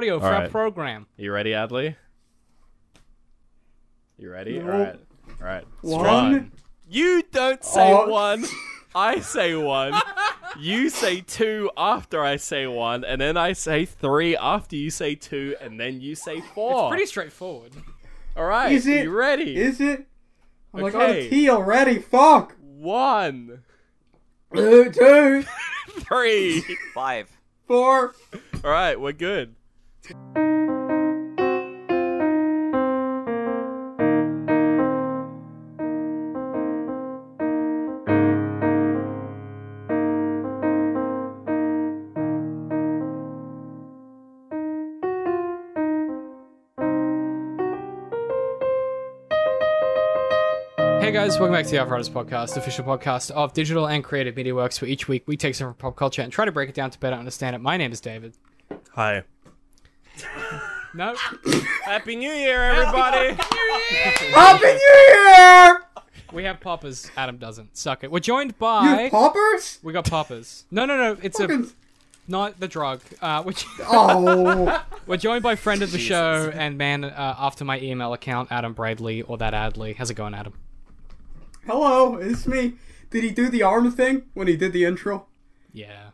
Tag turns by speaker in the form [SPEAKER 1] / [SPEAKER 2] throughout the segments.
[SPEAKER 1] audio for
[SPEAKER 2] All
[SPEAKER 1] our
[SPEAKER 2] right.
[SPEAKER 1] program.
[SPEAKER 2] You ready, Adley? You ready?
[SPEAKER 3] No.
[SPEAKER 2] All right. All right.
[SPEAKER 3] One.
[SPEAKER 2] You don't say
[SPEAKER 3] Oh.
[SPEAKER 2] one. I say one. you say two after I say one, and then I say three after you say two, and then you say four.
[SPEAKER 1] Pretty straightforward.
[SPEAKER 2] All right.
[SPEAKER 3] Is it?
[SPEAKER 2] You ready?
[SPEAKER 3] Is it? I'm like on
[SPEAKER 2] Okay.
[SPEAKER 3] a T already. Fuck.
[SPEAKER 2] one,
[SPEAKER 3] Uh, Two,
[SPEAKER 2] three.
[SPEAKER 4] Five.
[SPEAKER 3] four.
[SPEAKER 2] All right. We're good.
[SPEAKER 1] Hey guys, welcome back to the Outriders Podcast, the official podcast of digital and creative media works, where each week we take something from pop culture and try to break it down to better understand it. My name is David.
[SPEAKER 2] Hi.
[SPEAKER 1] No,
[SPEAKER 2] Happy New Year, everybody.
[SPEAKER 3] Happy New Year!
[SPEAKER 1] we have poppers. Adam doesn't. Suck it. We're joined
[SPEAKER 3] You
[SPEAKER 1] by.
[SPEAKER 3] poppers?
[SPEAKER 1] we got poppers. No, no, no. It's a
[SPEAKER 3] Fucking-
[SPEAKER 1] not the drug. Uh, which
[SPEAKER 3] Oh,
[SPEAKER 1] we're joined by friend of the show and man uh, after my email account, Adam Bradley or that Adley. How's it going, Adam?
[SPEAKER 3] hello, it's me. Did he do the arm thing when he did the intro?
[SPEAKER 1] Yeah.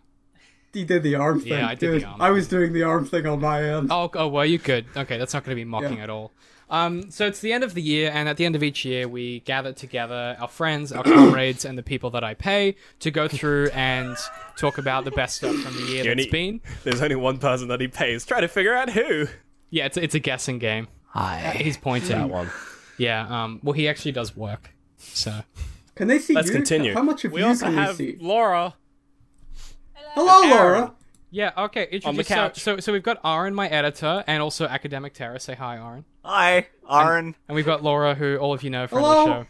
[SPEAKER 1] He
[SPEAKER 3] He did the arm thing.
[SPEAKER 1] Yeah, I did the
[SPEAKER 3] dude.
[SPEAKER 1] arm
[SPEAKER 3] I was doing the arm thing on my end.
[SPEAKER 1] Oh, oh well, you could. Okay, that's not going to be mocking
[SPEAKER 3] Yeah.
[SPEAKER 1] at all. Um, so it's the end of the year, and at the end of each year, we gather together our friends, our comrades, and the people that I pay to go through and talk about the best stuff from the year that's
[SPEAKER 2] Jenny.
[SPEAKER 1] been.
[SPEAKER 2] There's only one person that he pays. Try to figure out who.
[SPEAKER 1] Yeah, it's, it's a guessing game.
[SPEAKER 4] Hi.
[SPEAKER 1] He's pointing.
[SPEAKER 2] That one.
[SPEAKER 1] Yeah. Um. Well, he actually does work. So
[SPEAKER 3] Can they see
[SPEAKER 2] Let's
[SPEAKER 3] you?
[SPEAKER 2] continue.
[SPEAKER 3] How much of
[SPEAKER 2] we
[SPEAKER 3] you
[SPEAKER 2] also
[SPEAKER 3] can
[SPEAKER 2] have
[SPEAKER 3] they see?
[SPEAKER 2] Laura.
[SPEAKER 3] Hello, Laura.
[SPEAKER 1] yeah. Okay. Introduce,
[SPEAKER 2] On the
[SPEAKER 1] so-
[SPEAKER 2] couch.
[SPEAKER 1] So, so we've got Aaron, my editor, and also academic Tara. Say hi, Aaron.
[SPEAKER 4] Hi. Aaron.
[SPEAKER 1] And we've got Laura, who all of you know from
[SPEAKER 3] Hello.
[SPEAKER 1] the show.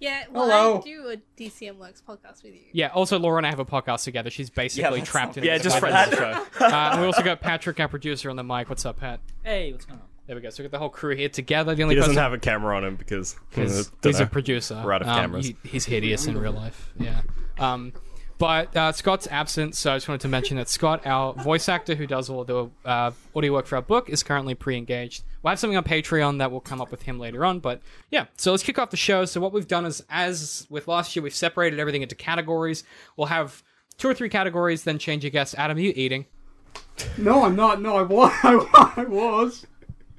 [SPEAKER 5] Yeah, well,
[SPEAKER 3] Hello.
[SPEAKER 5] I do a DCM Works podcast with you.
[SPEAKER 1] Yeah. Also, Laura and I have a podcast together. She's basically
[SPEAKER 4] that's
[SPEAKER 1] trapped
[SPEAKER 4] not-
[SPEAKER 1] in.
[SPEAKER 2] Yeah,
[SPEAKER 1] this
[SPEAKER 2] just
[SPEAKER 1] by
[SPEAKER 2] friends of the show.
[SPEAKER 1] Uh, and we also got Patrick, our producer, on the mic. What's up, Pat?
[SPEAKER 6] Hey, what's going on?
[SPEAKER 1] There we go. So we got the whole crew here together. The only
[SPEAKER 2] He doesn't
[SPEAKER 1] person
[SPEAKER 2] have a camera on him because uh,
[SPEAKER 1] is,
[SPEAKER 2] Dunno.
[SPEAKER 1] he's a producer.
[SPEAKER 2] We're out of
[SPEAKER 1] Um,
[SPEAKER 2] cameras.
[SPEAKER 1] he- he's hideous in real life. Yeah. Um, but uh, Scott's absent, so I just wanted to mention that Scott, our voice actor who does all the uh, audio work for our book, is currently pre-engaged. We'll have something on Patreon that will come up with him later on. But yeah, so let's kick off the show. So what we've done is, as with last year, we've separated everything into categories. We'll have two or three categories, then change your guess. Adam, are you eating?
[SPEAKER 3] No, I'm not. No, I was. I wa- I was.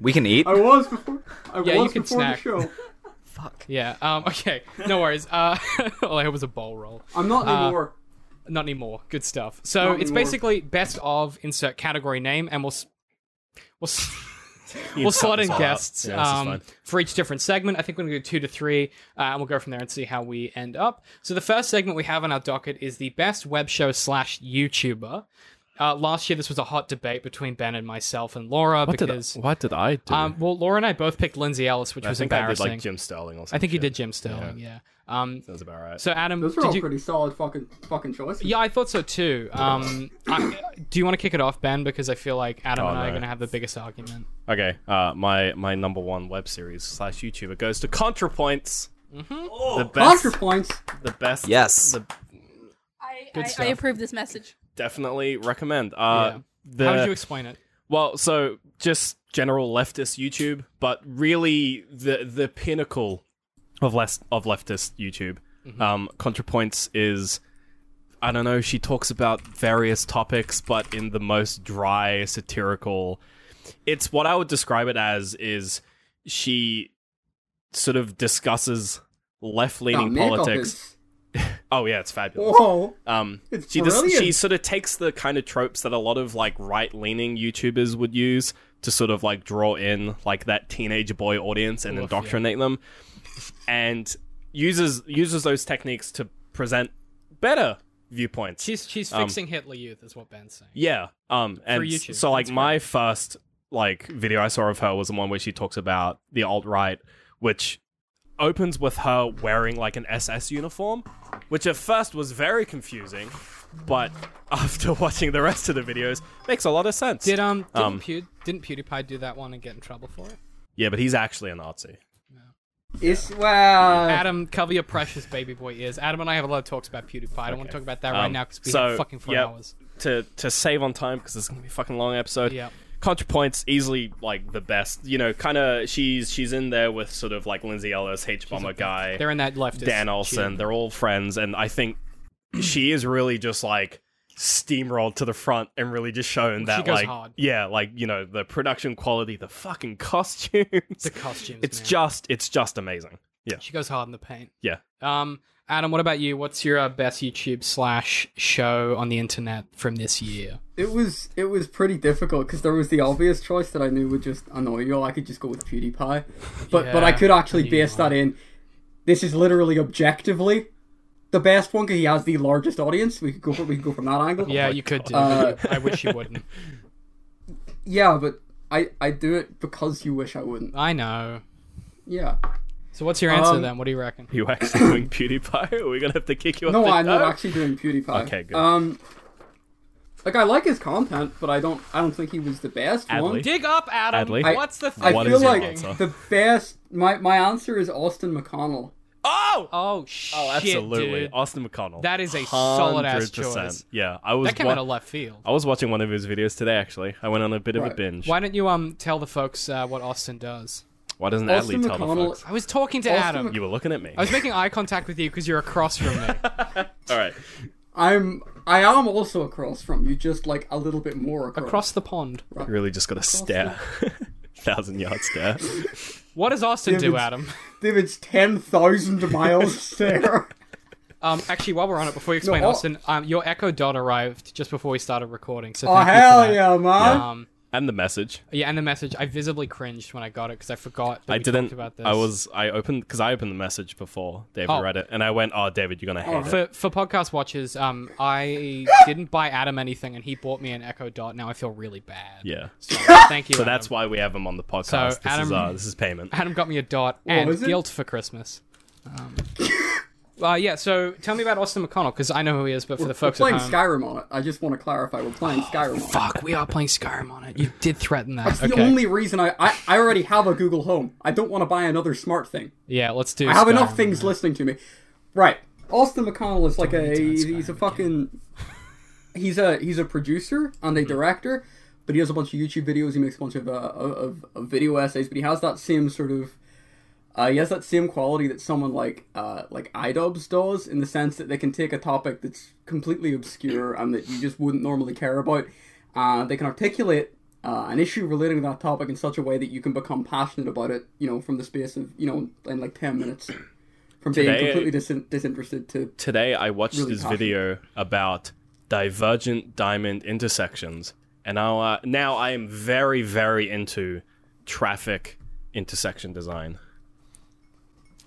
[SPEAKER 4] We can eat.
[SPEAKER 2] Oh,
[SPEAKER 3] I was before. I
[SPEAKER 1] Yeah, you
[SPEAKER 3] was
[SPEAKER 1] can
[SPEAKER 3] before
[SPEAKER 1] snack.
[SPEAKER 3] the show.
[SPEAKER 1] Yeah. Um, okay. No worries. Uh, all I had was a bowl roll.
[SPEAKER 3] I'm not anymore.
[SPEAKER 1] Not anymore. Good stuff. So
[SPEAKER 3] Not
[SPEAKER 1] it's
[SPEAKER 3] anymore.
[SPEAKER 1] basically best of insert category name, and we'll s- we'll s-
[SPEAKER 2] You
[SPEAKER 1] we'll
[SPEAKER 2] can
[SPEAKER 1] slot in
[SPEAKER 2] cut this all out.
[SPEAKER 1] guests
[SPEAKER 2] Yeah, this is
[SPEAKER 1] um,
[SPEAKER 2] fine.
[SPEAKER 1] for each different segment. I think we're gonna do two to three, uh, and we'll go from there and see how we end up. So the first segment we have on our docket is the best web show slash YouTuber. Uh, last year, this was a hot debate between Ben and myself and Laura
[SPEAKER 2] What did,
[SPEAKER 1] because
[SPEAKER 2] what did I do?
[SPEAKER 1] um, well, Laura and I both picked Lindsay Ellis, which
[SPEAKER 2] I
[SPEAKER 1] was
[SPEAKER 2] think I did
[SPEAKER 1] embarrassing.
[SPEAKER 2] like Jim Sterling or something.
[SPEAKER 1] I think you did Jim Sterling, yeah. Um,
[SPEAKER 2] Sounds about right.
[SPEAKER 1] so Adam,
[SPEAKER 3] Those are all
[SPEAKER 1] did you,
[SPEAKER 3] pretty solid fucking fucking choices.
[SPEAKER 1] Yeah, I thought so too. Um, I, do you want to kick it off, Ben? Because I feel like Adam
[SPEAKER 2] Oh,
[SPEAKER 1] and I are
[SPEAKER 2] no.
[SPEAKER 1] going to have the biggest argument.
[SPEAKER 2] okay, uh, my my number one web series slash YouTuber goes to ContraPoints. Mm-hmm. The best,
[SPEAKER 3] Contra points.
[SPEAKER 2] the best.
[SPEAKER 4] Yes.
[SPEAKER 2] the,
[SPEAKER 5] I,
[SPEAKER 1] Good
[SPEAKER 5] I, I
[SPEAKER 1] stuff.
[SPEAKER 5] approve this message.
[SPEAKER 2] definitely recommend. Uh,
[SPEAKER 1] Yeah.
[SPEAKER 2] the,
[SPEAKER 1] How would you explain it?
[SPEAKER 2] Well, so just general leftist YouTube, but really the the pinnacle of less of leftist YouTube. Um, ContraPoints is I don't know. She talks about various topics, but in the most dry, satirical. It's what I would describe it as is she sort of discusses left leaning
[SPEAKER 3] Oh,
[SPEAKER 2] politics. Oh yeah, it's fabulous.
[SPEAKER 3] Whoa.
[SPEAKER 2] Um,
[SPEAKER 3] It's
[SPEAKER 2] she just she
[SPEAKER 3] brilliant.
[SPEAKER 2] sort of takes the kind of tropes that a lot of like right leaning YouTubers would use to sort of like draw in like that teenage boy audience and
[SPEAKER 1] Oof,
[SPEAKER 2] indoctrinate them, and uses uses those techniques to present better viewpoints.
[SPEAKER 1] She's she's
[SPEAKER 2] Um,
[SPEAKER 1] fixing Hitler Youth, is what Ben's saying.
[SPEAKER 2] Yeah. Um and s-
[SPEAKER 1] YouTube,
[SPEAKER 2] so like
[SPEAKER 1] that's
[SPEAKER 2] my first like video I saw of her was the one where she talks about the alt right, which opens with her wearing like an SS uniform, which at first was very confusing, but after watching the rest of the videos, makes a lot of sense.
[SPEAKER 1] Did um didn't,
[SPEAKER 2] Um,
[SPEAKER 1] Pew- didn't PewDiePie do that one and get in trouble for it?
[SPEAKER 2] yeah, but he's actually a Nazi.
[SPEAKER 3] It's
[SPEAKER 2] Uh,
[SPEAKER 3] wow.
[SPEAKER 1] Adam, cover your precious baby boy ears. Adam and I have a lot of talks about PewDiePie. I don't want to talk about that right
[SPEAKER 2] Um,
[SPEAKER 1] now because we
[SPEAKER 2] so,
[SPEAKER 1] have fucking four
[SPEAKER 2] yeah,
[SPEAKER 1] hours.
[SPEAKER 2] To to save on time because it's gonna be a fucking long episode.
[SPEAKER 1] Yeah.
[SPEAKER 2] ContraPoint's easily like the best. You know, kind of she's she's in there with sort of like Lindsay Ellis, H bomber guy,
[SPEAKER 1] They're in that leftist.
[SPEAKER 2] Dan Olsen. They're all friends, and I think she is really just like steamrolled to the front and really just shown that
[SPEAKER 1] goes
[SPEAKER 2] like
[SPEAKER 1] hard.
[SPEAKER 2] yeah, like you know the production quality, the fucking costumes.
[SPEAKER 1] The costumes.
[SPEAKER 2] it's
[SPEAKER 1] man.
[SPEAKER 2] just it's just amazing. Yeah,
[SPEAKER 1] She goes hard in the paint.
[SPEAKER 2] yeah.
[SPEAKER 1] Um, Adam, what about you? What's your uh, best YouTube slash show on the internet from this year?
[SPEAKER 3] It was it was pretty difficult because there was the obvious choice that I knew would just annoy you. all. I could just go with PewDiePie, but but I
[SPEAKER 1] Yeah,
[SPEAKER 3] could actually
[SPEAKER 1] PewDiePie.
[SPEAKER 3] base that in. This is literally objectively the best one because he has the largest audience. We could go for, we could go from that angle.
[SPEAKER 1] Yeah, you could do.
[SPEAKER 3] Uh,
[SPEAKER 1] I wish you wouldn't.
[SPEAKER 3] yeah, but I I do it because you wish I wouldn't.
[SPEAKER 1] I know.
[SPEAKER 3] Yeah.
[SPEAKER 1] So what's your answer
[SPEAKER 3] Um,
[SPEAKER 1] then? What do you reckon?
[SPEAKER 2] You actually doing PewDiePie? Are we gonna have to kick you off?
[SPEAKER 3] No,
[SPEAKER 2] the
[SPEAKER 3] I'm not
[SPEAKER 2] show?
[SPEAKER 3] actually doing PewDiePie.
[SPEAKER 2] Okay, good.
[SPEAKER 3] Um, like I like his content, but I don't I don't think he was the best one.
[SPEAKER 2] Adley?
[SPEAKER 1] Dig up, Adam.
[SPEAKER 2] Adley? I-
[SPEAKER 1] What's the
[SPEAKER 3] I
[SPEAKER 1] thing?
[SPEAKER 2] What
[SPEAKER 3] feel
[SPEAKER 2] is your
[SPEAKER 3] like
[SPEAKER 2] answer?
[SPEAKER 3] the best. My my answer is Austin McConnell.
[SPEAKER 2] Oh,
[SPEAKER 1] oh shit!
[SPEAKER 2] oh, absolutely,
[SPEAKER 1] dude.
[SPEAKER 2] Austin McConnell.
[SPEAKER 1] That is a solid-ass
[SPEAKER 2] 100%.
[SPEAKER 1] choice.
[SPEAKER 2] Yeah, I was
[SPEAKER 1] That came
[SPEAKER 2] wa-
[SPEAKER 1] out of left field.
[SPEAKER 3] Oh,
[SPEAKER 2] I was watching one of his videos today. Actually, I went on a bit of a
[SPEAKER 3] Right.
[SPEAKER 2] binge.
[SPEAKER 1] Why don't you um tell the folks uh, what Austin does?
[SPEAKER 2] Why doesn't
[SPEAKER 3] Austin
[SPEAKER 2] Adley tell the
[SPEAKER 3] McConnell-
[SPEAKER 2] folks?
[SPEAKER 1] I was talking to
[SPEAKER 3] Austin
[SPEAKER 1] Adam.
[SPEAKER 3] Mc-
[SPEAKER 2] You were looking at me.
[SPEAKER 1] I was making eye contact with you because you're across from me.
[SPEAKER 2] All right.
[SPEAKER 3] I'm I am also across from you, just like a little bit more across.
[SPEAKER 1] across the pond.
[SPEAKER 2] Really just got a stare. Thousand yard stare.
[SPEAKER 1] What does Austin do,
[SPEAKER 3] it's-
[SPEAKER 1] Adam?
[SPEAKER 3] David's ten thousand miles there.
[SPEAKER 1] Um, actually, while we're on it, before you explain,
[SPEAKER 3] No, I'll-
[SPEAKER 1] Austin, um, your Echo Dot arrived just before we started recording. So
[SPEAKER 3] oh
[SPEAKER 1] thank you for
[SPEAKER 3] hell
[SPEAKER 1] that.
[SPEAKER 3] yeah, man!
[SPEAKER 1] Um,
[SPEAKER 2] And the message.
[SPEAKER 1] yeah, and the message. I visibly cringed when I got it because I forgot. That
[SPEAKER 2] I
[SPEAKER 1] we
[SPEAKER 2] didn't.
[SPEAKER 1] talked about this.
[SPEAKER 2] I was. I opened because I opened the message before David
[SPEAKER 1] Oh.
[SPEAKER 2] read it, and I went, "Oh, David, you're gonna hate it."
[SPEAKER 1] for for podcast watchers. Um, I didn't buy Adam anything, and he bought me an Echo Dot. Now I feel really bad.
[SPEAKER 2] Yeah.
[SPEAKER 1] So, thank you.
[SPEAKER 2] So that's why we have him on the podcast.
[SPEAKER 1] So,
[SPEAKER 2] this is
[SPEAKER 1] Adam-
[SPEAKER 2] uh, this is payment.
[SPEAKER 1] Adam got me a Dot and
[SPEAKER 3] was it?
[SPEAKER 1] guilt for Christmas. Um, uh, yeah. So tell me about Austin McConnell because I know who he is, but for the
[SPEAKER 3] we're
[SPEAKER 1] folks at
[SPEAKER 3] playing
[SPEAKER 1] home,
[SPEAKER 3] Skyrim on it. I just want to clarify, we're playing Skyrim. on it.
[SPEAKER 1] fuck, we are playing Skyrim on it. You did threaten that.
[SPEAKER 3] That's
[SPEAKER 1] okay.
[SPEAKER 3] the only reason I, I I already have a Google Home. I don't want to buy another smart thing.
[SPEAKER 1] Yeah, let's do.
[SPEAKER 3] I have
[SPEAKER 1] Skyrim
[SPEAKER 3] enough
[SPEAKER 1] on it.
[SPEAKER 3] things listening to me. Right. Austin McConnell is like a
[SPEAKER 1] need to ask
[SPEAKER 3] he's a fucking he's a he's a producer and a director, but he has a bunch of YouTube videos. He makes a bunch of uh, of, of video essays, but he has that same sort of uh, he has that same quality that someone like uh, like iDubbbz does in the sense that they can take a topic that's completely obscure and that you just wouldn't normally care about. Uh, they can articulate uh, an issue relating to that topic in such a way that you can become passionate about it. You know, from the space of you know in like ten minutes, from being
[SPEAKER 2] Today-
[SPEAKER 3] completely disin- disinterested to
[SPEAKER 2] Today I watched
[SPEAKER 3] Really
[SPEAKER 2] this
[SPEAKER 3] passionate.
[SPEAKER 2] video about divergent diamond intersections, and now uh, now I am very very into traffic intersection design.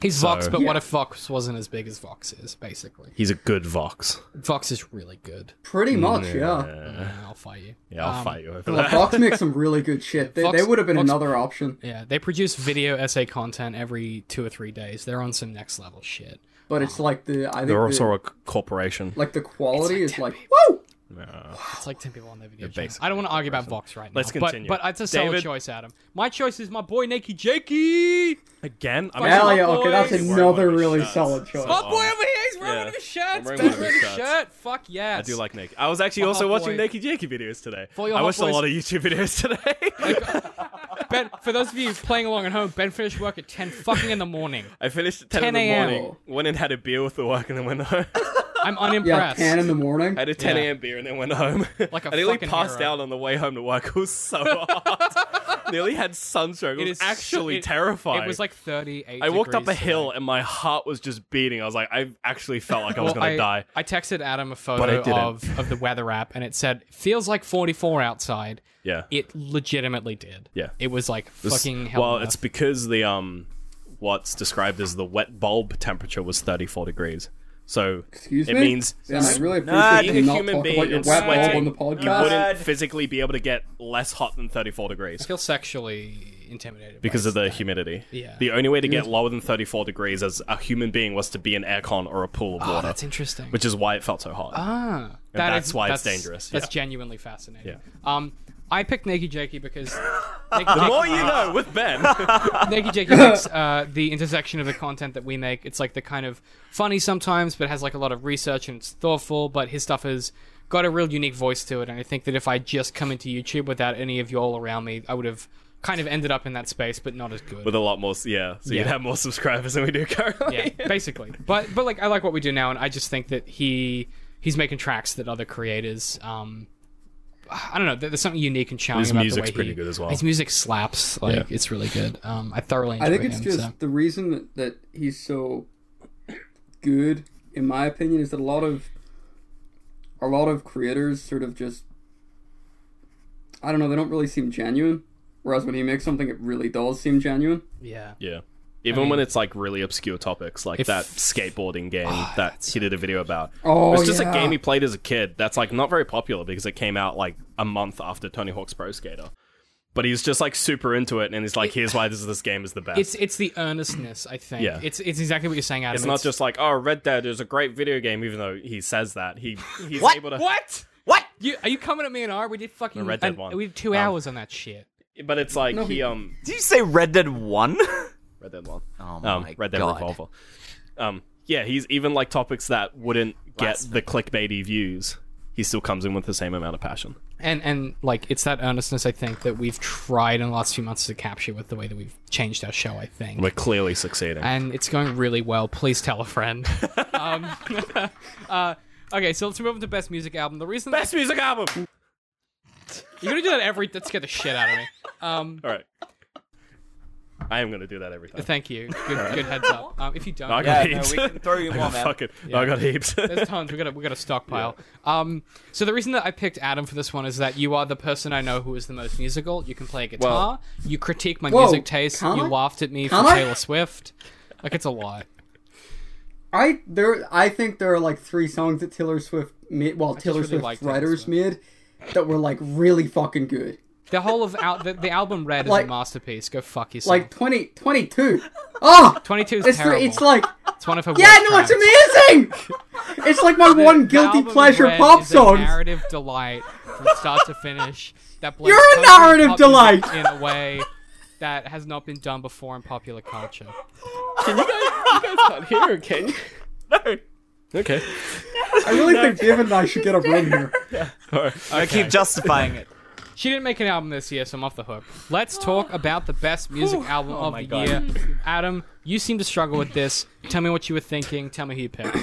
[SPEAKER 1] He's Vox, but what
[SPEAKER 3] Yeah.
[SPEAKER 1] if Vox wasn't as big as Vox is? Basically,
[SPEAKER 2] He's a good Vox.
[SPEAKER 1] Vox is really good.
[SPEAKER 3] pretty much yeah.
[SPEAKER 1] Yeah, I'll fight you.
[SPEAKER 2] Yeah, I'll
[SPEAKER 1] Um,
[SPEAKER 2] fight you over
[SPEAKER 3] Well,
[SPEAKER 2] that.
[SPEAKER 3] Fox makes some really good shit. They,
[SPEAKER 1] Fox-
[SPEAKER 3] they would have been
[SPEAKER 1] Fox-
[SPEAKER 3] another option,
[SPEAKER 1] Yeah, they produce video essay content every two or three days. They're on some next level shit.
[SPEAKER 3] but it's like the I think
[SPEAKER 2] They're
[SPEAKER 3] the,
[SPEAKER 2] also a c- corporation.
[SPEAKER 3] like the quality
[SPEAKER 1] It's
[SPEAKER 3] is
[SPEAKER 1] like
[SPEAKER 3] like woo.
[SPEAKER 2] Uh,
[SPEAKER 1] It's like ten people on their video.
[SPEAKER 2] They're
[SPEAKER 1] channel.
[SPEAKER 2] basically
[SPEAKER 1] I don't want to argue about Vox right now.
[SPEAKER 2] Let's
[SPEAKER 1] but-
[SPEAKER 2] continue.
[SPEAKER 1] But, it's a solid
[SPEAKER 2] David?
[SPEAKER 1] choice, Adam. My choice is my boy Nakey Jakey.
[SPEAKER 2] again, I'm
[SPEAKER 1] Hell
[SPEAKER 2] actually-
[SPEAKER 1] yeah,
[SPEAKER 3] okay, that's
[SPEAKER 2] Wearing
[SPEAKER 3] another
[SPEAKER 2] one of his
[SPEAKER 3] really
[SPEAKER 2] shirts.
[SPEAKER 3] solid choice.
[SPEAKER 1] My
[SPEAKER 2] So,
[SPEAKER 1] boy
[SPEAKER 2] um,
[SPEAKER 1] over here, he's wearing
[SPEAKER 2] yeah.
[SPEAKER 1] one of his shirts.
[SPEAKER 2] I'm wearing
[SPEAKER 1] Ben
[SPEAKER 2] one of his
[SPEAKER 1] Red
[SPEAKER 2] shirts.
[SPEAKER 1] shirt. Fuck yes.
[SPEAKER 2] I do like Naked. I was actually
[SPEAKER 1] My
[SPEAKER 2] also
[SPEAKER 1] hot
[SPEAKER 2] watching
[SPEAKER 1] boy.
[SPEAKER 2] Naked Jakey videos today.
[SPEAKER 1] For your
[SPEAKER 2] I
[SPEAKER 1] hot
[SPEAKER 2] watched
[SPEAKER 1] boys-
[SPEAKER 2] a lot of YouTube videos today.
[SPEAKER 1] Ben. For those of you playing along at home, Ben finished work at ten fucking in the morning.
[SPEAKER 2] I finished at 10,
[SPEAKER 1] 10
[SPEAKER 2] in the
[SPEAKER 1] a.m.
[SPEAKER 2] morning, went and had a beer with the work, and then went home.
[SPEAKER 1] I'm
[SPEAKER 3] Yeah,
[SPEAKER 1] unimpressed.
[SPEAKER 3] ten in the morning.
[SPEAKER 2] I had a 10
[SPEAKER 1] Yeah.
[SPEAKER 2] a.m. beer and then went home.
[SPEAKER 1] Like a
[SPEAKER 2] I nearly
[SPEAKER 1] fucking
[SPEAKER 2] passed
[SPEAKER 1] hero.
[SPEAKER 2] out on the way home to work. It was so hot. nearly had sunstroke. It, was
[SPEAKER 1] so-
[SPEAKER 2] actually
[SPEAKER 1] it-
[SPEAKER 2] terrifying.
[SPEAKER 1] It was like 38.
[SPEAKER 2] I walked up a
[SPEAKER 1] degrees
[SPEAKER 2] hill
[SPEAKER 1] today.
[SPEAKER 2] and my heart was just beating. I was like, I actually felt like I was
[SPEAKER 1] Well,
[SPEAKER 2] going to die.
[SPEAKER 1] I texted Adam a
[SPEAKER 2] But
[SPEAKER 1] photo
[SPEAKER 2] I didn't.
[SPEAKER 1] of, of the weather app and it said, feels like 44 outside.
[SPEAKER 2] Yeah.
[SPEAKER 1] It legitimately did.
[SPEAKER 2] Yeah.
[SPEAKER 1] It was like
[SPEAKER 2] This-
[SPEAKER 1] fucking hell.
[SPEAKER 2] Well,
[SPEAKER 1] on
[SPEAKER 2] it's
[SPEAKER 1] earth.
[SPEAKER 2] because the um, what's described as the wet bulb temperature was 34 degrees. So
[SPEAKER 3] Excuse
[SPEAKER 2] it
[SPEAKER 3] me.
[SPEAKER 2] means
[SPEAKER 3] Damn, I really
[SPEAKER 2] Nah,
[SPEAKER 3] appreciate you
[SPEAKER 2] being a
[SPEAKER 3] not
[SPEAKER 2] human
[SPEAKER 3] talking
[SPEAKER 2] being
[SPEAKER 3] about your
[SPEAKER 2] and
[SPEAKER 3] wet bulb
[SPEAKER 2] sweating,
[SPEAKER 3] on the
[SPEAKER 2] you
[SPEAKER 3] podcast.
[SPEAKER 2] wouldn't physically be able to get less hot than 34 degrees
[SPEAKER 1] I feel sexually intimidated. by
[SPEAKER 2] because of the
[SPEAKER 1] that.
[SPEAKER 2] humidity.
[SPEAKER 1] Yeah.
[SPEAKER 2] The only way to get lower than 34 degrees as a human being was to be in aircon or a pool of
[SPEAKER 1] Oh,
[SPEAKER 2] water,
[SPEAKER 1] that's interesting.
[SPEAKER 2] which is why it felt so hot.
[SPEAKER 1] ah,
[SPEAKER 2] that's why it's dangerous,
[SPEAKER 1] That's
[SPEAKER 2] yeah.
[SPEAKER 1] genuinely fascinating.
[SPEAKER 2] Yeah.
[SPEAKER 1] Um, I picked Nakey Jakey because Nakey
[SPEAKER 2] the
[SPEAKER 1] Jakey-
[SPEAKER 2] more you know with Ben.
[SPEAKER 1] Naked Jakey makes uh, the intersection of the content that we make. It's like the kind of funny sometimes, but has like a lot of research and it's thoughtful. But his stuff is got a real unique voice to it, and I think that if I just come into YouTube without any of you all around me, I would have kind of ended up in that space, but not as good.
[SPEAKER 2] with a lot more. s- Yeah, so you'd
[SPEAKER 1] Yeah.
[SPEAKER 2] have more subscribers than we do currently.
[SPEAKER 1] yeah, basically. But but like I like what we do now, and I just think that he he's making tracks that other creators. Um, I don't know. there- There's something unique and charming
[SPEAKER 2] His
[SPEAKER 1] about
[SPEAKER 2] music's
[SPEAKER 1] the way
[SPEAKER 2] pretty
[SPEAKER 1] he-
[SPEAKER 2] good as well.
[SPEAKER 1] His music slaps. Like
[SPEAKER 2] Yeah.
[SPEAKER 1] it's really good. Um, I thoroughly. Enjoy
[SPEAKER 3] I think it's
[SPEAKER 1] him,
[SPEAKER 3] just
[SPEAKER 1] so.
[SPEAKER 3] the reason that, that he's so good, in my opinion, is that a lot of a lot of creators sort of just I don't know, they don't really seem genuine. Whereas when he makes something, it really does seem genuine.
[SPEAKER 1] yeah.
[SPEAKER 2] Yeah. Even
[SPEAKER 1] mean-
[SPEAKER 2] when it's like really obscure topics, like
[SPEAKER 1] If-
[SPEAKER 2] that skateboarding game that he did a video about.
[SPEAKER 3] Oh,
[SPEAKER 2] it's just
[SPEAKER 3] yeah.
[SPEAKER 2] a game he played as a kid that's like not very popular because it came out like a month after Tony Hawk's Pro Skater. But he's just like super into it and he's like, here's why this, this game is the best.
[SPEAKER 1] It's
[SPEAKER 2] It's,
[SPEAKER 1] it's the earnestness. I think.
[SPEAKER 2] Yeah.
[SPEAKER 1] It's it's exactly what you're saying, Adam.
[SPEAKER 2] not just like, oh, Red Dead is a great video game, even though he says that. He He's
[SPEAKER 4] What?
[SPEAKER 2] able to.
[SPEAKER 1] what.
[SPEAKER 4] What?
[SPEAKER 1] You, are you coming at me and R? We did fucking
[SPEAKER 2] The Red Dead
[SPEAKER 1] and-
[SPEAKER 2] one.
[SPEAKER 1] We did two
[SPEAKER 2] Um,
[SPEAKER 1] hours on that shit.
[SPEAKER 2] But it's like,
[SPEAKER 3] No,
[SPEAKER 2] he,
[SPEAKER 3] he-
[SPEAKER 2] um.
[SPEAKER 4] Did you say Red Dead One?
[SPEAKER 2] Red Dead 1.
[SPEAKER 4] Oh
[SPEAKER 2] um,
[SPEAKER 4] my
[SPEAKER 2] Red Dead
[SPEAKER 4] God.
[SPEAKER 2] Revolver. Um, yeah, he's even like topics that wouldn't get the clickbaity views. He still comes in with the same amount of passion.
[SPEAKER 1] and and like it's that earnestness I think that we've tried in the last few months to capture with the way that we've changed our show. I think,
[SPEAKER 2] We're clearly succeeding.
[SPEAKER 1] and it's going really well. Please tell a friend. um, uh, okay, so let's move on to best music album. The reason
[SPEAKER 2] Best music album.
[SPEAKER 1] you're gonna do that every that scared the shit out of me. Um,
[SPEAKER 2] All right, I am gonna do that every time.
[SPEAKER 1] thank you. Good, good heads up. Um, if you don't,
[SPEAKER 2] I
[SPEAKER 4] Yeah,
[SPEAKER 2] got
[SPEAKER 4] no,
[SPEAKER 2] heaps.
[SPEAKER 4] we can throw you
[SPEAKER 2] I
[SPEAKER 4] more,
[SPEAKER 2] got
[SPEAKER 4] man.
[SPEAKER 2] fucking- I got heaps.
[SPEAKER 1] There's tons. We got a, we got a stockpile. Um, so the reason that I picked Adam for this one is that you are the person I know who is the most musical. You can play a guitar. you critique my
[SPEAKER 3] Whoa,
[SPEAKER 1] music taste.
[SPEAKER 3] can
[SPEAKER 1] You
[SPEAKER 3] I?
[SPEAKER 1] laughed at me
[SPEAKER 3] Can
[SPEAKER 1] for
[SPEAKER 3] I?
[SPEAKER 1] Taylor Swift. Like it's a lot.
[SPEAKER 3] I there I think there are like three songs that Taylor Swift made, well, Taylor
[SPEAKER 1] really like
[SPEAKER 3] Swift
[SPEAKER 1] Taylor
[SPEAKER 3] writers made that were like really fucking good.
[SPEAKER 1] The whole of out the, the album Red is
[SPEAKER 3] Like-
[SPEAKER 1] a masterpiece. Go fuck yourself.
[SPEAKER 3] Like 20, 22. Oh,
[SPEAKER 1] 22 is
[SPEAKER 3] it's
[SPEAKER 1] terrible.
[SPEAKER 3] it's like
[SPEAKER 1] It's one of her.
[SPEAKER 3] Yeah,
[SPEAKER 1] worst
[SPEAKER 3] no, it's
[SPEAKER 1] tracks.
[SPEAKER 3] amazing. It's like my one
[SPEAKER 1] The
[SPEAKER 3] guilty
[SPEAKER 1] album
[SPEAKER 3] pleasure
[SPEAKER 1] Red
[SPEAKER 3] pop
[SPEAKER 1] is
[SPEAKER 3] song.
[SPEAKER 1] A narrative delight from start to finish. That blends
[SPEAKER 3] You're a
[SPEAKER 1] country and pop
[SPEAKER 3] narrative
[SPEAKER 1] music
[SPEAKER 3] delight.
[SPEAKER 1] in a way that has not been done before in popular culture.
[SPEAKER 2] Here, can you? No. Okay.
[SPEAKER 3] I really think David and I should get a room here.
[SPEAKER 2] All right.
[SPEAKER 4] I keep justifying it.
[SPEAKER 1] She didn't make an album this year, so I'm off the hook. Let's talk about the best music album
[SPEAKER 3] Oh
[SPEAKER 1] of the year. Adam, you seem to struggle with this. Tell me what you were thinking. Tell me who you picked.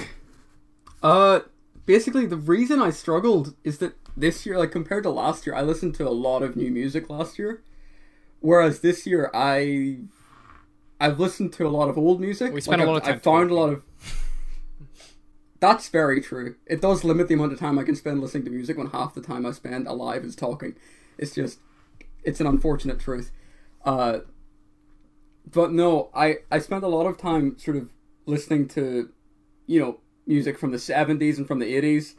[SPEAKER 3] Uh, basically, the reason I struggled is that this year, like compared to last year, I listened to a lot of new music last year, whereas this year I, I've listened to a lot of old music.
[SPEAKER 1] We spent
[SPEAKER 3] Like,
[SPEAKER 1] a lot
[SPEAKER 3] I've-
[SPEAKER 1] of time
[SPEAKER 3] I've found a lot of. That's very true. It does limit the amount of time I can spend listening to music when half the time I spend alive is talking. It's just, it's an unfortunate truth. Uh, but no, I I spent a lot of time sort of listening to, you know, music from the seventies and from the eighties.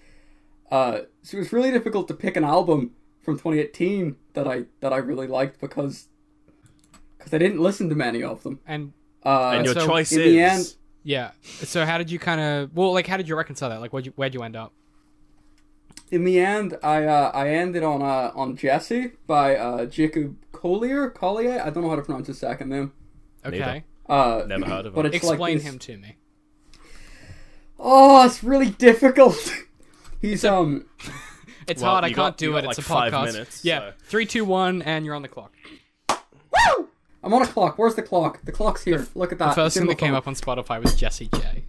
[SPEAKER 3] Uh, so it was really difficult to pick an album from 2018 that I that I really liked because because I didn't listen to many of them.
[SPEAKER 1] And
[SPEAKER 3] Uh,
[SPEAKER 2] And your
[SPEAKER 1] so,
[SPEAKER 2] choice
[SPEAKER 3] in
[SPEAKER 2] is
[SPEAKER 3] the end-
[SPEAKER 1] yeah, so how did you kind of well, like, how did you reconcile that? Like, where'd you, where'd you end up?
[SPEAKER 3] in the end, I uh, I ended on uh, on Jesse by uh, Jacob Collier. Collier, I don't know how to pronounce his second name.
[SPEAKER 1] Okay,
[SPEAKER 2] Neither.
[SPEAKER 3] Uh,
[SPEAKER 2] never heard of
[SPEAKER 3] but
[SPEAKER 2] it.
[SPEAKER 3] it's
[SPEAKER 1] explain
[SPEAKER 3] like this-
[SPEAKER 1] him to me.
[SPEAKER 3] Oh, it's really difficult. He's um
[SPEAKER 1] It's
[SPEAKER 2] Well,
[SPEAKER 1] hard. I
[SPEAKER 2] you
[SPEAKER 1] can't
[SPEAKER 2] got-
[SPEAKER 1] do
[SPEAKER 2] you
[SPEAKER 1] it.
[SPEAKER 2] got,
[SPEAKER 1] it's a podcast.
[SPEAKER 2] like, five minutes,
[SPEAKER 1] yeah,
[SPEAKER 2] so-
[SPEAKER 1] three, two, one, and you're on the clock.
[SPEAKER 3] I'm on a clock. Where's the clock? The clock's here. Look at that.
[SPEAKER 1] First
[SPEAKER 3] It's in
[SPEAKER 1] thing
[SPEAKER 3] my
[SPEAKER 1] that came
[SPEAKER 3] phone.
[SPEAKER 1] up on Spotify was Jesse J.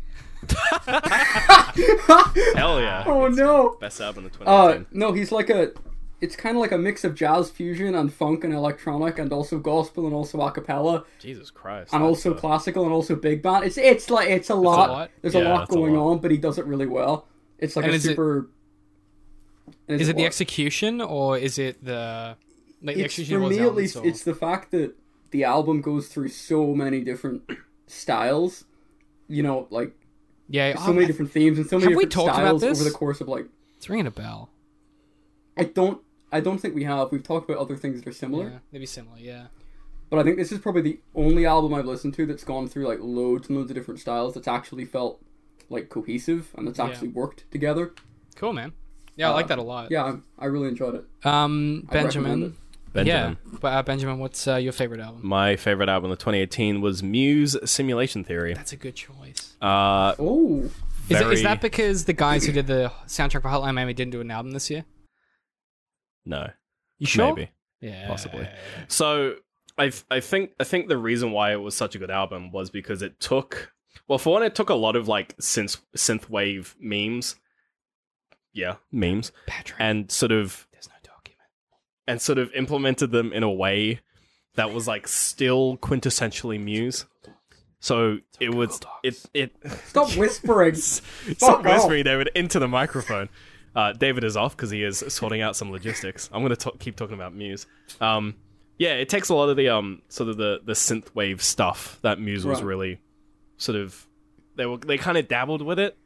[SPEAKER 2] Hell yeah.
[SPEAKER 3] Oh no.
[SPEAKER 2] Best album of
[SPEAKER 3] Uh,
[SPEAKER 2] 2018.
[SPEAKER 3] no, he's like a. It's kind of like a mix of jazz fusion and funk and electronic and also gospel and also a cappella
[SPEAKER 2] Jesus Christ.
[SPEAKER 3] and
[SPEAKER 2] that's
[SPEAKER 3] also
[SPEAKER 2] a-
[SPEAKER 3] classical and also big band. It's it's like it's a lot.
[SPEAKER 1] lot.
[SPEAKER 3] There's
[SPEAKER 2] Yeah,
[SPEAKER 3] a lot
[SPEAKER 2] it's a
[SPEAKER 3] going
[SPEAKER 2] lot.
[SPEAKER 3] on, but he does it really well. It's like
[SPEAKER 1] And
[SPEAKER 3] a
[SPEAKER 1] is it-
[SPEAKER 3] super. and
[SPEAKER 1] Is it the
[SPEAKER 3] what?
[SPEAKER 1] execution or is it the like the
[SPEAKER 3] It's
[SPEAKER 1] execution
[SPEAKER 3] for
[SPEAKER 1] was
[SPEAKER 3] me
[SPEAKER 1] the
[SPEAKER 3] at
[SPEAKER 1] album,
[SPEAKER 3] least.
[SPEAKER 1] so-
[SPEAKER 3] It's the fact that the album goes through so many different styles. You know, like
[SPEAKER 1] yeah.
[SPEAKER 3] so
[SPEAKER 1] oh, I-
[SPEAKER 3] many different themes and so many
[SPEAKER 1] Have we
[SPEAKER 3] different
[SPEAKER 1] talked about
[SPEAKER 3] styles
[SPEAKER 1] this?
[SPEAKER 3] over the course of like
[SPEAKER 1] it's ringing a bell.
[SPEAKER 3] I don't I don't think we have. We've talked about other things that are similar,
[SPEAKER 1] Yeah, maybe similar. Yeah.
[SPEAKER 3] but I think this is probably the only album I've listened to that's gone through like loads and loads of different styles that's actually felt like cohesive and that's actually worked together.
[SPEAKER 1] Cool, man. Yeah, I like that a lot.
[SPEAKER 3] Yeah, I'm- I, I really enjoyed it.
[SPEAKER 1] Um,
[SPEAKER 3] I'd recommend
[SPEAKER 1] Benjamin.
[SPEAKER 2] Benjamin.
[SPEAKER 1] Yeah, but uh, Benjamin, what's uh, your favorite album?
[SPEAKER 2] My favorite album of 2018 was Muse Simulation Theory.
[SPEAKER 1] That's a good choice.
[SPEAKER 2] Uh,
[SPEAKER 3] Oh,
[SPEAKER 1] Is,
[SPEAKER 2] very
[SPEAKER 1] it, is that because the guys who did the soundtrack for Hotline Miami didn't do an album this year?
[SPEAKER 2] no?
[SPEAKER 1] You sure?
[SPEAKER 2] Maybe.
[SPEAKER 1] Yeah,
[SPEAKER 2] Possibly. So I I think I think the reason why it was such a good album was because it took well for one it took a lot of like synth synthwave memes, yeah memes,
[SPEAKER 1] Patrick,
[SPEAKER 2] and sort of
[SPEAKER 1] there's no document.
[SPEAKER 2] and sort of implemented them in a way that was like still quintessentially Muse. So it was it it
[SPEAKER 3] Stop whispering.
[SPEAKER 2] stop
[SPEAKER 3] off.
[SPEAKER 2] whispering David into the microphone. Uh, David is off because he is sorting out some logistics. I'm going to keep talking about Muse. Um, yeah, it takes a lot of the um sort of the the synthwave stuff that Muse was
[SPEAKER 3] Right.
[SPEAKER 2] really sort of they were they kind of dabbled with it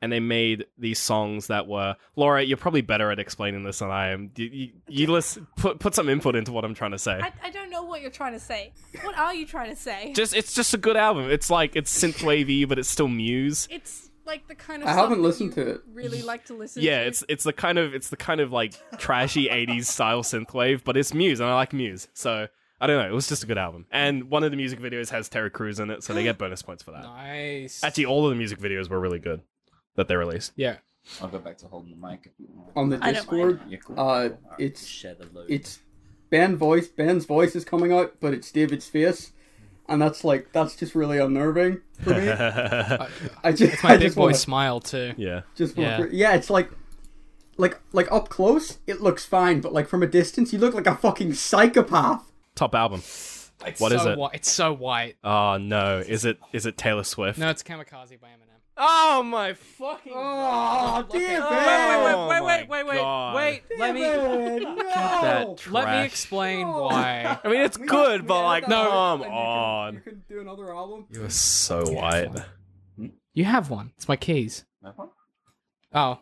[SPEAKER 2] and they made these songs that were Laura, you're probably better at explaining this than I am. You, you, you listen, put put some input into what I'm trying to say.
[SPEAKER 5] I, I don't know what you're trying to say. What are you trying to say?
[SPEAKER 2] Just it's just a good album. It's like it's synthwavey, but it's still Muse.
[SPEAKER 5] It's like the kind of
[SPEAKER 3] I
[SPEAKER 5] stuff
[SPEAKER 3] haven't
[SPEAKER 5] that
[SPEAKER 3] listened
[SPEAKER 5] you
[SPEAKER 3] to it.
[SPEAKER 5] Really like to listen.
[SPEAKER 2] Yeah,
[SPEAKER 5] to.
[SPEAKER 2] it's it's the kind of it's the kind of like trashy '80s style synthwave, but it's Muse, and I like Muse, so I don't know. It was just a good album, and one of the music videos has Terry Crews in it, so they get bonus points for that.
[SPEAKER 1] Nice.
[SPEAKER 2] Actually, all of the music videos were really good that they released.
[SPEAKER 1] yeah.
[SPEAKER 6] I'll go back to holding the mic if you want.
[SPEAKER 3] on the
[SPEAKER 5] I don't
[SPEAKER 3] Discord.
[SPEAKER 6] Yeah, cool.
[SPEAKER 3] Uh,
[SPEAKER 6] Alright,
[SPEAKER 3] it's-
[SPEAKER 6] share the load.
[SPEAKER 3] It's Ben voice. Ben's voice is coming out, but it's David's face, and that's like that's just really unnerving for me.
[SPEAKER 2] yeah,
[SPEAKER 3] I just,
[SPEAKER 1] It's my
[SPEAKER 3] I
[SPEAKER 1] big
[SPEAKER 3] just
[SPEAKER 1] boy
[SPEAKER 3] wanna,
[SPEAKER 1] smile too.
[SPEAKER 3] just
[SPEAKER 1] Yeah.
[SPEAKER 3] wanna, yeah. it's like, like, like up close, it looks fine, but like from a distance, you look like a fucking psychopath.
[SPEAKER 2] top album.
[SPEAKER 1] It's
[SPEAKER 2] What
[SPEAKER 1] so
[SPEAKER 2] is it?
[SPEAKER 1] Whi- it's so white.
[SPEAKER 2] Oh no, is it is it Taylor Swift?
[SPEAKER 1] No, it's Kamikaze by Eminem.
[SPEAKER 2] Oh my fucking!
[SPEAKER 3] Oh, David!
[SPEAKER 2] Oh
[SPEAKER 5] wait, wait,
[SPEAKER 2] my
[SPEAKER 5] wait, wait,
[SPEAKER 2] God.
[SPEAKER 5] wait. Let me.
[SPEAKER 3] David, no!
[SPEAKER 6] Oh.
[SPEAKER 2] That trash.
[SPEAKER 1] Let me explain
[SPEAKER 3] No.
[SPEAKER 1] why.
[SPEAKER 2] I mean, it's
[SPEAKER 3] We
[SPEAKER 2] good,
[SPEAKER 3] we
[SPEAKER 2] but
[SPEAKER 3] edit
[SPEAKER 2] like,
[SPEAKER 3] that out,
[SPEAKER 2] come
[SPEAKER 3] and you can-
[SPEAKER 2] on.
[SPEAKER 3] You can do another album.
[SPEAKER 2] You are so white.
[SPEAKER 1] You have one. It's my keys.
[SPEAKER 6] That one?
[SPEAKER 1] Oh,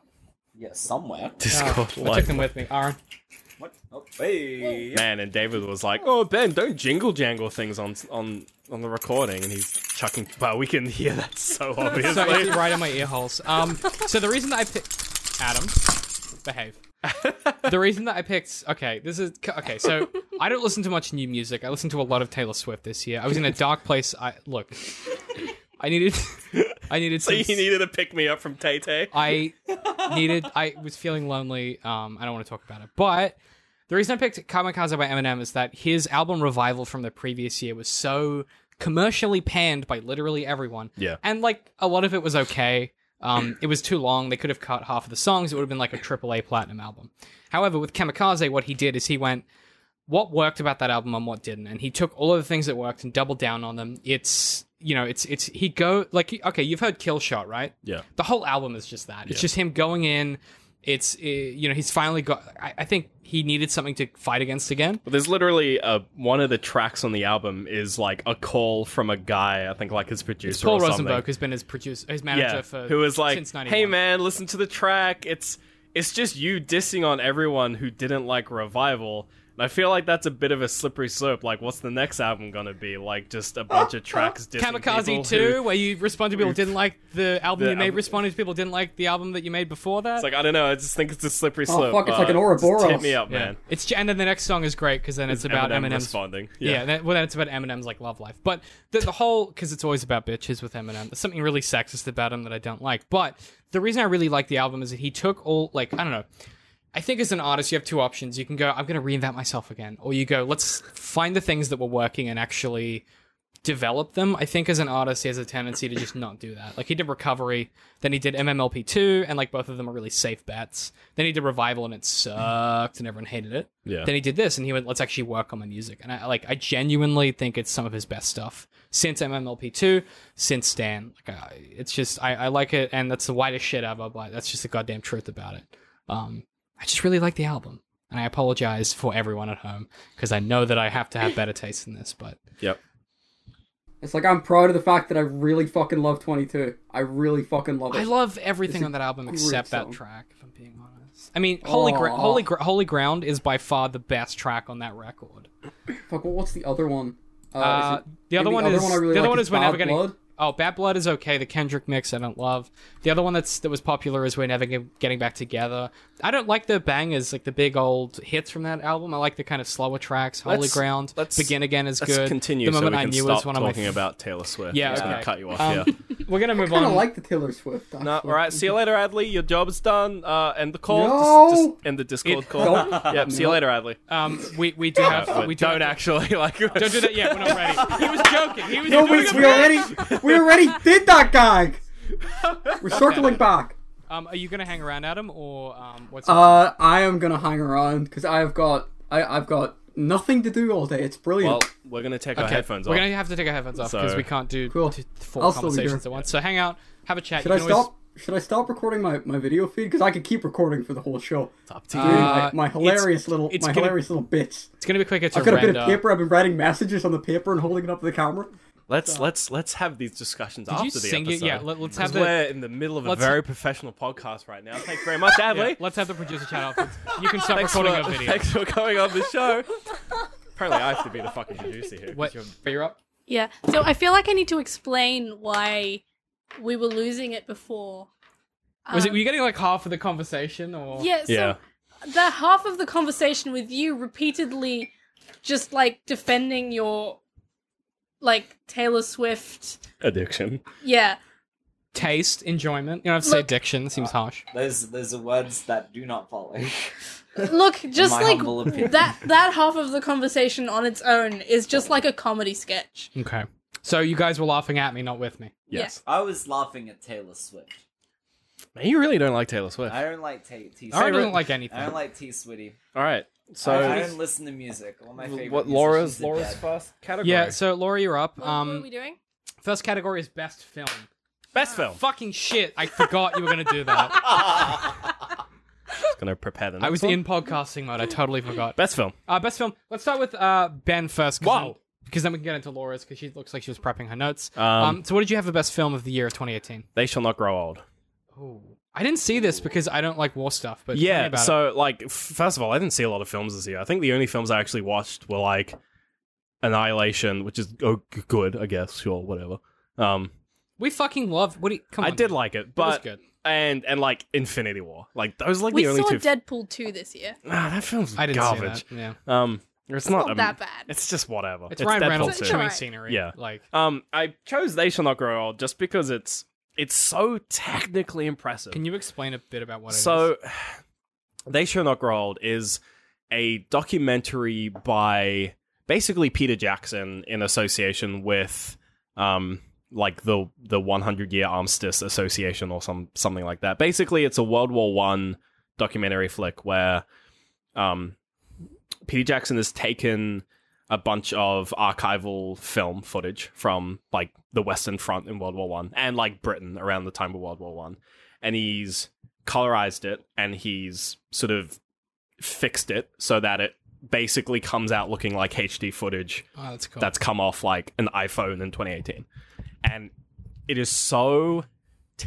[SPEAKER 6] Yeah, somewhere.
[SPEAKER 1] oh,
[SPEAKER 2] Discord
[SPEAKER 1] I
[SPEAKER 2] life.
[SPEAKER 1] took them with me. Aaron,
[SPEAKER 6] What? Oh, hey.
[SPEAKER 2] Man, and David was like, "Oh, Ben, don't jingle jangle things on on on the recording," and he's chucking. Wow, we can hear that so
[SPEAKER 1] so it's
[SPEAKER 2] obviously.
[SPEAKER 1] right in my ear holes. Um, so the reason that I picked Adam, behave. the reason that I picked okay, this is okay. So I don't listen to much new music. I listened to a lot of Taylor Swift this year. I was in a dark place. I look. I needed. I needed.
[SPEAKER 2] so
[SPEAKER 1] some
[SPEAKER 2] you needed a pick me up from Tay Tay.
[SPEAKER 1] I needed. I was feeling lonely. Um, I don't want to talk about it, but the reason I picked Kamikaze by Eminem is that his album Revival from the previous year was so commercially panned by literally everyone.
[SPEAKER 2] Yeah.
[SPEAKER 1] and like a lot of it was okay. Um, it was too long. They could have cut half of the songs. It would have been like a AAA platinum album. However, with Kamikaze, what he did is he went what worked about that album and what didn't and he took all of the things that worked and doubled down on them it's you know it's it's he go like okay you've heard kill shot right
[SPEAKER 2] Yeah.
[SPEAKER 1] the whole album is just that it's
[SPEAKER 2] Yeah.
[SPEAKER 1] just him going in it's uh, you know he's finally got I, I think he needed something to fight against again
[SPEAKER 2] But there's literally a, one of the tracks on the album is like a call from a guy. I think like his producer
[SPEAKER 1] paul
[SPEAKER 2] or something.
[SPEAKER 1] rosenberg who's been his producer his manager
[SPEAKER 2] yeah,
[SPEAKER 1] for
[SPEAKER 2] who was like,
[SPEAKER 1] since 91.
[SPEAKER 2] "Hey man, listen to the track. It's it's just you dissing on everyone who didn't like Revival." And I feel like that's a bit of a slippery slope. Like, what's the next album gonna be? Like, just a bunch of tracks dissing people
[SPEAKER 1] kamikaze
[SPEAKER 2] who-
[SPEAKER 1] 2 where you respond to people who didn't like the album
[SPEAKER 2] The
[SPEAKER 1] you made
[SPEAKER 2] album-
[SPEAKER 1] responding to people who didn't like the album that you made before that
[SPEAKER 2] It's like I don't know. I just think it's a slippery
[SPEAKER 3] Oh,
[SPEAKER 2] slope.
[SPEAKER 3] fuck, it's
[SPEAKER 2] but
[SPEAKER 3] like an Ouroboros.
[SPEAKER 2] just Hit me up,
[SPEAKER 1] yeah.
[SPEAKER 2] man.
[SPEAKER 1] it's j- and then the next song is great because then it's, about
[SPEAKER 2] Eminem
[SPEAKER 1] Eminem's
[SPEAKER 2] responding.
[SPEAKER 1] Yeah, that, well, then it's about Eminem's like love life, but the, the whole because it's always about bitches with Eminem. There's something really sexist about him that I don't like. But the reason I really like the album is that he took all like I don't know. I think as an artist, you have two options. You can go, I'm going to reinvent myself again, or you go, let's find the things that were working and actually develop them. I think as an artist, he has a tendency to just not do that. Like he did Recovery, then he did MMLP two, and like both of them are really safe bets. Then he did Revival, and it sucked, and everyone hated it
[SPEAKER 2] yeah.
[SPEAKER 1] then he did this and he went let's actually work on my music and i like i genuinely think it's some of his best stuff since mmlp2 since stan like I, it's just I, I like it and that's the whitest shit ever but that's just the goddamn truth about it um i just really like the album and i apologize for everyone at home because i know that i have to have better taste than this but
[SPEAKER 2] Yep.
[SPEAKER 3] It's like I'm proud of the fact that I really fucking love 22. I really fucking love it.
[SPEAKER 1] i love everything
[SPEAKER 3] It's a
[SPEAKER 1] on that album
[SPEAKER 3] great
[SPEAKER 1] except that
[SPEAKER 3] song.
[SPEAKER 1] track if i'm being honest i mean holy, Gra-
[SPEAKER 3] Aw.
[SPEAKER 1] holy, Gra- holy ground is by far the best track on that record
[SPEAKER 3] Fuck, what- what's the other one? Uh,
[SPEAKER 1] Uh,
[SPEAKER 3] is it-
[SPEAKER 1] the other
[SPEAKER 3] maybe
[SPEAKER 1] one is
[SPEAKER 3] I really
[SPEAKER 1] the other
[SPEAKER 3] like
[SPEAKER 1] one is we're
[SPEAKER 3] Bad
[SPEAKER 1] never getting.
[SPEAKER 3] Blood?
[SPEAKER 1] Oh, Bad Blood is okay. The Kendrick mix I don't love. The other one that's that was popular is We're Never Get- Getting Back Together. I don't like the bangers, like the big old hits from that album. I like the kind of slower tracks. Holy
[SPEAKER 2] Let's-
[SPEAKER 1] Ground,
[SPEAKER 2] let's-
[SPEAKER 1] Begin Again is
[SPEAKER 2] Let's
[SPEAKER 1] good.
[SPEAKER 2] continue.
[SPEAKER 1] The
[SPEAKER 2] so
[SPEAKER 1] moment
[SPEAKER 2] we
[SPEAKER 1] I
[SPEAKER 2] can
[SPEAKER 1] knew
[SPEAKER 2] stop
[SPEAKER 1] is one of my
[SPEAKER 2] talking about Taylor Swift.
[SPEAKER 1] Yeah,
[SPEAKER 2] I'm just
[SPEAKER 1] okay.
[SPEAKER 2] gonna cut you off.
[SPEAKER 1] Um,
[SPEAKER 2] yeah.
[SPEAKER 1] we're gonna move
[SPEAKER 3] kind of
[SPEAKER 1] on.
[SPEAKER 3] like the Taylor Swift. Actually.
[SPEAKER 2] No, all right. See you later, Adley. Your job's done. Uh, end the call.
[SPEAKER 3] No.
[SPEAKER 2] Just, just end the Discord call.
[SPEAKER 3] Don't.
[SPEAKER 2] Yep. See you
[SPEAKER 3] No.
[SPEAKER 2] later, Adley.
[SPEAKER 1] um, we we do have
[SPEAKER 2] But
[SPEAKER 1] we do
[SPEAKER 2] don't
[SPEAKER 1] have-
[SPEAKER 2] actually like.
[SPEAKER 1] Don't do that yet. We're not ready. He was joking. He was
[SPEAKER 3] No,
[SPEAKER 1] doing
[SPEAKER 3] we,
[SPEAKER 1] a
[SPEAKER 3] we already we already did that gag. We're circling back.
[SPEAKER 1] Um, are you gonna hang around, Adam, or um, what's
[SPEAKER 3] Uh, I am gonna hang around because I've got I, I've got nothing to do all day. It's brilliant.
[SPEAKER 2] Well, we're gonna take our
[SPEAKER 1] Okay,
[SPEAKER 2] headphones
[SPEAKER 1] We're
[SPEAKER 2] off.
[SPEAKER 1] gonna have to take our headphones off because
[SPEAKER 2] So-
[SPEAKER 1] we can't do
[SPEAKER 3] Cool.
[SPEAKER 1] t- 4
[SPEAKER 3] I'll still be
[SPEAKER 1] conversations
[SPEAKER 3] here.
[SPEAKER 1] at once. So hang out, have a chat.
[SPEAKER 3] should
[SPEAKER 1] you
[SPEAKER 3] I
[SPEAKER 1] can always-
[SPEAKER 3] stop? Should I stop recording my, my video feed? Because I could keep recording for the whole show.
[SPEAKER 2] Up to
[SPEAKER 3] Doing
[SPEAKER 2] you.
[SPEAKER 1] Uh,
[SPEAKER 3] my, my hilarious little
[SPEAKER 2] it's
[SPEAKER 3] my
[SPEAKER 2] gonna-
[SPEAKER 3] hilarious little bits.
[SPEAKER 1] It's gonna be quicker to
[SPEAKER 3] I've got a bit
[SPEAKER 1] render.
[SPEAKER 3] of paper. I've been writing messages on the paper and holding it up to the camera.
[SPEAKER 2] Let's let's let's have these discussions
[SPEAKER 1] you
[SPEAKER 2] after the
[SPEAKER 1] sing it?
[SPEAKER 2] episode.
[SPEAKER 1] Yeah, let- let's
[SPEAKER 2] 'Cause
[SPEAKER 1] have the-
[SPEAKER 2] We're in the middle of a
[SPEAKER 1] let's-
[SPEAKER 2] very professional podcast right now. Thanks very much,
[SPEAKER 1] Yeah,
[SPEAKER 2] Adley.
[SPEAKER 1] let's have the producer chat afterwards. You can start
[SPEAKER 2] Thanks
[SPEAKER 1] recording
[SPEAKER 2] for-
[SPEAKER 1] a video.
[SPEAKER 2] Thanks for coming on the show. Apparently, I have to be the fucking producer here. 'cause
[SPEAKER 1] What?
[SPEAKER 2] you're-
[SPEAKER 1] You're up.
[SPEAKER 5] Yeah. So I feel like I need to explain why we were losing it before.
[SPEAKER 1] Was it?
[SPEAKER 5] Um,
[SPEAKER 1] Were you getting like half of the conversation, or
[SPEAKER 5] Yeah, so
[SPEAKER 2] Yeah.
[SPEAKER 5] the half of the conversation with you repeatedly just like defending your like Taylor Swift.
[SPEAKER 2] Addiction.
[SPEAKER 5] Yeah.
[SPEAKER 1] taste, enjoyment? You know, I'd say
[SPEAKER 5] Look-
[SPEAKER 1] addiction seems harsh.
[SPEAKER 6] There's there's words that do not follow.
[SPEAKER 5] Look, just
[SPEAKER 6] my
[SPEAKER 5] like
[SPEAKER 6] humble opinion.
[SPEAKER 5] that that half of the conversation on its own is just like a comedy sketch.
[SPEAKER 1] Okay. So you guys were laughing at me, not with me.
[SPEAKER 2] Yes.
[SPEAKER 6] I was laughing at Taylor Swift.
[SPEAKER 2] Man, you really don't like Taylor Swift.
[SPEAKER 6] I don't like T. T
[SPEAKER 1] I
[SPEAKER 6] Switty.
[SPEAKER 1] don't like anything.
[SPEAKER 6] I don't like T. Switty.
[SPEAKER 2] All right. So
[SPEAKER 6] I, I don't listen to music. All my favorite
[SPEAKER 2] what
[SPEAKER 6] musicians
[SPEAKER 2] Laura's
[SPEAKER 6] are
[SPEAKER 2] Laura's
[SPEAKER 6] dead.
[SPEAKER 2] first category?
[SPEAKER 1] yeah. So Laura, you're up.
[SPEAKER 5] What, what are
[SPEAKER 1] Um,
[SPEAKER 5] we doing?
[SPEAKER 1] first category is best film.
[SPEAKER 2] best film.
[SPEAKER 1] Fucking shit! I forgot you were gonna do that.
[SPEAKER 2] gonna prepare them.
[SPEAKER 1] I was in podcasting mode. I totally forgot.
[SPEAKER 2] best film.
[SPEAKER 1] Uh, best film. Let's start with uh, Ben first. 'cause
[SPEAKER 2] Wow.
[SPEAKER 1] then- Because then we can get into Laura's because she looks like she was prepping her notes. Um,
[SPEAKER 2] Um,
[SPEAKER 1] so, what did you have for best film of the year of 2018?
[SPEAKER 2] They shall not grow old.
[SPEAKER 1] I didn't see this because I don't like war stuff. But tell me
[SPEAKER 2] Yeah.
[SPEAKER 1] about
[SPEAKER 2] So like, f- first of all, I didn't see a lot of films this year. I think the only films I actually watched were like Annihilation, which is oh, g- good, I guess. Sure, whatever. Um,
[SPEAKER 1] it. we fucking love. What do you? Come
[SPEAKER 2] I
[SPEAKER 1] on,
[SPEAKER 2] did
[SPEAKER 1] man.
[SPEAKER 2] like it,
[SPEAKER 1] It was
[SPEAKER 2] but
[SPEAKER 1] good.
[SPEAKER 2] and and like Infinity War, like those are like
[SPEAKER 5] We
[SPEAKER 2] the only
[SPEAKER 5] saw
[SPEAKER 2] two.
[SPEAKER 5] Deadpool 2 this year.
[SPEAKER 2] ah, that film's
[SPEAKER 1] I didn't
[SPEAKER 2] garbage.
[SPEAKER 1] see that. Yeah,
[SPEAKER 2] Um, it's,
[SPEAKER 5] It's
[SPEAKER 2] not,
[SPEAKER 5] not
[SPEAKER 2] I mean,
[SPEAKER 5] that bad.
[SPEAKER 2] It's just whatever.
[SPEAKER 1] it's, Ryan
[SPEAKER 2] Deadpool
[SPEAKER 1] Reynolds
[SPEAKER 2] too.
[SPEAKER 5] It's
[SPEAKER 1] chewing
[SPEAKER 5] alright.
[SPEAKER 1] scenery.
[SPEAKER 2] Yeah.
[SPEAKER 1] like
[SPEAKER 2] Um, I chose They Shall Not Grow Old just because it's it's so technically impressive.
[SPEAKER 1] can you explain a bit about what? it
[SPEAKER 2] so, They Shall Not Grow Old is a documentary by basically Peter Jackson in association with um like the the 100 year armistice association or some something like that. Basically, it's a World War 1 documentary flick where um Peter Jackson has taken a bunch of archival film footage from like the Western Front in World War 1 and like Britain around the time of World War 1 and he's colorized it and he's sort of fixed it so that it basically comes out looking like HD footage
[SPEAKER 1] is? Oh, that's cool.
[SPEAKER 2] that's come off like an iPhone in 2018. And it is so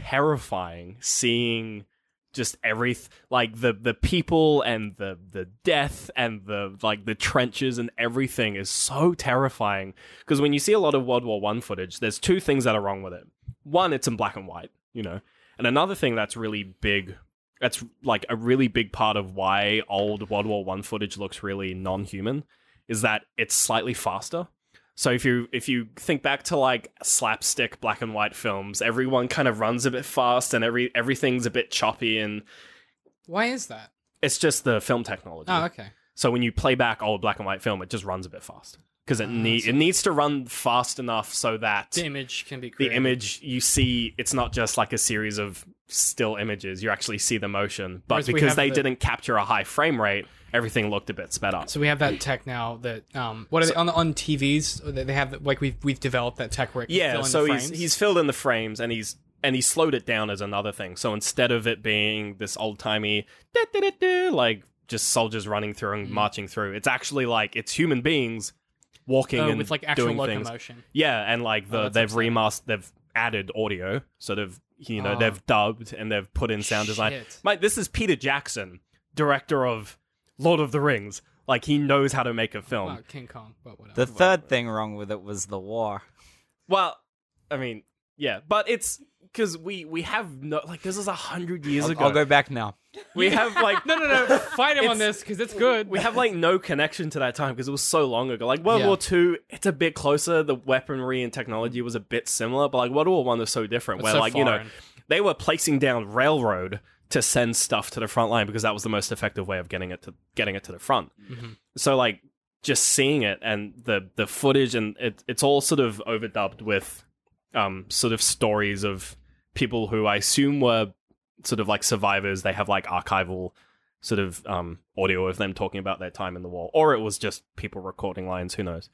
[SPEAKER 2] terrifying seeing just everything like the the people and the the death and the like the trenches and everything is so terrifying because when you see a lot of World War 1 footage there's two things that are wrong with it. One it's in black and white, you know. And another thing that's really big that's like a really big part of why old World War 1 footage looks really non-human is that it's slightly faster. So if you if you think back to like slapstick black and white films, everyone kind of runs a bit fast and every everything's a bit choppy and
[SPEAKER 1] Why is that?
[SPEAKER 2] it's just the film technology.
[SPEAKER 1] Oh, okay.
[SPEAKER 2] So when you play back old black and white film, it just runs a bit fast because it
[SPEAKER 1] Ah,
[SPEAKER 2] need
[SPEAKER 1] so-
[SPEAKER 2] it needs to run fast enough so that
[SPEAKER 1] The image can be
[SPEAKER 2] the
[SPEAKER 1] created.
[SPEAKER 2] image you see it's not just like a series of still images. You actually see the motion, but
[SPEAKER 1] Whereas we
[SPEAKER 2] because
[SPEAKER 1] have
[SPEAKER 2] they
[SPEAKER 1] the-
[SPEAKER 2] didn't capture a high frame rate, everything looked a bit sped up.
[SPEAKER 1] So we have that tech now that um, what are they on the, on TVs? They they have that- like we've we've developed that tech where it can fill
[SPEAKER 2] yeah
[SPEAKER 1] in
[SPEAKER 2] so
[SPEAKER 1] the
[SPEAKER 2] he's
[SPEAKER 1] frames.
[SPEAKER 2] he's filled in the frames and he's and he slowed it down as another thing so instead of it being this old-timey "Da-da-da-da," like just soldiers running through
[SPEAKER 1] Hmm.
[SPEAKER 2] and marching through it's actually like it's human beings walking
[SPEAKER 1] Oh,
[SPEAKER 2] and
[SPEAKER 1] with like actual
[SPEAKER 2] doing things Um,
[SPEAKER 1] locomotion.
[SPEAKER 2] yeah and like the,
[SPEAKER 1] Oh, that's
[SPEAKER 2] they've
[SPEAKER 1] upsetting.
[SPEAKER 2] remastered they've added audio sort of you know
[SPEAKER 1] Ah.
[SPEAKER 2] they've dubbed and they've put in sound design
[SPEAKER 1] Shit.
[SPEAKER 2] Mate, this is peter jackson director of lord of the rings like he knows how to make a film
[SPEAKER 1] Well, King Kong, but whatever.
[SPEAKER 4] The third thing wrong with it was the war.
[SPEAKER 2] Well, I mean, yeah, but it's because we we have no like this is a hundred years
[SPEAKER 4] I'll,
[SPEAKER 2] ago.
[SPEAKER 4] I'll go back now.
[SPEAKER 2] We have like
[SPEAKER 1] No, no, no. Fight him on
[SPEAKER 2] It's-
[SPEAKER 1] this because it's good.
[SPEAKER 2] we have like no connection to that time because it was so long ago. Like World
[SPEAKER 1] Yeah.
[SPEAKER 2] War Two, it's a bit closer. The weaponry and technology was a bit similar, but like World War One was so different.
[SPEAKER 1] It's
[SPEAKER 2] where
[SPEAKER 1] so
[SPEAKER 2] like you know
[SPEAKER 1] foreign.
[SPEAKER 2] they were placing down railroad to send stuff to the front line because that was the most effective way of getting it to getting it to the front.
[SPEAKER 1] Mhm.
[SPEAKER 2] So like just seeing it and the the footage and it, it's all sort of overdubbed with um sort of stories of people who I assume were sort of like survivors. They have like archival sort of um, audio of them talking about their time in the war, or it was just people recording lines. Who knows?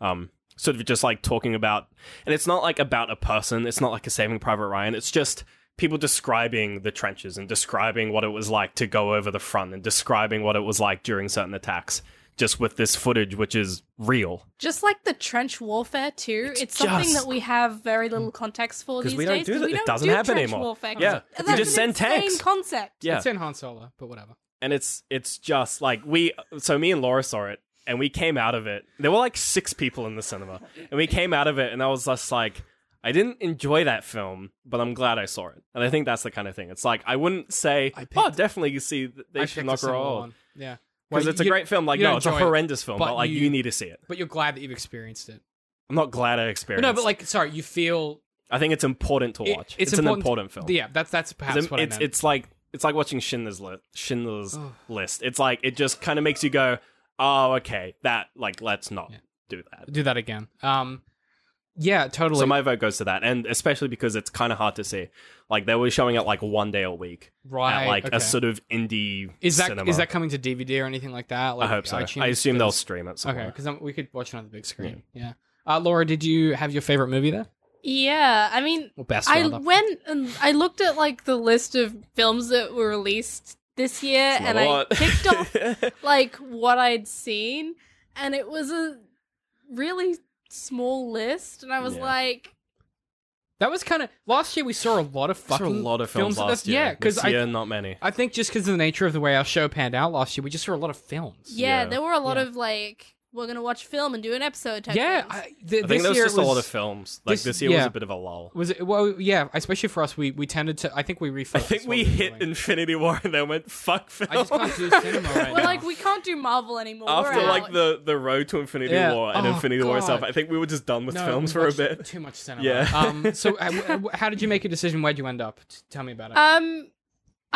[SPEAKER 2] Um, sort of just like talking about, and it's not like about a person. It's not like a Saving Private Ryan. It's just people describing the trenches and describing what it was like to go over the front and describing what it was like during certain attacks. Just with this footage, which is real,
[SPEAKER 5] Just like the trench warfare too, it's, something
[SPEAKER 2] just-
[SPEAKER 5] that we have very little context for
[SPEAKER 2] 'Cause
[SPEAKER 5] these
[SPEAKER 2] we don't
[SPEAKER 5] days.
[SPEAKER 2] do
[SPEAKER 5] 'cause
[SPEAKER 2] that.
[SPEAKER 5] We
[SPEAKER 2] It
[SPEAKER 5] don't
[SPEAKER 2] doesn't
[SPEAKER 5] do
[SPEAKER 2] happen
[SPEAKER 5] trench
[SPEAKER 2] anymore.
[SPEAKER 5] Warfare, 'cause
[SPEAKER 2] Yeah.
[SPEAKER 5] that's
[SPEAKER 2] We just
[SPEAKER 5] an
[SPEAKER 2] send
[SPEAKER 5] insane
[SPEAKER 2] tanks.
[SPEAKER 5] concept.
[SPEAKER 2] yeah.
[SPEAKER 1] It's in Han Solo, but whatever.
[SPEAKER 2] and it's it's just like we. So me and Laura saw it, and we came out of it. There were like six people in the cinema, and we came out of it, and I was just like, I didn't enjoy that film, but I'm glad I saw it. And I think that's the kind of thing. It's like I wouldn't say,
[SPEAKER 1] I picked-
[SPEAKER 2] oh, definitely you see th- they
[SPEAKER 1] I
[SPEAKER 2] should
[SPEAKER 1] picked
[SPEAKER 2] not
[SPEAKER 1] a similar
[SPEAKER 2] grow old
[SPEAKER 1] one. Yeah.
[SPEAKER 2] because
[SPEAKER 1] Well,
[SPEAKER 2] it's a
[SPEAKER 1] you-
[SPEAKER 2] great film. Like
[SPEAKER 1] you don't
[SPEAKER 2] no, it's a
[SPEAKER 1] enjoy it,
[SPEAKER 2] horrendous film,
[SPEAKER 1] but
[SPEAKER 2] but, like
[SPEAKER 1] you-
[SPEAKER 2] you, need to see it.
[SPEAKER 1] But you're glad that you've experienced it.
[SPEAKER 2] I'm not glad I
[SPEAKER 1] But
[SPEAKER 2] experienced.
[SPEAKER 1] no, but like, sorry, you feel
[SPEAKER 2] I think it's important to
[SPEAKER 1] it-
[SPEAKER 2] watch. it's an important film.
[SPEAKER 1] Yeah, that's that's perhaps
[SPEAKER 2] It's,
[SPEAKER 1] what I
[SPEAKER 2] it's,
[SPEAKER 1] meant.
[SPEAKER 2] it's like it's like watching Schindler's List. Schindler's
[SPEAKER 1] Oh.
[SPEAKER 2] List. It's like it just kind of makes you go, oh, okay, that like let's not
[SPEAKER 1] Yeah.
[SPEAKER 2] do that.
[SPEAKER 1] Do that again. Um, yeah, totally.
[SPEAKER 2] So my vote goes to that, and especially because it's kind of hard to see. Like they were showing it like one day a week
[SPEAKER 1] right.
[SPEAKER 2] at like
[SPEAKER 1] okay.
[SPEAKER 2] a sort of indie
[SPEAKER 1] is that
[SPEAKER 2] cinema.
[SPEAKER 1] is that coming to DVD or anything like that?
[SPEAKER 2] I
[SPEAKER 1] Like
[SPEAKER 2] hope so.
[SPEAKER 1] iTunes?
[SPEAKER 2] I assume they'll
[SPEAKER 1] Because-
[SPEAKER 2] stream it.
[SPEAKER 1] Okay,
[SPEAKER 2] Somewhere.
[SPEAKER 1] because we could watch it on the big screen. Yeah. Uh, Laura, did you have your favorite movie there?
[SPEAKER 5] Yeah, I mean,
[SPEAKER 1] Well, best.
[SPEAKER 5] I
[SPEAKER 1] rather.
[SPEAKER 5] went and I looked at like the list of films that were released this year, and I picked off like what I'd seen, and it was a really small list, and I was
[SPEAKER 2] Yeah.
[SPEAKER 5] like,
[SPEAKER 1] That was kind of last year. We saw a lot of
[SPEAKER 2] Fucking
[SPEAKER 1] fucking
[SPEAKER 2] a lot of
[SPEAKER 1] films
[SPEAKER 2] films,
[SPEAKER 1] that-
[SPEAKER 2] last year.
[SPEAKER 1] Yeah, because
[SPEAKER 2] This
[SPEAKER 1] I
[SPEAKER 2] year, not many.
[SPEAKER 1] I think just because of the nature of the way our show panned out last year, we just saw a lot of films.
[SPEAKER 5] yeah,
[SPEAKER 2] Yeah.
[SPEAKER 5] there were a lot
[SPEAKER 1] Yeah.
[SPEAKER 5] of like we're gonna watch film and do an episode. Type
[SPEAKER 1] yeah.
[SPEAKER 5] things.
[SPEAKER 1] I, th-
[SPEAKER 2] I
[SPEAKER 1] this
[SPEAKER 2] think there was
[SPEAKER 1] year
[SPEAKER 2] just
[SPEAKER 1] it was
[SPEAKER 2] a lot of films. Like
[SPEAKER 1] this-
[SPEAKER 2] this, year was
[SPEAKER 1] yeah.
[SPEAKER 2] a bit of a lull.
[SPEAKER 1] Was it? Well, yeah. Especially for us, we we tended to. I think we refocused.
[SPEAKER 2] I think
[SPEAKER 1] what
[SPEAKER 2] we
[SPEAKER 1] were
[SPEAKER 2] hit
[SPEAKER 1] doing.
[SPEAKER 2] Infinity War and then went fuck film.
[SPEAKER 1] I just can't do cinema right
[SPEAKER 5] We're
[SPEAKER 1] now.
[SPEAKER 5] like we can't do Marvel anymore. We're
[SPEAKER 2] After like
[SPEAKER 5] out.
[SPEAKER 2] the, the road to Infinity
[SPEAKER 1] Yeah.
[SPEAKER 2] War and
[SPEAKER 1] Oh,
[SPEAKER 2] Infinity War itself,
[SPEAKER 1] God.
[SPEAKER 2] I think we were just done with
[SPEAKER 1] No,
[SPEAKER 2] films
[SPEAKER 1] we
[SPEAKER 2] for a
[SPEAKER 1] watched
[SPEAKER 2] bit.
[SPEAKER 1] Too much cinema.
[SPEAKER 2] Yeah.
[SPEAKER 1] um. So, uh, w- w- how did you make a decision? Where'd you end up? T- tell me about it.
[SPEAKER 5] Um,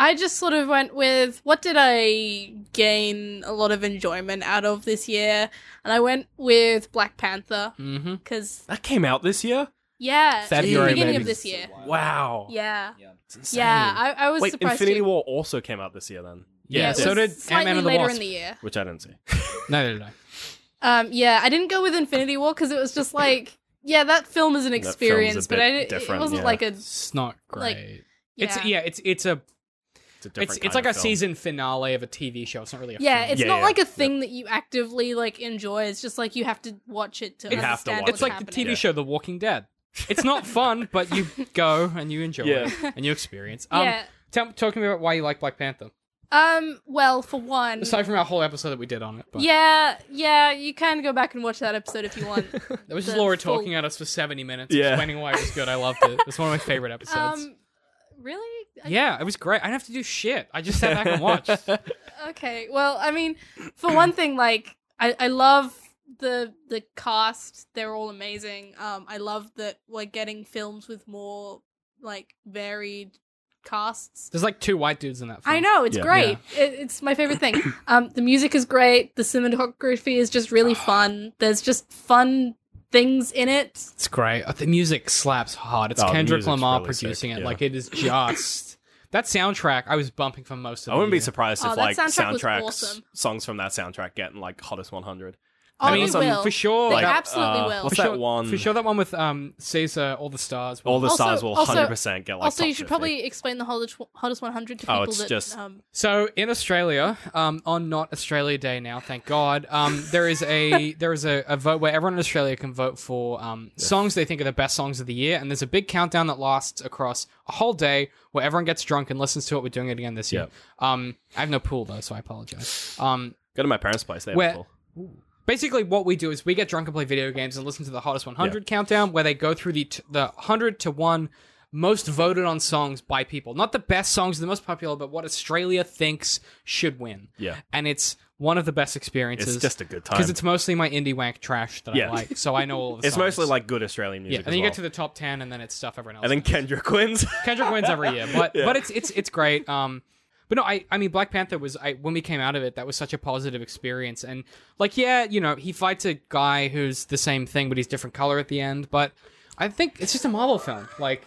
[SPEAKER 5] I just sort of went with what did I gain a lot of enjoyment out of this year, and I went with Black Panther
[SPEAKER 1] mm-hmm.
[SPEAKER 5] because
[SPEAKER 2] That came out this year.
[SPEAKER 5] yeah, it's
[SPEAKER 1] February,
[SPEAKER 5] the beginning
[SPEAKER 1] maybe.
[SPEAKER 5] of this year.
[SPEAKER 2] Wow.
[SPEAKER 5] Yeah,
[SPEAKER 6] Yeah.
[SPEAKER 2] It's insane.
[SPEAKER 5] yeah, I, I was
[SPEAKER 2] Wait,
[SPEAKER 5] surprised.
[SPEAKER 2] Infinity
[SPEAKER 5] too.
[SPEAKER 2] War also came out this year then,
[SPEAKER 1] Yeah.
[SPEAKER 5] it
[SPEAKER 1] so
[SPEAKER 5] was
[SPEAKER 1] did
[SPEAKER 5] slightly
[SPEAKER 1] Ant-Man and the
[SPEAKER 5] later
[SPEAKER 1] Wasp.
[SPEAKER 5] in the year.
[SPEAKER 2] which I didn't see.
[SPEAKER 1] no, no, no.
[SPEAKER 5] Um, yeah, I didn't go with Infinity War because it was just like, yeah, that film is an
[SPEAKER 2] film's a
[SPEAKER 5] experience, but
[SPEAKER 2] bit
[SPEAKER 5] I, it- it
[SPEAKER 2] different,
[SPEAKER 5] wasn't
[SPEAKER 2] yeah.
[SPEAKER 5] like a
[SPEAKER 1] It's not
[SPEAKER 5] Like,
[SPEAKER 1] great.
[SPEAKER 5] yeah.
[SPEAKER 1] It's yeah. It's it's a
[SPEAKER 2] It's a different
[SPEAKER 1] it's
[SPEAKER 2] kind
[SPEAKER 1] it's like
[SPEAKER 2] of
[SPEAKER 1] a
[SPEAKER 2] film.
[SPEAKER 1] season finale of a TV show. It's not really. A
[SPEAKER 5] yeah,
[SPEAKER 1] film.
[SPEAKER 5] it's
[SPEAKER 2] Yeah,
[SPEAKER 5] not
[SPEAKER 2] yeah,
[SPEAKER 5] like a
[SPEAKER 2] yeah.
[SPEAKER 5] thing that you actively like enjoy. It's just like you have to watch it to
[SPEAKER 2] You have to watch
[SPEAKER 5] understand. what's
[SPEAKER 1] It's like
[SPEAKER 5] happening.
[SPEAKER 1] the TV
[SPEAKER 2] Yeah.
[SPEAKER 1] show The Walking Dead. It's not fun, but you go and you enjoy
[SPEAKER 2] Yeah.
[SPEAKER 1] it and you experience. Um,
[SPEAKER 5] yeah.
[SPEAKER 1] tell, talk to me about why you like Black Panther.
[SPEAKER 5] Um. Well, for one,
[SPEAKER 1] Aside from our whole episode that we did on it, but
[SPEAKER 5] yeah, yeah, you can go back and watch that episode if you want.
[SPEAKER 1] that was just
[SPEAKER 5] the
[SPEAKER 1] Laura
[SPEAKER 5] full-
[SPEAKER 1] talking at us for seventy minutes,
[SPEAKER 2] Yeah.
[SPEAKER 1] explaining why it was good. I loved it. It's one of my favorite episodes.
[SPEAKER 5] um. Really? I-
[SPEAKER 1] yeah, it was great. I didn't have to do shit. I just sat back and watched.
[SPEAKER 5] Okay. Well, I mean, for one thing, like I, I love the the cast. They're all amazing. Um, I love that we're getting films with more like varied casts.
[SPEAKER 1] There's like two white dudes in that. Film.
[SPEAKER 5] I know it's
[SPEAKER 2] Yeah.
[SPEAKER 5] great. It, it's my favorite thing. Um, the music is great. The cinematography is just really fun. There's just fun things in it.
[SPEAKER 1] It's great. Uh, The music slaps hard. It's
[SPEAKER 2] Oh, the
[SPEAKER 1] Kendrick
[SPEAKER 2] music's
[SPEAKER 1] Lamar
[SPEAKER 2] really sick,
[SPEAKER 1] producing it.
[SPEAKER 2] yeah.
[SPEAKER 1] Like it is just that soundtrack. I was bumping for most of.
[SPEAKER 2] I wouldn't
[SPEAKER 1] the
[SPEAKER 2] be surprised
[SPEAKER 5] Oh,
[SPEAKER 2] if
[SPEAKER 5] that
[SPEAKER 2] like
[SPEAKER 5] soundtrack was
[SPEAKER 2] soundtracks
[SPEAKER 5] awesome.
[SPEAKER 2] songs from that soundtrack get in like hottest 100.
[SPEAKER 5] Oh,
[SPEAKER 1] I mean,
[SPEAKER 5] they
[SPEAKER 2] some-
[SPEAKER 5] will.
[SPEAKER 1] for sure.
[SPEAKER 5] They
[SPEAKER 1] like,
[SPEAKER 2] Like,
[SPEAKER 5] absolutely
[SPEAKER 2] uh,
[SPEAKER 5] will.
[SPEAKER 2] What's
[SPEAKER 1] for
[SPEAKER 2] that
[SPEAKER 1] sure,
[SPEAKER 2] one?
[SPEAKER 1] For sure, that one with um Caesar, all the stars.
[SPEAKER 2] All the
[SPEAKER 5] Also-
[SPEAKER 2] stars will
[SPEAKER 5] also-
[SPEAKER 2] 100% get like.
[SPEAKER 5] also, you
[SPEAKER 2] top
[SPEAKER 5] should
[SPEAKER 2] 50.
[SPEAKER 5] probably explain the hottest hottest 100 to people
[SPEAKER 2] Oh, it's
[SPEAKER 5] that
[SPEAKER 2] just-
[SPEAKER 5] um,
[SPEAKER 1] So in Australia, um, on not Australia Day now, thank God, um, there is a there is a, a vote where everyone in Australia can vote for um, songs they think are the best songs of the year, and there's a big countdown that lasts across a whole day where everyone gets drunk and listens to it. We're doing it again this year. Um, I have no pool though, so I apologize. Um,
[SPEAKER 2] go to my parents' place. They have
[SPEAKER 1] Where-
[SPEAKER 2] a pool.
[SPEAKER 1] basically what we do is we get drunk and play video games and listen to the hottest 100 countdown where they go through the t- the 100 to 1 most voted on songs by people not the best songs the most popular but what australia thinks should win
[SPEAKER 2] Yeah.
[SPEAKER 1] and it's one of the best experiences
[SPEAKER 2] It's just a good time.
[SPEAKER 1] because it's mostly my indie wank trash that
[SPEAKER 2] Yeah.
[SPEAKER 1] i like so i know all of the
[SPEAKER 2] It's
[SPEAKER 1] songs.
[SPEAKER 2] mostly like good Australian
[SPEAKER 1] yeah
[SPEAKER 2] music.
[SPEAKER 1] and then you get to the top 10 and then it's stuff everyone else
[SPEAKER 2] and then Kendrick wins.
[SPEAKER 1] Kendrick wins every year, but but it's it's it's great. Um, but no, I I mean Black Panther was I when we came out of it, that was such a positive experience. And like, yeah, you know, he fights a guy who's the same thing, but he's different color at the end. But I think it's just a Marvel film. Like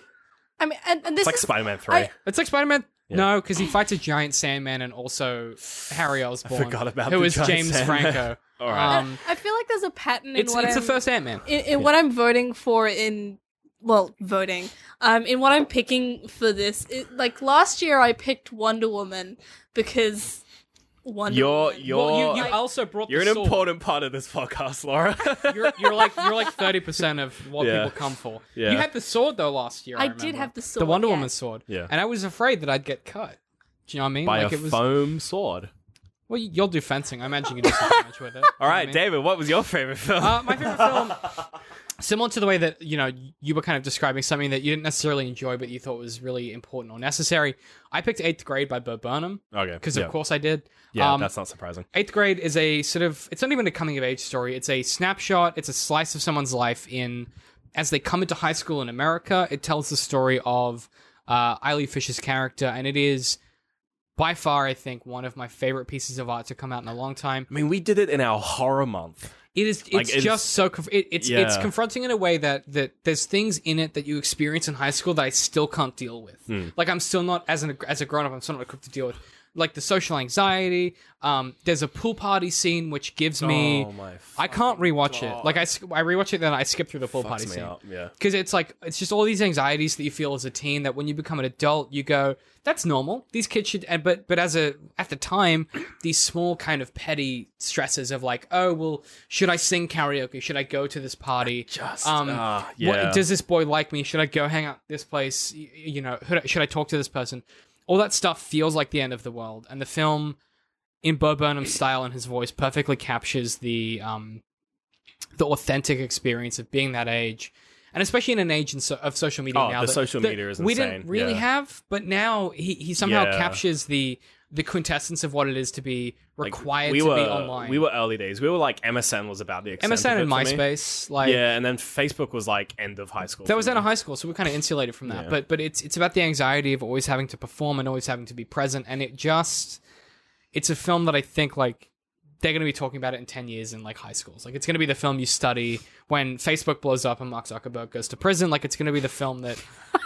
[SPEAKER 5] I mean, and, and this
[SPEAKER 2] it's like
[SPEAKER 5] is
[SPEAKER 2] Spider Man Three.
[SPEAKER 5] I-
[SPEAKER 1] it's like Spider Man. No, because he fights a giant Sandman and also Harry Osborn,
[SPEAKER 2] forgot about
[SPEAKER 1] who
[SPEAKER 2] the
[SPEAKER 1] is
[SPEAKER 2] giant
[SPEAKER 1] James
[SPEAKER 2] Sandman.
[SPEAKER 1] Franco.
[SPEAKER 2] All right.
[SPEAKER 1] Um,
[SPEAKER 5] I feel like there's a pattern in
[SPEAKER 1] it's
[SPEAKER 5] what
[SPEAKER 1] it's
[SPEAKER 5] I'm,
[SPEAKER 1] the first Ant Man.
[SPEAKER 5] in, in what I'm voting for in well voting um in what I'm picking for this it, like last year I picked Wonder Woman because Wonder
[SPEAKER 2] You're-
[SPEAKER 5] Woman.
[SPEAKER 2] you're-
[SPEAKER 1] Well, you, you
[SPEAKER 2] You're-
[SPEAKER 1] also brought
[SPEAKER 2] You're an
[SPEAKER 1] the sword.
[SPEAKER 2] important part of this podcast, Laura.
[SPEAKER 1] You're, you're like you're like thirty percent of what
[SPEAKER 2] Yeah.
[SPEAKER 1] people come for.
[SPEAKER 2] Yeah.
[SPEAKER 1] You had the sword though last year. I,
[SPEAKER 5] I did
[SPEAKER 1] remember.
[SPEAKER 5] have the
[SPEAKER 1] the
[SPEAKER 5] sword,
[SPEAKER 1] Wonder
[SPEAKER 5] yeah.
[SPEAKER 1] Woman sword.
[SPEAKER 2] Yeah.
[SPEAKER 1] and I was afraid that I'd get cut. Do you know what I mean?
[SPEAKER 2] By
[SPEAKER 1] like
[SPEAKER 2] a
[SPEAKER 1] it was
[SPEAKER 2] foam sword.
[SPEAKER 1] well, you- you'll do fencing. I imagine you can do some damage with it.
[SPEAKER 2] All right,
[SPEAKER 1] Dave.
[SPEAKER 2] David, what was your favorite film?
[SPEAKER 1] Uh, my favorite film, similar to the way that you know you were kind of describing something that you didn't necessarily enjoy, but you thought was really important or necessary. I picked Eighth Grade by Bo Burnham
[SPEAKER 2] okay,
[SPEAKER 1] because,
[SPEAKER 2] Oh, yeah.
[SPEAKER 1] of course, I did.
[SPEAKER 2] yeah,
[SPEAKER 1] Um,
[SPEAKER 2] that's not surprising.
[SPEAKER 1] Eighth grade is a sort of it's not even a coming of age story. It's a snapshot. It's a slice of someone's life in as they come into high school in America. It tells the story of uh, Eileen Fisher's character, and it is by far, I think, one of my favorite pieces of art to come out in a long time.
[SPEAKER 2] I mean, we did it in our horror month.
[SPEAKER 1] It is. It's
[SPEAKER 2] Like, it's-
[SPEAKER 1] just so. Conf- it, it's it's
[SPEAKER 2] Yeah.
[SPEAKER 1] confronting in a way that that there's things in it that you experience in high school that I still can't deal with.
[SPEAKER 2] Hmm.
[SPEAKER 1] Like I'm still not as an as a grown up. I'm still not equipped to deal with like the social anxiety. Um, there's a pool party scene which gives me.
[SPEAKER 2] Oh my
[SPEAKER 1] I can't rewatch it. Like I, sk- I rewatch it, then I skip through the pool party
[SPEAKER 2] me
[SPEAKER 1] scene
[SPEAKER 2] up, yeah.
[SPEAKER 1] because it's like it's just all these anxieties that you feel as a teen that when you become an adult you go that's normal these kids should and but but as a at the time these small kind of petty stresses of like oh well should i sing karaoke should i go to this party
[SPEAKER 2] Just
[SPEAKER 1] um
[SPEAKER 2] ah,
[SPEAKER 1] what-
[SPEAKER 2] yeah.
[SPEAKER 1] does this boy like me should i go hang out at this place Y- you know should I, should I talk to this person all that stuff feels like the end of the world and the film in Bo Burnham's style and his voice perfectly captures the um, the authentic experience of being that age, and especially in an age in so- of social media
[SPEAKER 2] Oh,
[SPEAKER 1] now.
[SPEAKER 2] the
[SPEAKER 1] that-
[SPEAKER 2] social
[SPEAKER 1] that
[SPEAKER 2] media is
[SPEAKER 1] we didn't
[SPEAKER 2] insane,
[SPEAKER 1] really
[SPEAKER 2] yeah.
[SPEAKER 1] have, but now he, he somehow
[SPEAKER 2] Yeah.
[SPEAKER 1] captures the the quintessence of what it is to be
[SPEAKER 2] Like,
[SPEAKER 1] required
[SPEAKER 2] we
[SPEAKER 1] to
[SPEAKER 2] were,
[SPEAKER 1] be online.
[SPEAKER 2] We were early days. We were like MSN was about the extent
[SPEAKER 1] MSN
[SPEAKER 2] of it
[SPEAKER 1] and
[SPEAKER 2] for me.
[SPEAKER 1] MySpace, like
[SPEAKER 2] yeah, and then Facebook was like end of high school.
[SPEAKER 1] that was
[SPEAKER 2] for
[SPEAKER 1] out of
[SPEAKER 2] me.
[SPEAKER 1] high school, so we're kind of insulated from that.
[SPEAKER 2] Yeah.
[SPEAKER 1] But but it's it's about the anxiety of always having to perform and always having to be present, and it just it's a film that I think like they're going to be talking about it in ten years in like high schools. Like it's going to be the film you study when Facebook blows up and Mark Zuckerberg goes to prison. Like it's going to be the film that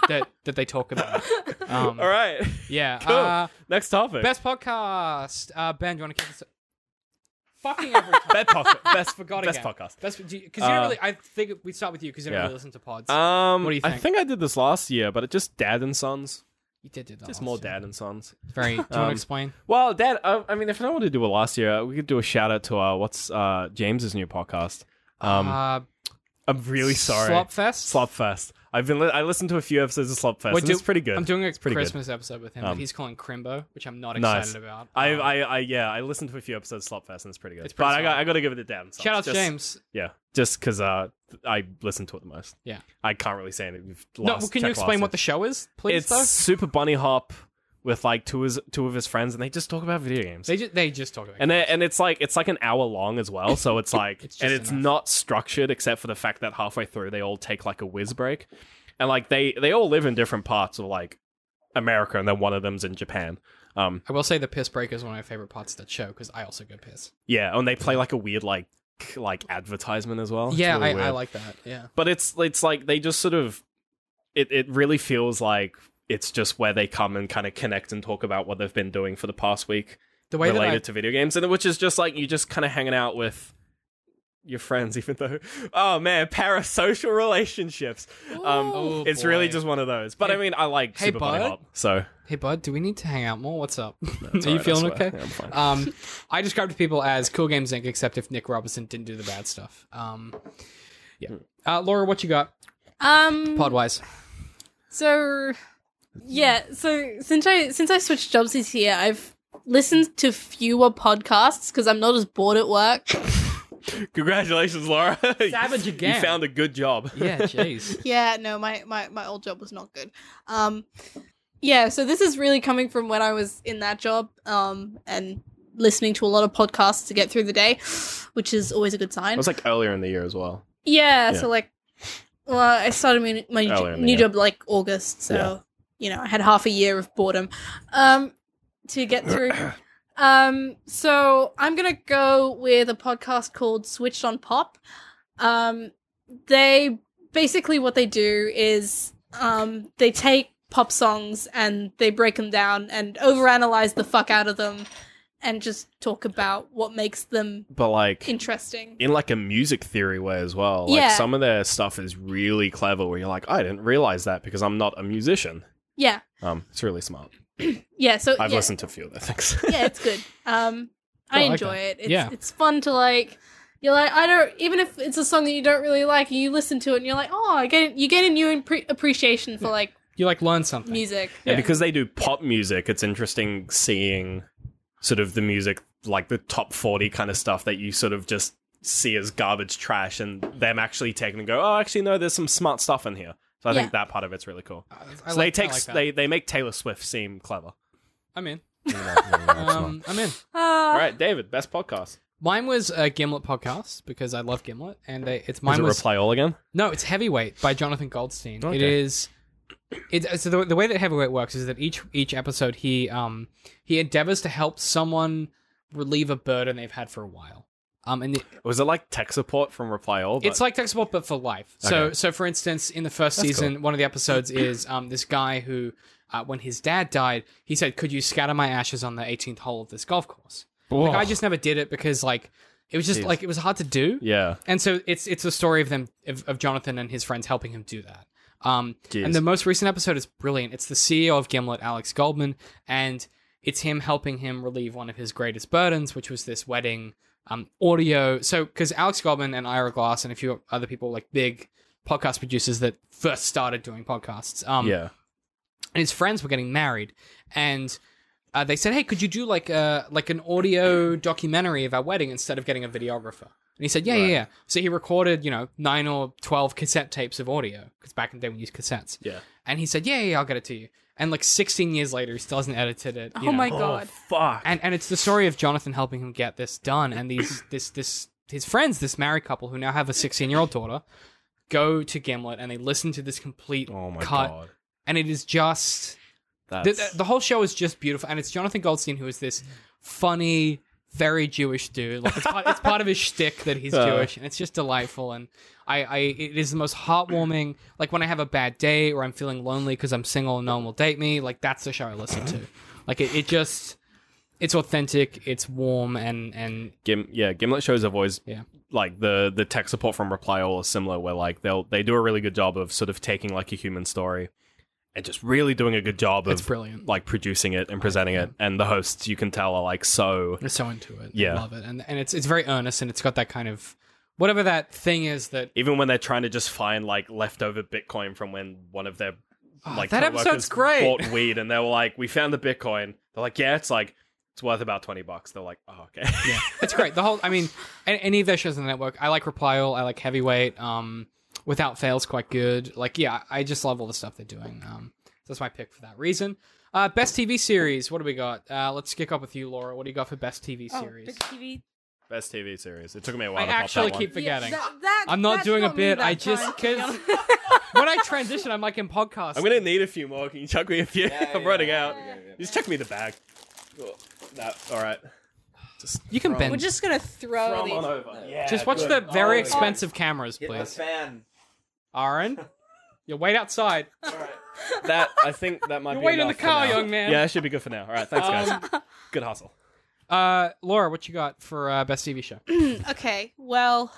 [SPEAKER 1] that that they talk about. Um,
[SPEAKER 2] All right,
[SPEAKER 1] Yeah.
[SPEAKER 2] cool.
[SPEAKER 1] Uh,
[SPEAKER 2] Next topic.
[SPEAKER 1] best podcast. Uh, ben, do you want to kick this? Fucking every time.
[SPEAKER 2] best podcast. Best
[SPEAKER 1] Forgot
[SPEAKER 2] Best
[SPEAKER 1] again.
[SPEAKER 2] podcast.
[SPEAKER 1] Best because you don't
[SPEAKER 2] Uh,
[SPEAKER 1] really. I think we start with you because you don't
[SPEAKER 2] yeah.
[SPEAKER 1] really listen to pods.
[SPEAKER 2] Um,
[SPEAKER 1] What do you
[SPEAKER 2] I
[SPEAKER 1] think?
[SPEAKER 2] think I did this last year, but it just Dad and Sons.
[SPEAKER 1] you did do that.
[SPEAKER 2] Just
[SPEAKER 1] last
[SPEAKER 2] more
[SPEAKER 1] year.
[SPEAKER 2] Dad and Sons.
[SPEAKER 1] Very. Do you want to
[SPEAKER 2] Um,
[SPEAKER 1] explain?
[SPEAKER 2] Well, Dad, uh, I, I mean, if no one to do it last year, we could do a shout out to uh, what's uh, James's new podcast. Um,
[SPEAKER 1] uh,
[SPEAKER 2] I'm really sorry.
[SPEAKER 1] Slopfest.
[SPEAKER 2] Slopfest. I've been li- I listened to a few episodes of Slopfest.
[SPEAKER 1] We're
[SPEAKER 2] and
[SPEAKER 1] do-
[SPEAKER 2] it's pretty good.
[SPEAKER 1] I'm doing a
[SPEAKER 2] pretty good.
[SPEAKER 1] Christmas episode with him that
[SPEAKER 2] Um,
[SPEAKER 1] he's calling Crimbo, which I'm not
[SPEAKER 2] Nice.
[SPEAKER 1] excited about.
[SPEAKER 2] I,
[SPEAKER 1] Um,
[SPEAKER 2] I, I, yeah, I listened to a few episodes of Slopfest and it's pretty good.
[SPEAKER 1] It's pretty
[SPEAKER 2] but I got,
[SPEAKER 1] solid.
[SPEAKER 2] I got to give it a damn.
[SPEAKER 1] shout out to
[SPEAKER 2] just,
[SPEAKER 1] James.
[SPEAKER 2] Yeah, just because uh, I listened to it the most.
[SPEAKER 1] Yeah.
[SPEAKER 2] I can't really say anything. We've
[SPEAKER 1] No,
[SPEAKER 2] lost-
[SPEAKER 1] well, can
[SPEAKER 2] check
[SPEAKER 1] you explain
[SPEAKER 2] last
[SPEAKER 1] what the show is, please?
[SPEAKER 2] it's
[SPEAKER 1] though?
[SPEAKER 2] Super Bunny Hop with like two of his, two of his friends, and they just talk about video games.
[SPEAKER 1] They just they just talk about
[SPEAKER 2] and they, and it's like it's like an hour long as well, so it's like
[SPEAKER 1] It's just
[SPEAKER 2] and it's
[SPEAKER 1] enough.
[SPEAKER 2] not structured except for the fact that halfway through they all take like a whiz break, and like they they all live in different parts of like America, and then one of them's in Japan. Um,
[SPEAKER 1] I will say the piss break is one of my favorite parts of that show because I also go piss.
[SPEAKER 2] yeah, and they play like a weird like k- like advertisement as well. Oh, It's
[SPEAKER 1] yeah,
[SPEAKER 2] really
[SPEAKER 1] I, I
[SPEAKER 2] weird.
[SPEAKER 1] like that. Yeah,
[SPEAKER 2] but it's it's like they just sort of it it really feels like it's just where they come and kind of connect and talk about what they've been doing for the past week
[SPEAKER 1] the way
[SPEAKER 2] related
[SPEAKER 1] that
[SPEAKER 2] to video games, and which is just like you just kind of hanging out with your friends, even though oh man, parasocial relationships. Um,
[SPEAKER 1] Ooh. Oh,
[SPEAKER 2] it's really
[SPEAKER 1] boy.
[SPEAKER 2] just one of those. But
[SPEAKER 1] Hey-
[SPEAKER 2] I mean, I like
[SPEAKER 1] hey,
[SPEAKER 2] Super Bunny
[SPEAKER 1] bud?
[SPEAKER 2] Hop, so
[SPEAKER 1] I, hey bud, do we need to hang out more? What's up? Are
[SPEAKER 2] it's
[SPEAKER 1] you
[SPEAKER 2] alright, I
[SPEAKER 1] feeling
[SPEAKER 2] swear.
[SPEAKER 1] okay?
[SPEAKER 2] Yeah, I'm fine.
[SPEAKER 1] Um, I described people as Cool Games Inc. except if Nick Robinson didn't do the bad stuff. Um, yeah,
[SPEAKER 2] Hmm.
[SPEAKER 1] uh, Laura, what you got?
[SPEAKER 5] um
[SPEAKER 1] Pod wise,
[SPEAKER 5] So yeah, so since I since I switched jobs this year, I've listened to fewer podcasts because I'm not as bored at work.
[SPEAKER 2] Congratulations, Laura.
[SPEAKER 1] Savage
[SPEAKER 2] You
[SPEAKER 1] again.
[SPEAKER 2] found a good job.
[SPEAKER 1] yeah, jeez.
[SPEAKER 5] yeah no my, my my old job was not good um yeah so this is really coming from when i was in that job um and listening to a lot of podcasts to get through the day which is always a good sign
[SPEAKER 2] It was like earlier in the year as well.
[SPEAKER 5] yeah,
[SPEAKER 2] Yeah.
[SPEAKER 5] so like well i started my, my new,
[SPEAKER 2] Earlier in the
[SPEAKER 5] new
[SPEAKER 2] year.
[SPEAKER 5] job like august so
[SPEAKER 2] Yeah.
[SPEAKER 5] you know i had half a year of boredom um to get through um so i'm gonna go with a podcast called switched on pop um they basically what they do is um they take pop songs and they break them down and overanalyze the fuck out of them and just talk about what makes them
[SPEAKER 2] But like
[SPEAKER 5] interesting
[SPEAKER 2] in like a music theory way as well. Like
[SPEAKER 5] Yeah.
[SPEAKER 2] some of their stuff is really clever where you're like, I didn't realize that because I'm not a musician.
[SPEAKER 5] yeah
[SPEAKER 2] Um, it's really smart.
[SPEAKER 5] yeah so
[SPEAKER 2] I've
[SPEAKER 5] yeah.
[SPEAKER 2] listened to a few of their things.
[SPEAKER 5] yeah, it's good. Um,
[SPEAKER 1] I
[SPEAKER 5] I
[SPEAKER 1] like
[SPEAKER 5] enjoy
[SPEAKER 1] that.
[SPEAKER 5] it. It's,
[SPEAKER 1] Yeah.
[SPEAKER 5] it's fun to like. You're like I don't even if it's a song that you don't really like, and you listen to it, and you're like, oh, I get you get a new impre- appreciation for like
[SPEAKER 1] You like learn something.
[SPEAKER 5] music.
[SPEAKER 2] And because they do pop music, it's interesting seeing sort of the music, like the top 40 kind of stuff that you sort of just see as garbage trash and them actually taking and go, oh, actually, no, there's some smart stuff in here. So I
[SPEAKER 5] Yeah.
[SPEAKER 2] think that part of it's really cool.
[SPEAKER 1] I- I like- I
[SPEAKER 2] so
[SPEAKER 1] like
[SPEAKER 2] they take
[SPEAKER 1] that.
[SPEAKER 2] they, they make Taylor Swift seem clever.
[SPEAKER 1] I'm in.
[SPEAKER 2] All
[SPEAKER 1] Um, I'm in.
[SPEAKER 5] Uh,
[SPEAKER 2] right, David, best podcast.
[SPEAKER 1] Mine was a Gimlet podcast because I love Gimlet, and they, it's
[SPEAKER 2] Mine
[SPEAKER 1] mine was
[SPEAKER 2] Reply All again?
[SPEAKER 1] no, it's Heavyweight by Jonathan Goldstein. It
[SPEAKER 2] Okay.
[SPEAKER 1] is. It, so the, the way that Heavyweight works is that each each episode he um he endeavors to help someone relieve a burden they've had for a while. Um, and the,
[SPEAKER 2] Was it like tech support from Reply All?
[SPEAKER 1] it's like tech support, but for life. So,
[SPEAKER 2] Okay.
[SPEAKER 1] so for instance, in the first
[SPEAKER 2] That's
[SPEAKER 1] season, one of the episodes is um, this guy who, uh, when his dad died, he said, "Could you scatter my ashes on the 18th hole of this golf course?" Like I just never did it because like it was just
[SPEAKER 2] Jeez.
[SPEAKER 1] like it was hard to do.
[SPEAKER 2] yeah.
[SPEAKER 1] And so it's it's a story of them of, of Jonathan and his friends helping him do that. Um,
[SPEAKER 2] Jeez.
[SPEAKER 1] and the most recent episode is brilliant. It's the CEO of Gimlet, Alex Goldman, and it's him helping him relieve one of his greatest burdens, which was this wedding um, audio. So because Alex Goldman and Ira Glass and a few other people like big podcast producers that first started doing podcasts. Um,
[SPEAKER 2] yeah.
[SPEAKER 1] and his friends were getting married, and uh, they said, "Hey, could you do like a like an audio documentary of our wedding instead of getting a videographer?" And he said, "Yeah, yeah,
[SPEAKER 2] Right.
[SPEAKER 1] yeah." So he recorded, you know, nine or twelve cassette tapes of audio because back in the day we used cassettes.
[SPEAKER 2] Yeah.
[SPEAKER 1] And he said, "Yeah, yeah, yeah, I'll get it to you." And like 16 years later, he still hasn't edited it. you
[SPEAKER 5] Oh
[SPEAKER 1] know.
[SPEAKER 5] my god.
[SPEAKER 2] fuck.
[SPEAKER 1] And and it's the story of Jonathan helping him get this done, and these this this his friends, this married couple who now have a 16 year old daughter, go to Gimlet and they listen to this complete
[SPEAKER 2] oh my
[SPEAKER 1] cut,
[SPEAKER 2] god.
[SPEAKER 1] and it is just the,
[SPEAKER 2] That's,
[SPEAKER 1] the, the whole show is just beautiful, and it's Jonathan Goldstein who is this funny, very Jewish dude. Like it's part, it's part of his shtick that he's
[SPEAKER 2] Uh.
[SPEAKER 1] Jewish, and it's just delightful. And I, I, it is the most heartwarming. Like when I have a bad day or I'm feeling lonely because I'm single and no one will date me. Like that's the show I listen to. Like it, it just, it's authentic, it's warm, and and
[SPEAKER 2] Gim- yeah, Gimlet shows have always
[SPEAKER 1] Yeah.
[SPEAKER 2] like the the tech support from Reply All is similar, where like they'll they do a really good job of sort of taking like a human story and just really doing a good job
[SPEAKER 1] it's
[SPEAKER 2] of
[SPEAKER 1] brilliant.
[SPEAKER 2] like producing it and presenting it. And the hosts, you can tell, are like so
[SPEAKER 1] I'm so into it.
[SPEAKER 2] Yeah.
[SPEAKER 1] I love it, and and it's it's very earnest, and it's got that kind of whatever that thing is that
[SPEAKER 2] even when they're trying to just find like leftover Bitcoin from when one of their like
[SPEAKER 1] Oh, that episode's
[SPEAKER 2] coworkers
[SPEAKER 1] great.
[SPEAKER 2] bought weed and they were like, we found the Bitcoin. They're like, yeah, it's like it's worth about twenty bucks. They're like, oh okay.
[SPEAKER 1] yeah, it's great. The whole, I mean, a- any of their shows on the network. I like Reply All. I like Heavyweight. Um, Without Fail's quite good. Like, yeah, I just love all the stuff they're doing. Um, so that's my pick for that reason. Uh, best TV series. What do we got? Uh, let's kick up with you, Laura. What do you got for best TV
[SPEAKER 5] Oh,
[SPEAKER 1] series?
[SPEAKER 5] big TV.
[SPEAKER 2] Best TV series. It took me a while
[SPEAKER 1] I
[SPEAKER 2] to pop
[SPEAKER 1] actually
[SPEAKER 2] that one.
[SPEAKER 1] keep forgetting.
[SPEAKER 5] Yeah, that- that-
[SPEAKER 1] I'm not
[SPEAKER 5] that's
[SPEAKER 1] doing a
[SPEAKER 5] me
[SPEAKER 1] bit.
[SPEAKER 5] that
[SPEAKER 1] I
[SPEAKER 5] time,
[SPEAKER 1] just-
[SPEAKER 5] to be
[SPEAKER 1] 'cause-
[SPEAKER 5] honest.
[SPEAKER 1] when I transition, I'm like in podcast.
[SPEAKER 2] I'm gonna need a few more. Can you chuck me a few?
[SPEAKER 6] Yeah,
[SPEAKER 2] I'm
[SPEAKER 6] yeah,
[SPEAKER 2] running
[SPEAKER 6] yeah,
[SPEAKER 2] out.
[SPEAKER 6] yeah, yeah.
[SPEAKER 2] Just chuck me the bag. Oh, That all right. Just
[SPEAKER 1] You can
[SPEAKER 2] throw-
[SPEAKER 1] bend.
[SPEAKER 5] we're just gonna throw
[SPEAKER 2] throw 'em
[SPEAKER 5] these.
[SPEAKER 2] on over. Yeah,
[SPEAKER 1] Just watch
[SPEAKER 2] good.
[SPEAKER 1] the very
[SPEAKER 6] Oh,
[SPEAKER 1] expensive cameras,
[SPEAKER 6] Hit the
[SPEAKER 1] please.
[SPEAKER 6] fan.
[SPEAKER 1] Aaron, you wait outside.
[SPEAKER 2] that. I think that might
[SPEAKER 1] You
[SPEAKER 2] be.
[SPEAKER 1] wait in the
[SPEAKER 2] enough for
[SPEAKER 1] car,
[SPEAKER 2] now.
[SPEAKER 1] young man. Um,
[SPEAKER 2] Yeah, that should be good for now. All right, thanks guys. good hustle.
[SPEAKER 1] Uh, Laura, what you got for uh, best TV show?
[SPEAKER 5] Okay, well,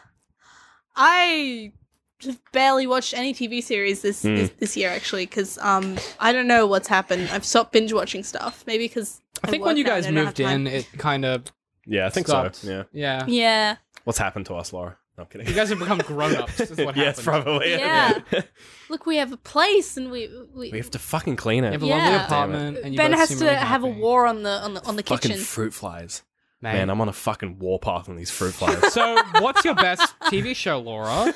[SPEAKER 5] I just barely watched any TV series this
[SPEAKER 2] Hmm.
[SPEAKER 5] this, this year actually because um I don't know what's happened. I've stopped binge watching stuff. Maybe because
[SPEAKER 1] I think when you guys moved in, uh,
[SPEAKER 5] it-
[SPEAKER 1] it kind of
[SPEAKER 2] Yeah, I think
[SPEAKER 1] stopped.
[SPEAKER 2] so. Yeah.
[SPEAKER 1] yeah.
[SPEAKER 5] yeah,
[SPEAKER 2] What's happened to us, Laura? No, I'm
[SPEAKER 1] You
[SPEAKER 2] kidding.
[SPEAKER 1] guys have become grown ups. Is what
[SPEAKER 2] yes,
[SPEAKER 1] happened.
[SPEAKER 2] probably.
[SPEAKER 5] Yeah. look, we have a place and we we,
[SPEAKER 2] we have to fucking clean
[SPEAKER 1] You
[SPEAKER 2] it.
[SPEAKER 1] have a lovely
[SPEAKER 5] Yeah.
[SPEAKER 1] apartment, and you
[SPEAKER 5] Ben
[SPEAKER 1] both
[SPEAKER 5] has
[SPEAKER 1] seem
[SPEAKER 5] to
[SPEAKER 1] really
[SPEAKER 5] have a
[SPEAKER 1] happy.
[SPEAKER 5] war on the on the on the
[SPEAKER 2] fucking
[SPEAKER 5] kitchen.
[SPEAKER 2] fruit flies. Man, I'm on a fucking warpath on these fruit flies.
[SPEAKER 1] so, what's your best TV show, Laura?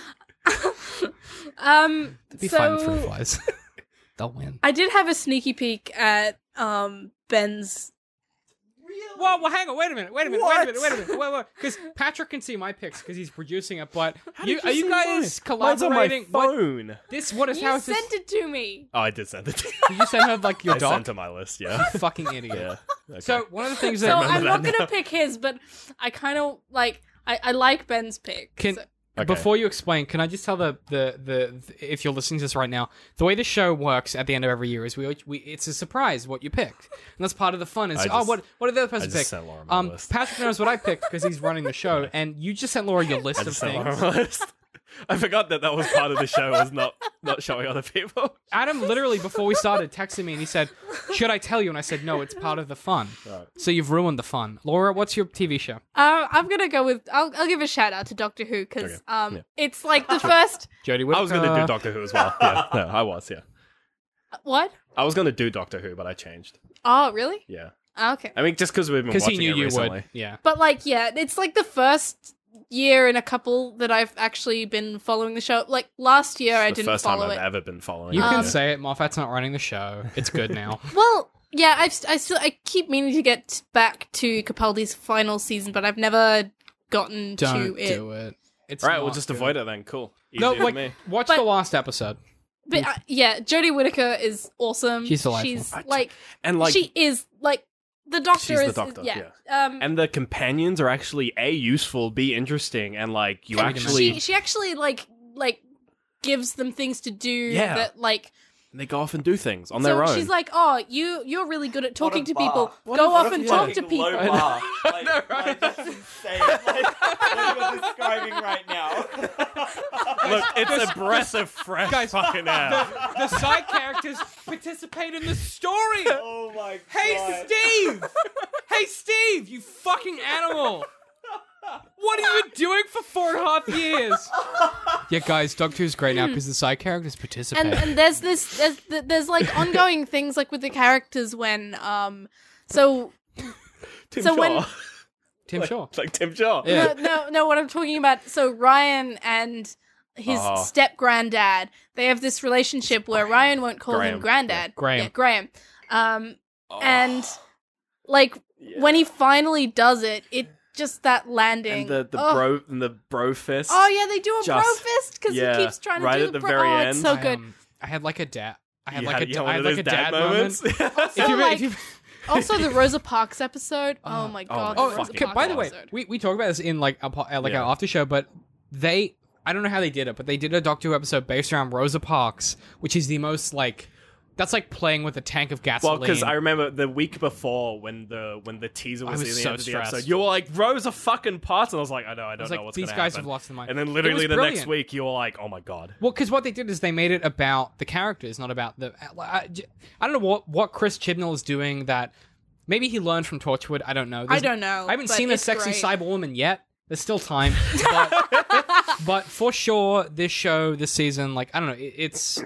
[SPEAKER 5] Um,
[SPEAKER 1] Be fine, fruit
[SPEAKER 5] so
[SPEAKER 1] flies. They'll win.
[SPEAKER 5] I did have a sneaky peek at um Ben's.
[SPEAKER 1] Well, well, hang on. Wait a minute. Wait a minute.
[SPEAKER 4] What?
[SPEAKER 1] Wait a minute. Wait a minute. Wait, wait. Because Patrick can see my picks because he's producing it. But you,
[SPEAKER 2] Did
[SPEAKER 1] are you
[SPEAKER 2] see
[SPEAKER 1] guys
[SPEAKER 2] mine? Mine's on my
[SPEAKER 1] collaborating? What,
[SPEAKER 2] phone.
[SPEAKER 1] this what is
[SPEAKER 5] You
[SPEAKER 1] how is
[SPEAKER 5] sent
[SPEAKER 1] this?
[SPEAKER 5] it to me.
[SPEAKER 2] Oh, I did send it.
[SPEAKER 1] Did you send her like your
[SPEAKER 2] I
[SPEAKER 1] dog?
[SPEAKER 2] sent to my list. Yeah.
[SPEAKER 1] Fucking idiot.
[SPEAKER 2] yeah. Okay.
[SPEAKER 1] So one of the things
[SPEAKER 5] So
[SPEAKER 1] that
[SPEAKER 5] I'm not
[SPEAKER 2] remember that
[SPEAKER 5] gonna pick his, but I kind of like I, I like Ben's pick.
[SPEAKER 1] Can-
[SPEAKER 5] so-
[SPEAKER 2] Okay.
[SPEAKER 1] Before you explain, can I just tell the, the the the- if you're listening to this right now, the way the show works at the end of every year is we, we it's a surprise what you picked, and that's part of the fun. Is
[SPEAKER 2] I
[SPEAKER 1] oh
[SPEAKER 2] just-
[SPEAKER 1] what what did the other
[SPEAKER 2] I
[SPEAKER 1] person
[SPEAKER 2] just
[SPEAKER 1] pick?
[SPEAKER 2] sent Laura my
[SPEAKER 1] Um,
[SPEAKER 2] list.
[SPEAKER 1] Patrick knows what I picked because he's running the show, and you just sent Laura your list
[SPEAKER 2] I
[SPEAKER 1] of
[SPEAKER 2] just sent Laura
[SPEAKER 1] things.
[SPEAKER 2] my list. I forgot that that was part of the show. Was not not showing other people.
[SPEAKER 1] Adam literally before we started texted me and he said, "Should I tell you?" And I said, "No, it's part of the fun." So you've ruined the fun, Laura. What's your TV show?
[SPEAKER 5] Uh, I'm gonna go with I'll, I'll give a shout out to Doctor Who because
[SPEAKER 2] Okay.
[SPEAKER 5] um
[SPEAKER 2] Yeah.
[SPEAKER 5] it's like the first
[SPEAKER 1] Jodie Whittaker.
[SPEAKER 2] I was gonna do Doctor Who as well. Yeah. No, I was. Yeah.
[SPEAKER 5] what?
[SPEAKER 2] I was gonna do Doctor Who, but I changed.
[SPEAKER 5] Oh really?
[SPEAKER 2] Yeah.
[SPEAKER 5] Okay.
[SPEAKER 2] I mean, just because we've been
[SPEAKER 1] because
[SPEAKER 2] watching
[SPEAKER 1] he knew
[SPEAKER 2] it
[SPEAKER 1] you
[SPEAKER 2] recently.
[SPEAKER 1] would. Yeah.
[SPEAKER 5] But like yeah, it's like the first year in a couple that I've actually been following the show. Like last year I
[SPEAKER 2] the
[SPEAKER 5] didn't
[SPEAKER 2] first
[SPEAKER 5] follow
[SPEAKER 2] time
[SPEAKER 5] it.
[SPEAKER 2] I've ever been following.
[SPEAKER 1] You
[SPEAKER 2] it,
[SPEAKER 1] can
[SPEAKER 5] Um,
[SPEAKER 2] yeah.
[SPEAKER 1] say it. Moffat's not running the show. It's good now.
[SPEAKER 5] Well, yeah, I've st- I still I keep meaning to get back to Capaldi's final season, but I've never gotten
[SPEAKER 1] Don't
[SPEAKER 5] to it.
[SPEAKER 1] do it. It's
[SPEAKER 2] All right, we'll
[SPEAKER 1] not
[SPEAKER 2] just
[SPEAKER 1] good.
[SPEAKER 2] avoid it then. Cool. Easy
[SPEAKER 1] No,
[SPEAKER 2] for
[SPEAKER 1] like
[SPEAKER 2] me.
[SPEAKER 1] watch
[SPEAKER 5] But-
[SPEAKER 1] the last episode.
[SPEAKER 5] But uh, yeah, Jodie Whittaker is awesome.
[SPEAKER 1] She's delightful.
[SPEAKER 5] She's
[SPEAKER 2] I-
[SPEAKER 5] like,
[SPEAKER 2] And like,
[SPEAKER 5] she is like the doctor
[SPEAKER 2] She's the
[SPEAKER 5] is
[SPEAKER 2] doctor,
[SPEAKER 5] yeah. Um,
[SPEAKER 2] and the companions are actually a useful, b interesting, and like you
[SPEAKER 1] Can we
[SPEAKER 2] actually
[SPEAKER 5] she she actually like like gives them things to do
[SPEAKER 2] Yeah.
[SPEAKER 5] that like
[SPEAKER 2] they go off and do things on
[SPEAKER 5] so
[SPEAKER 2] their own.
[SPEAKER 5] she's like oh you you're really good at talking
[SPEAKER 6] a
[SPEAKER 5] to
[SPEAKER 6] bar.
[SPEAKER 5] people
[SPEAKER 6] What
[SPEAKER 5] go
[SPEAKER 6] a
[SPEAKER 5] off and talk
[SPEAKER 6] fucking
[SPEAKER 5] to people
[SPEAKER 6] low bar. Like, like, that's insane. Like, what you're describing right now.
[SPEAKER 2] Look, it's a breath of fresh
[SPEAKER 1] Guys,
[SPEAKER 2] fucking air.
[SPEAKER 1] the side characters participate in the story.
[SPEAKER 6] oh my god.
[SPEAKER 1] Steve! hey, Steve! You fucking animal! What have you been doing for four and a half years? yeah, guys, Doctor Who's great now because the side characters participate.
[SPEAKER 5] and and there's this there's th- there's like ongoing things like with the characters when um so
[SPEAKER 2] Tim
[SPEAKER 5] So
[SPEAKER 2] Shaw.
[SPEAKER 5] when-
[SPEAKER 1] Tim
[SPEAKER 2] like,
[SPEAKER 1] Shaw.
[SPEAKER 2] like Tim Shaw.
[SPEAKER 1] Yeah.
[SPEAKER 5] no, no no what I'm talking about so Ryan and his
[SPEAKER 2] Oh.
[SPEAKER 5] step granddad they have this relationship where Ryan won't call
[SPEAKER 2] Graham.
[SPEAKER 5] him granddad
[SPEAKER 1] Graham.
[SPEAKER 5] yeah, Graham um and like when he finally does it, it just that landing.
[SPEAKER 2] and the the
[SPEAKER 5] oh.
[SPEAKER 2] bro and the bro fist.
[SPEAKER 5] Oh yeah, they do a bro
[SPEAKER 2] Just-
[SPEAKER 5] fist because
[SPEAKER 2] yeah,
[SPEAKER 5] he keeps trying to
[SPEAKER 2] right
[SPEAKER 5] do
[SPEAKER 2] at the
[SPEAKER 5] bro.
[SPEAKER 2] very
[SPEAKER 5] oh,
[SPEAKER 2] end.
[SPEAKER 5] it's so
[SPEAKER 1] I,
[SPEAKER 5] good.
[SPEAKER 1] um, I had like a dad. I had
[SPEAKER 2] You
[SPEAKER 1] like
[SPEAKER 2] had,
[SPEAKER 1] a,
[SPEAKER 2] yeah,
[SPEAKER 1] I
[SPEAKER 2] one
[SPEAKER 1] had
[SPEAKER 2] of
[SPEAKER 1] like
[SPEAKER 2] those
[SPEAKER 1] a
[SPEAKER 2] dad, moments.
[SPEAKER 5] Also,
[SPEAKER 1] If you,
[SPEAKER 5] like,
[SPEAKER 1] if you,
[SPEAKER 5] also the Rosa Parks episode. Oh my
[SPEAKER 2] my
[SPEAKER 5] god. the
[SPEAKER 1] oh,
[SPEAKER 5] Rosa
[SPEAKER 2] fucking
[SPEAKER 1] okay,
[SPEAKER 5] Parks
[SPEAKER 1] by the way,
[SPEAKER 5] episode.
[SPEAKER 1] we, we talk about this in like a, po- uh, like
[SPEAKER 2] Yeah.
[SPEAKER 1] our after show, but they I don't know how they did it, but they did a Doctor Who episode based around Rosa Parks, which is the most like that's like playing with a tank of
[SPEAKER 2] Well,
[SPEAKER 1] gasoline.
[SPEAKER 2] because I remember the week before when the when the teaser was,
[SPEAKER 1] was
[SPEAKER 2] at the
[SPEAKER 1] so
[SPEAKER 2] end of the
[SPEAKER 1] stressed.
[SPEAKER 2] episode, you were like, "Rose a fucking parts," and I was like, "I know, I don't
[SPEAKER 1] was
[SPEAKER 2] know
[SPEAKER 1] like,
[SPEAKER 2] what's
[SPEAKER 1] these
[SPEAKER 2] gonna
[SPEAKER 1] guys
[SPEAKER 2] happen."
[SPEAKER 1] have lost their mind.
[SPEAKER 2] And then
[SPEAKER 1] It
[SPEAKER 2] literally
[SPEAKER 1] was
[SPEAKER 2] the next
[SPEAKER 1] brilliant.
[SPEAKER 2] week, you were like, "Oh my god!"
[SPEAKER 1] Well, because what they did is they made it about the characters, not about the. uh, I, I don't know what what Chris Chibnall is doing. That maybe he learned from Torchwood. I don't know.
[SPEAKER 5] I
[SPEAKER 1] There's-
[SPEAKER 5] don't know.
[SPEAKER 1] I haven't
[SPEAKER 5] but
[SPEAKER 1] seen a
[SPEAKER 5] it's
[SPEAKER 1] sexy
[SPEAKER 5] great.
[SPEAKER 1] cyber woman yet. There's still time, but, but for sure, this show, this season, like I don't know, it, it's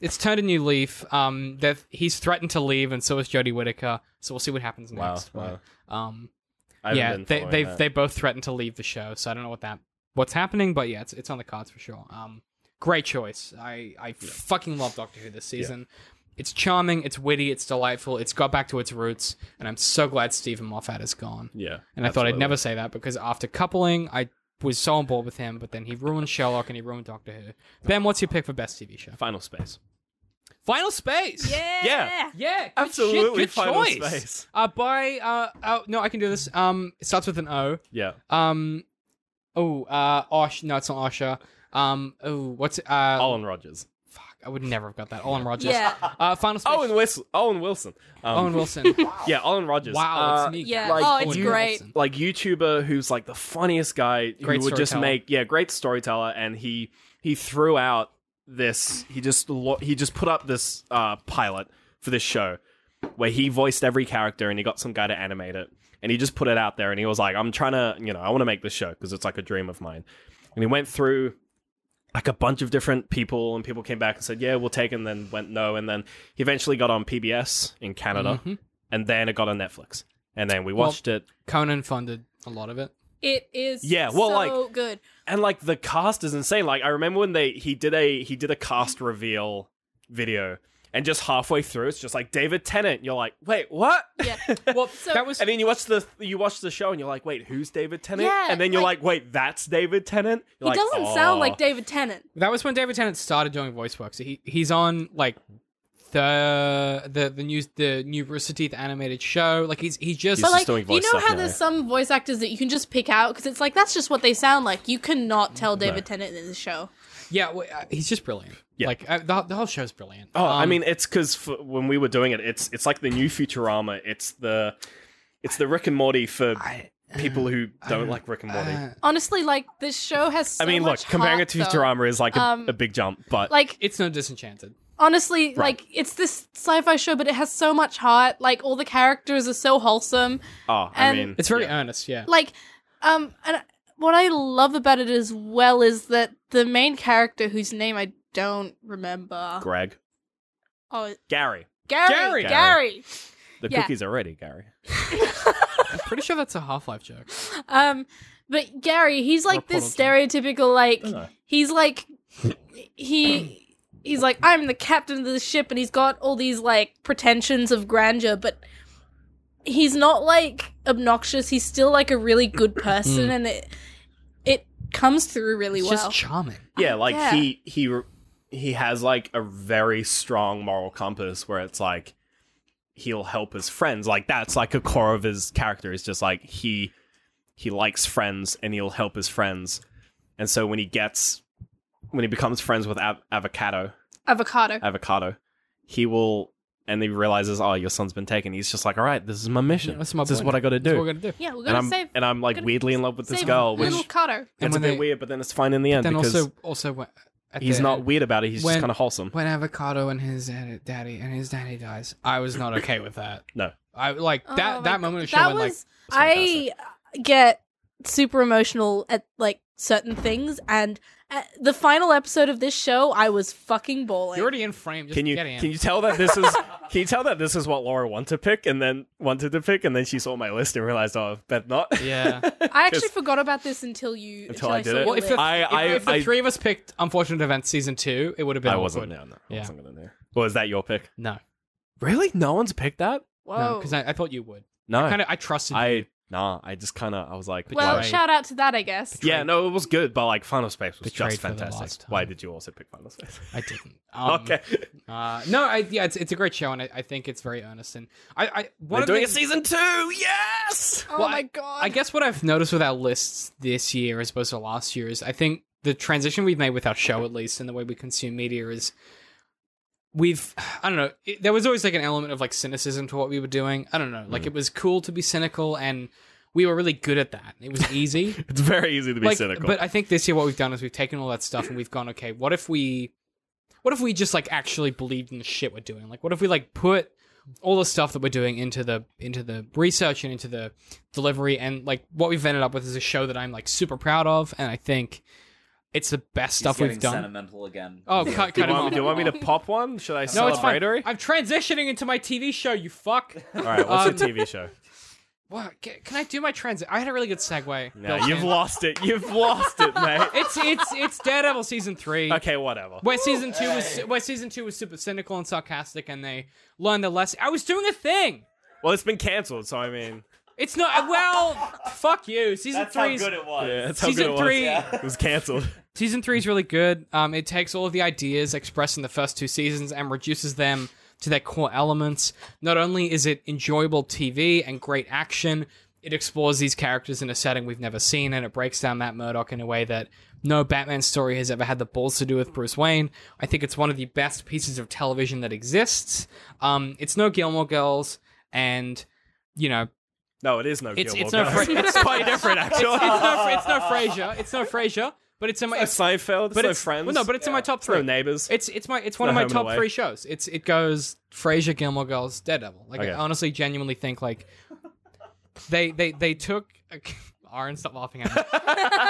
[SPEAKER 1] it's turned a new leaf. Um, that he's threatened to leave, and so is Jodie Whittaker. So we'll see what happens next. but, Um,
[SPEAKER 2] I haven't
[SPEAKER 1] yeah,
[SPEAKER 2] been
[SPEAKER 1] they
[SPEAKER 2] following
[SPEAKER 1] they
[SPEAKER 2] that.
[SPEAKER 1] they both threatened to leave the show, so I don't know what that what's happening, but yeah, it's it's on the cards for sure. Um, great choice. I I fucking love Doctor Who this season. It's charming, it's witty, it's delightful. It's got back to its roots, and I'm so glad Stephen Moffat is gone.
[SPEAKER 2] yeah,
[SPEAKER 1] And I thought I'd never say that because after coupling, I was so on board with him, but then he ruined Sherlock and he ruined Doctor Who. Ben, what's your pick for best TV show?
[SPEAKER 2] final space.
[SPEAKER 1] Final Space.
[SPEAKER 5] Yeah.
[SPEAKER 2] Yeah.
[SPEAKER 1] Yeah, good
[SPEAKER 2] Absolutely
[SPEAKER 1] shit, good
[SPEAKER 2] Final
[SPEAKER 1] choice.
[SPEAKER 2] Space.
[SPEAKER 1] Uh, by uh, oh, no, I can do this. Um, it starts with an O.
[SPEAKER 2] Yeah,
[SPEAKER 1] Um, oh, uh, Osh. No, it's not Osha. Um, oh, what's it? Uh,
[SPEAKER 2] Owen Rogers.
[SPEAKER 1] fuck, I would never have got that. Olin Rogers.
[SPEAKER 5] Yeah.
[SPEAKER 1] Uh, Final Space.
[SPEAKER 2] Owen Wilson. Owen Wilson. Um,
[SPEAKER 1] Owen Wilson.
[SPEAKER 2] Yeah, Owen Rogers.
[SPEAKER 1] wow,
[SPEAKER 2] Uh,
[SPEAKER 1] it's neat.
[SPEAKER 5] Yeah.
[SPEAKER 2] Like,
[SPEAKER 5] oh, it's
[SPEAKER 1] Owen
[SPEAKER 5] great.
[SPEAKER 1] Wilson.
[SPEAKER 2] like YouTuber who's like the funniest guy
[SPEAKER 1] Great
[SPEAKER 2] who would just
[SPEAKER 1] storyteller.
[SPEAKER 2] make yeah great storyteller and he he threw out this he just lo- he just put up this uh, pilot for this show where he voiced every character and he got some guy to animate it and he just put it out there and he was like I'm trying to you know I want to make this show because it's like a dream of mine and he went through like a bunch of different people and people came back and said yeah we'll take it and then went no and then he eventually got on PBS in Canada and then it got on Netflix and then we
[SPEAKER 1] Mm-hmm. Well-
[SPEAKER 2] watched it.
[SPEAKER 1] Conan funded a lot of it.
[SPEAKER 5] It is
[SPEAKER 2] Yeah, well,
[SPEAKER 5] so
[SPEAKER 2] like-
[SPEAKER 5] good.
[SPEAKER 2] and like the cast is insane like i remember when they he did a he did a cast reveal video and just halfway through it's just like david tennant you're like wait what
[SPEAKER 5] Yeah.
[SPEAKER 1] Well,
[SPEAKER 5] So-
[SPEAKER 1] that was
[SPEAKER 2] and then you watch the you watch the show and you're like wait who's david tennant
[SPEAKER 5] Yeah,
[SPEAKER 2] and then you're
[SPEAKER 5] like-
[SPEAKER 2] like, wait that's david tennant
[SPEAKER 5] He
[SPEAKER 2] You're like,
[SPEAKER 5] doesn't sound
[SPEAKER 2] "Oh."
[SPEAKER 5] like David Tennant.
[SPEAKER 1] that was when David Tennant started doing voice work. So he he's on like the the the news the new Rooster Teeth animated show. Like he's he's just
[SPEAKER 2] He's
[SPEAKER 5] But like,
[SPEAKER 2] just doing
[SPEAKER 5] you
[SPEAKER 2] voice
[SPEAKER 5] know
[SPEAKER 2] stuff
[SPEAKER 5] how
[SPEAKER 2] now,
[SPEAKER 5] there's
[SPEAKER 2] yeah.
[SPEAKER 5] some voice actors that you can just pick out because it's like that's just what they sound like. You cannot tell David Tennant in the show.
[SPEAKER 1] yeah well, uh, he's just brilliant.
[SPEAKER 2] Yeah.
[SPEAKER 1] Like uh, the the whole show's brilliant.
[SPEAKER 2] oh i
[SPEAKER 1] Um,
[SPEAKER 2] mean it's because when we were doing it it's it's like the new futurama it's the it's the rick and morty for people who don't like rick and morty
[SPEAKER 1] uh,
[SPEAKER 5] Honestly, like this show has. So
[SPEAKER 2] i mean look
[SPEAKER 5] much
[SPEAKER 2] comparing
[SPEAKER 5] heart,
[SPEAKER 2] it to
[SPEAKER 5] though.
[SPEAKER 2] futurama is like a,
[SPEAKER 5] Um,
[SPEAKER 2] a big jump but
[SPEAKER 5] Like
[SPEAKER 1] it's no Disenchanted.
[SPEAKER 5] honestly, like it's this sci-fi show, but it has so much heart. Like all the characters are so wholesome.
[SPEAKER 2] oh i
[SPEAKER 5] and-
[SPEAKER 2] mean
[SPEAKER 1] It's very
[SPEAKER 2] yeah.
[SPEAKER 1] earnest. Yeah.
[SPEAKER 5] Like, um, and what I love about it as well is that the main character, whose name I don't remember,
[SPEAKER 2] greg
[SPEAKER 5] oh
[SPEAKER 2] gary
[SPEAKER 5] Gary, Gary,
[SPEAKER 1] Gary.
[SPEAKER 2] The
[SPEAKER 5] Yeah.
[SPEAKER 2] cookies are ready, Gary.
[SPEAKER 1] I'm pretty sure that's a Half Life joke.
[SPEAKER 5] Um, but Gary, he's like this
[SPEAKER 1] Report
[SPEAKER 5] stereotypical like
[SPEAKER 2] Dunno.
[SPEAKER 5] he's like he he's like I'm the captain of the ship, and he's got all these like pretensions of grandeur, but he's not like obnoxious. He's still like a really good
[SPEAKER 2] Mm.
[SPEAKER 5] person, and it it comes through really
[SPEAKER 1] It's
[SPEAKER 5] well.
[SPEAKER 1] just charming.
[SPEAKER 2] Yeah, like
[SPEAKER 5] Oh, Yeah.
[SPEAKER 2] he he he has like a very strong moral compass where it's like he'll help his friends. Like that's like a core of his character is just like he he likes friends and he'll help his friends. And so when he gets when he becomes friends with av- avocado,
[SPEAKER 5] Avocado.
[SPEAKER 2] avocado, he will and he realizes, oh, your son's been taken. He's just like, all right, this is my mission.
[SPEAKER 1] that's my
[SPEAKER 2] this is
[SPEAKER 1] point.
[SPEAKER 2] what I got to
[SPEAKER 1] That's what we're
[SPEAKER 2] do.
[SPEAKER 1] gonna do.
[SPEAKER 5] yeah, we're
[SPEAKER 2] And
[SPEAKER 5] gonna
[SPEAKER 2] I'm
[SPEAKER 5] save
[SPEAKER 2] and I'm like
[SPEAKER 5] gonna
[SPEAKER 2] weirdly in love with this
[SPEAKER 5] save
[SPEAKER 2] girl, which
[SPEAKER 5] little Cotto.
[SPEAKER 1] And
[SPEAKER 2] it's a
[SPEAKER 1] when
[SPEAKER 2] bit
[SPEAKER 1] they-
[SPEAKER 2] weird, but then it's fine in the end
[SPEAKER 1] Then
[SPEAKER 2] because
[SPEAKER 1] also also when- at
[SPEAKER 2] he's
[SPEAKER 1] the
[SPEAKER 2] not
[SPEAKER 1] end,
[SPEAKER 2] weird about it. He's
[SPEAKER 1] when-
[SPEAKER 2] just kind of wholesome.
[SPEAKER 1] when avocado and his dad- daddy and his daddy dies. I was not okay with that.
[SPEAKER 2] No.
[SPEAKER 1] I like
[SPEAKER 5] Oh
[SPEAKER 1] that
[SPEAKER 5] my
[SPEAKER 1] that
[SPEAKER 5] God.
[SPEAKER 1] moment of
[SPEAKER 5] That
[SPEAKER 1] showing like
[SPEAKER 5] was I get super emotional at like certain things, and at the final episode of this show, I was fucking bawling.
[SPEAKER 1] you're already in frame. Just
[SPEAKER 2] Can you
[SPEAKER 1] get in.
[SPEAKER 2] can you tell that this is can you tell that this is what Laura wanted to pick and then wanted to pick and then she saw my list and realized oh bet not
[SPEAKER 1] Yeah.
[SPEAKER 5] I actually forgot about this until you
[SPEAKER 2] until I did
[SPEAKER 5] saw
[SPEAKER 2] it.
[SPEAKER 5] your
[SPEAKER 1] Well, if
[SPEAKER 5] list.
[SPEAKER 1] the,
[SPEAKER 2] I-
[SPEAKER 1] if,
[SPEAKER 2] I-
[SPEAKER 1] if the
[SPEAKER 2] I-
[SPEAKER 1] three of us picked Unfortunate Events season two, it would have been
[SPEAKER 2] I
[SPEAKER 1] awkward.
[SPEAKER 2] wasn't no no I
[SPEAKER 1] Yeah.
[SPEAKER 2] wasn't gonna know. Was that your pick?
[SPEAKER 1] No,
[SPEAKER 2] Really? No one's picked that?
[SPEAKER 5] Whoa.
[SPEAKER 1] because I, I thought you would.
[SPEAKER 2] No. I,
[SPEAKER 1] Kind of, I trusted. you.
[SPEAKER 2] nah, I just kind of I was like
[SPEAKER 5] well,
[SPEAKER 2] why-
[SPEAKER 1] Betrayed.
[SPEAKER 5] shout out to that, I guess.
[SPEAKER 2] yeah, no, it was good, but like Final Space was
[SPEAKER 1] Betrayed
[SPEAKER 2] just
[SPEAKER 1] for the last
[SPEAKER 2] fantastic.
[SPEAKER 1] time.
[SPEAKER 2] Why did you also pick Final Space?
[SPEAKER 1] I didn't. Um,
[SPEAKER 2] okay,
[SPEAKER 1] Uh, no, I, yeah, it's, it's a great show, and I, I think it's very earnest. And I, I one
[SPEAKER 2] we're
[SPEAKER 1] of
[SPEAKER 2] doing
[SPEAKER 1] the,
[SPEAKER 2] a season two. Yes.
[SPEAKER 5] Oh
[SPEAKER 1] Well,
[SPEAKER 5] my
[SPEAKER 1] I-
[SPEAKER 5] god.
[SPEAKER 1] I guess what I've noticed with our lists this year as opposed to last year is I think the transition we've made with our show at least and the way we consume media is we've I don't know it, there was always like an element of like cynicism to what we were doing. I don't know.
[SPEAKER 2] Mm.
[SPEAKER 1] Like it was cool to be cynical and we were really good at that. It was easy.
[SPEAKER 2] It's very easy to be
[SPEAKER 1] like,
[SPEAKER 2] cynical.
[SPEAKER 1] But I think this year what we've done is we've taken all that stuff and we've gone, okay, what if we what if we just like actually believed in the shit we're doing? Like what if we like put all the stuff that we're doing into the into the research and into the delivery and like what we've ended up with is a show that I'm like super proud of and I think it's the best stuff
[SPEAKER 6] He's
[SPEAKER 1] we've
[SPEAKER 6] getting
[SPEAKER 1] done.
[SPEAKER 6] Sentimental again.
[SPEAKER 1] Oh, cut,
[SPEAKER 2] do
[SPEAKER 1] cut
[SPEAKER 2] you,
[SPEAKER 1] him
[SPEAKER 2] want,
[SPEAKER 1] off.
[SPEAKER 2] do you want me to pop one? Should I
[SPEAKER 1] No, it's fine.
[SPEAKER 2] celebratory?
[SPEAKER 1] I'm transitioning into my TV show, you fuck.
[SPEAKER 2] All right, what's
[SPEAKER 1] Um,
[SPEAKER 2] your TV show?
[SPEAKER 1] what, ca- can I do my transit? I had a really good segue.
[SPEAKER 2] No,
[SPEAKER 1] built
[SPEAKER 2] you've
[SPEAKER 1] in.
[SPEAKER 2] lost it. You've lost it, mate.
[SPEAKER 1] It's it's it's Daredevil season 3.
[SPEAKER 2] Okay, whatever.
[SPEAKER 1] Where season two was where season two was super cynical and sarcastic, and they learned a lesson. I was doing a thing.
[SPEAKER 2] Well, it's been cancelled, so I mean,
[SPEAKER 1] It's not well. fuck you. Season
[SPEAKER 6] That's how
[SPEAKER 1] three.
[SPEAKER 6] good it was.
[SPEAKER 2] yeah, that's how
[SPEAKER 1] Uh, Season
[SPEAKER 2] good it
[SPEAKER 1] three.
[SPEAKER 2] was. It was cancelled.
[SPEAKER 1] Season three is really good. Um, it takes all of the ideas expressed in the first two seasons and reduces them to their core elements. Not only is it enjoyable TV and great action, it explores these characters in a setting we've never seen, and it breaks down Matt Murdock in a way that no Batman story has ever had the balls to do with Bruce Wayne. I think it's one of the best pieces of television that exists. Um, it's no Gilmore Girls, and you know
[SPEAKER 2] No, it is no
[SPEAKER 1] It's-
[SPEAKER 2] Gilmore
[SPEAKER 1] it's no
[SPEAKER 2] Girls.
[SPEAKER 1] fr-
[SPEAKER 2] it's quite different, actually.
[SPEAKER 1] it's, it's no, it's no Frasier. It's no Frasier, but it's in my.
[SPEAKER 2] It's no Seinfeld. It's
[SPEAKER 1] but
[SPEAKER 2] no
[SPEAKER 1] it's
[SPEAKER 2] Friends.
[SPEAKER 1] Well, no, but it's in my top
[SPEAKER 2] it's no
[SPEAKER 1] three.
[SPEAKER 2] Neighbours.
[SPEAKER 1] It's it's my it's one
[SPEAKER 2] no
[SPEAKER 1] of my
[SPEAKER 2] Home and
[SPEAKER 1] top
[SPEAKER 2] Away.
[SPEAKER 1] three shows. It's it goes Frasier, Gilmore Girls, Daredevil. Like
[SPEAKER 2] Okay.
[SPEAKER 1] I honestly, genuinely think like they they they took. Aaron, stop laughing at me.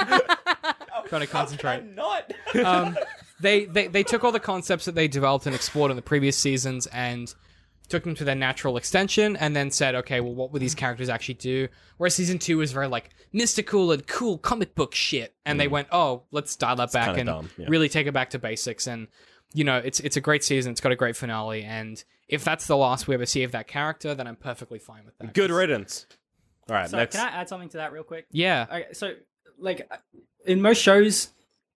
[SPEAKER 1] Trying to concentrate.
[SPEAKER 6] I'm not.
[SPEAKER 1] Um, they, they they took all the concepts that they developed and explored in the previous seasons and took them to their natural extension and then said, okay, well, what would these characters actually do? Whereas season two was very like mystical and cool comic book shit, and they went, oh, let's dial that back
[SPEAKER 2] Mm. kinda
[SPEAKER 1] and
[SPEAKER 2] dumb, yeah.
[SPEAKER 1] really take it back to basics. And you know, it's it's a great season. It's got a great finale, and if that's the last we ever see of that character, then I'm perfectly fine with that.
[SPEAKER 2] Good riddance. All right,
[SPEAKER 7] So
[SPEAKER 2] next.
[SPEAKER 7] can I add something to that real quick?
[SPEAKER 1] Yeah.
[SPEAKER 7] Okay, so like in most shows,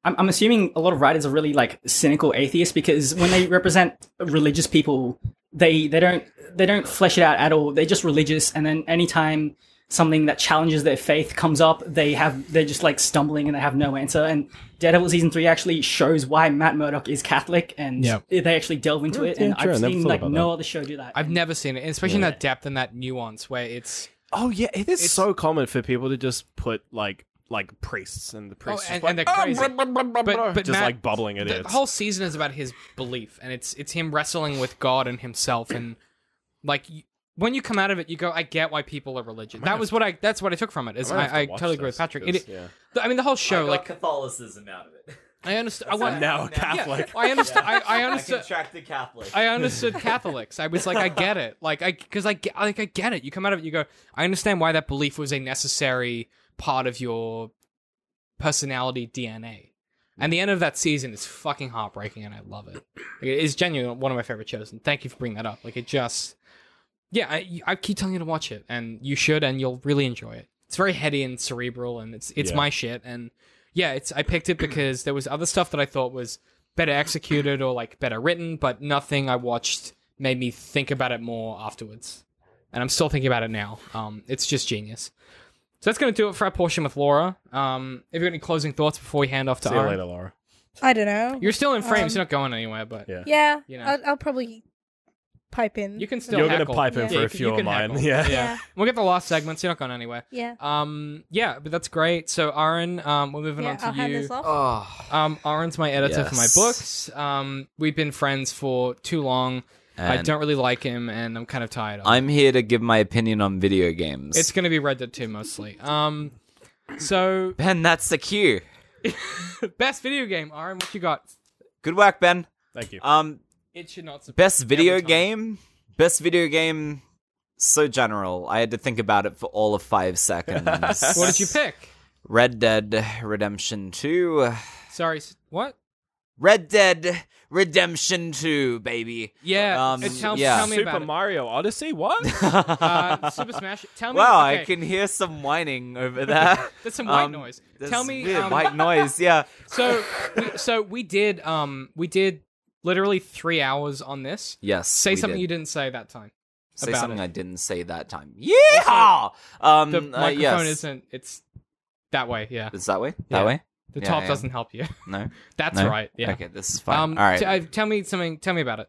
[SPEAKER 7] I'm, I'm assuming a lot of writers are really like cynical atheists because when they represent religious people, they they don't they don't flesh it out at all. They're just religious, and then anytime something that challenges their faith comes up, they have they're just like stumbling and they have no answer. And Daredevil season three actually shows why Matt Murdock is Catholic, and
[SPEAKER 1] Yeah.
[SPEAKER 7] they actually delve into it.
[SPEAKER 2] yeah,
[SPEAKER 7] And
[SPEAKER 2] true, I
[SPEAKER 7] I've
[SPEAKER 2] never
[SPEAKER 7] seen
[SPEAKER 2] thought
[SPEAKER 7] like
[SPEAKER 2] about
[SPEAKER 7] no
[SPEAKER 2] that.
[SPEAKER 7] other show do that.
[SPEAKER 1] I've never seen it, and especially in that depth and that nuance where it's
[SPEAKER 2] oh yeah, it is
[SPEAKER 1] It's-
[SPEAKER 2] so common for people to just put like like priests and the priests
[SPEAKER 1] Oh, and-
[SPEAKER 2] just
[SPEAKER 1] and
[SPEAKER 2] like,
[SPEAKER 1] they're
[SPEAKER 2] "Ah,
[SPEAKER 1] crazy."
[SPEAKER 2] blah, blah, blah,
[SPEAKER 1] But-
[SPEAKER 2] blah,"
[SPEAKER 1] but
[SPEAKER 2] just
[SPEAKER 1] Matt-
[SPEAKER 2] like bubbling it
[SPEAKER 1] the
[SPEAKER 2] is.
[SPEAKER 1] whole season is about his belief, and it's it's him wrestling with God and himself, and like y when you come out of it, you go, I get why people are religious. That was what I that's what I took from it. Is
[SPEAKER 2] might have to
[SPEAKER 1] I, I
[SPEAKER 2] watch
[SPEAKER 1] totally agree
[SPEAKER 2] this,
[SPEAKER 1] with Patrick.
[SPEAKER 2] 'cause,
[SPEAKER 1] It,
[SPEAKER 2] yeah.
[SPEAKER 1] I mean, the whole show,
[SPEAKER 4] got
[SPEAKER 1] like
[SPEAKER 4] Catholicism out of it.
[SPEAKER 1] I understand. I want
[SPEAKER 2] I'm now a
[SPEAKER 4] Yeah.
[SPEAKER 2] Catholic.
[SPEAKER 1] I understand. I, I
[SPEAKER 6] I
[SPEAKER 1] understand.
[SPEAKER 6] contracted Catholic.
[SPEAKER 1] I understood Catholics. I was like, I get it. Like, I because I get, like I get it. You come out of it, you go, I understand why that belief was a necessary part of your personality DNA. And the end of that season is fucking heartbreaking, and I love it. Like, it is genuinely one of my favorite shows, and thank you for bringing that up. Like, it just, yeah, I, I keep telling you to watch it, and you should, and you'll really enjoy it. It's very heady and cerebral, and it's it's
[SPEAKER 2] Yeah.
[SPEAKER 1] my shit, and yeah, it's I picked it because there was other stuff that I thought was better executed or like better written, but nothing I watched made me think about it more afterwards. And I'm still thinking about it now. Um, it's just genius. So that's going to do it for our portion with Laura. Um, if you got any closing thoughts before we hand off to
[SPEAKER 2] See you
[SPEAKER 1] Aaron,
[SPEAKER 2] later, Laura.
[SPEAKER 5] I don't know.
[SPEAKER 1] you're still in frames.
[SPEAKER 5] Um,
[SPEAKER 1] you're not going anywhere, but
[SPEAKER 2] Yeah.
[SPEAKER 5] yeah,
[SPEAKER 1] You know.
[SPEAKER 5] I'll, I'll probably pipe in.
[SPEAKER 1] you can still.
[SPEAKER 2] You're
[SPEAKER 1] going to
[SPEAKER 2] gonna pipe in
[SPEAKER 5] Yeah.
[SPEAKER 2] for
[SPEAKER 1] Yeah,
[SPEAKER 2] a
[SPEAKER 1] you can- you
[SPEAKER 2] few of
[SPEAKER 1] can
[SPEAKER 2] mine.
[SPEAKER 1] heckle.
[SPEAKER 2] Yeah.
[SPEAKER 5] yeah,
[SPEAKER 1] We'll get the last segment. So you're not going anywhere.
[SPEAKER 5] yeah.
[SPEAKER 1] Um, yeah, but that's great. So Aaron, um, we're moving
[SPEAKER 5] yeah
[SPEAKER 1] on to
[SPEAKER 5] I'll
[SPEAKER 1] you.
[SPEAKER 5] hand this off.
[SPEAKER 4] Oh,
[SPEAKER 1] Um, Aaron's my editor for my
[SPEAKER 4] Yes.
[SPEAKER 1] books. Um, we've been friends for too long. I
[SPEAKER 4] And
[SPEAKER 1] don't really like him, and I'm kind of tired of. him.
[SPEAKER 4] I'm here to give my opinion on video games.
[SPEAKER 1] It's going to be Red Dead 2 mostly. Um, so
[SPEAKER 4] Ben, that's the cue.
[SPEAKER 1] best video game, Aaron. What you got?
[SPEAKER 4] Good work, Ben.
[SPEAKER 2] Thank you.
[SPEAKER 4] Um,
[SPEAKER 1] It should not. surprise
[SPEAKER 4] best video
[SPEAKER 1] Every time.
[SPEAKER 4] game. Best video game. So general. I had to think about it for all of five seconds.
[SPEAKER 1] What did you pick?
[SPEAKER 4] Red Dead Redemption 2.
[SPEAKER 1] Sorry, s- what?
[SPEAKER 4] Red Dead Redemption 2, baby.
[SPEAKER 1] Yeah,
[SPEAKER 4] Um,
[SPEAKER 1] uh, tell,
[SPEAKER 4] yeah.
[SPEAKER 1] tell me
[SPEAKER 2] Super
[SPEAKER 1] about it.
[SPEAKER 2] Mario Odyssey. What?
[SPEAKER 1] Uh, Super Smash. Tell me.
[SPEAKER 4] wow,
[SPEAKER 1] okay,
[SPEAKER 4] I can hear some whining over there.
[SPEAKER 1] That's some white
[SPEAKER 4] um,
[SPEAKER 1] noise.
[SPEAKER 4] There's
[SPEAKER 1] Tell me.
[SPEAKER 4] weird
[SPEAKER 1] um,
[SPEAKER 4] white noise. Yeah,
[SPEAKER 1] So, we, so we did. Um, we did literally three hours on this.
[SPEAKER 4] yes.
[SPEAKER 1] Say
[SPEAKER 4] we
[SPEAKER 1] something
[SPEAKER 4] did.
[SPEAKER 1] you didn't say that time.
[SPEAKER 4] Say
[SPEAKER 1] about
[SPEAKER 4] something
[SPEAKER 1] it.
[SPEAKER 4] I didn't say that time. Yeah. Um,
[SPEAKER 1] The
[SPEAKER 4] uh,
[SPEAKER 1] microphone
[SPEAKER 4] yes.
[SPEAKER 1] isn't. It's that way. Yeah.
[SPEAKER 4] Is that way?
[SPEAKER 1] Yeah.
[SPEAKER 4] That way?
[SPEAKER 1] The
[SPEAKER 4] Yeah,
[SPEAKER 1] top
[SPEAKER 4] yeah.
[SPEAKER 1] doesn't help you.
[SPEAKER 4] No.
[SPEAKER 1] That's
[SPEAKER 4] No?
[SPEAKER 1] right. Yeah.
[SPEAKER 4] Okay, this is fine.
[SPEAKER 1] Um.
[SPEAKER 4] All right.
[SPEAKER 1] t- uh, tell me something. Tell me about it.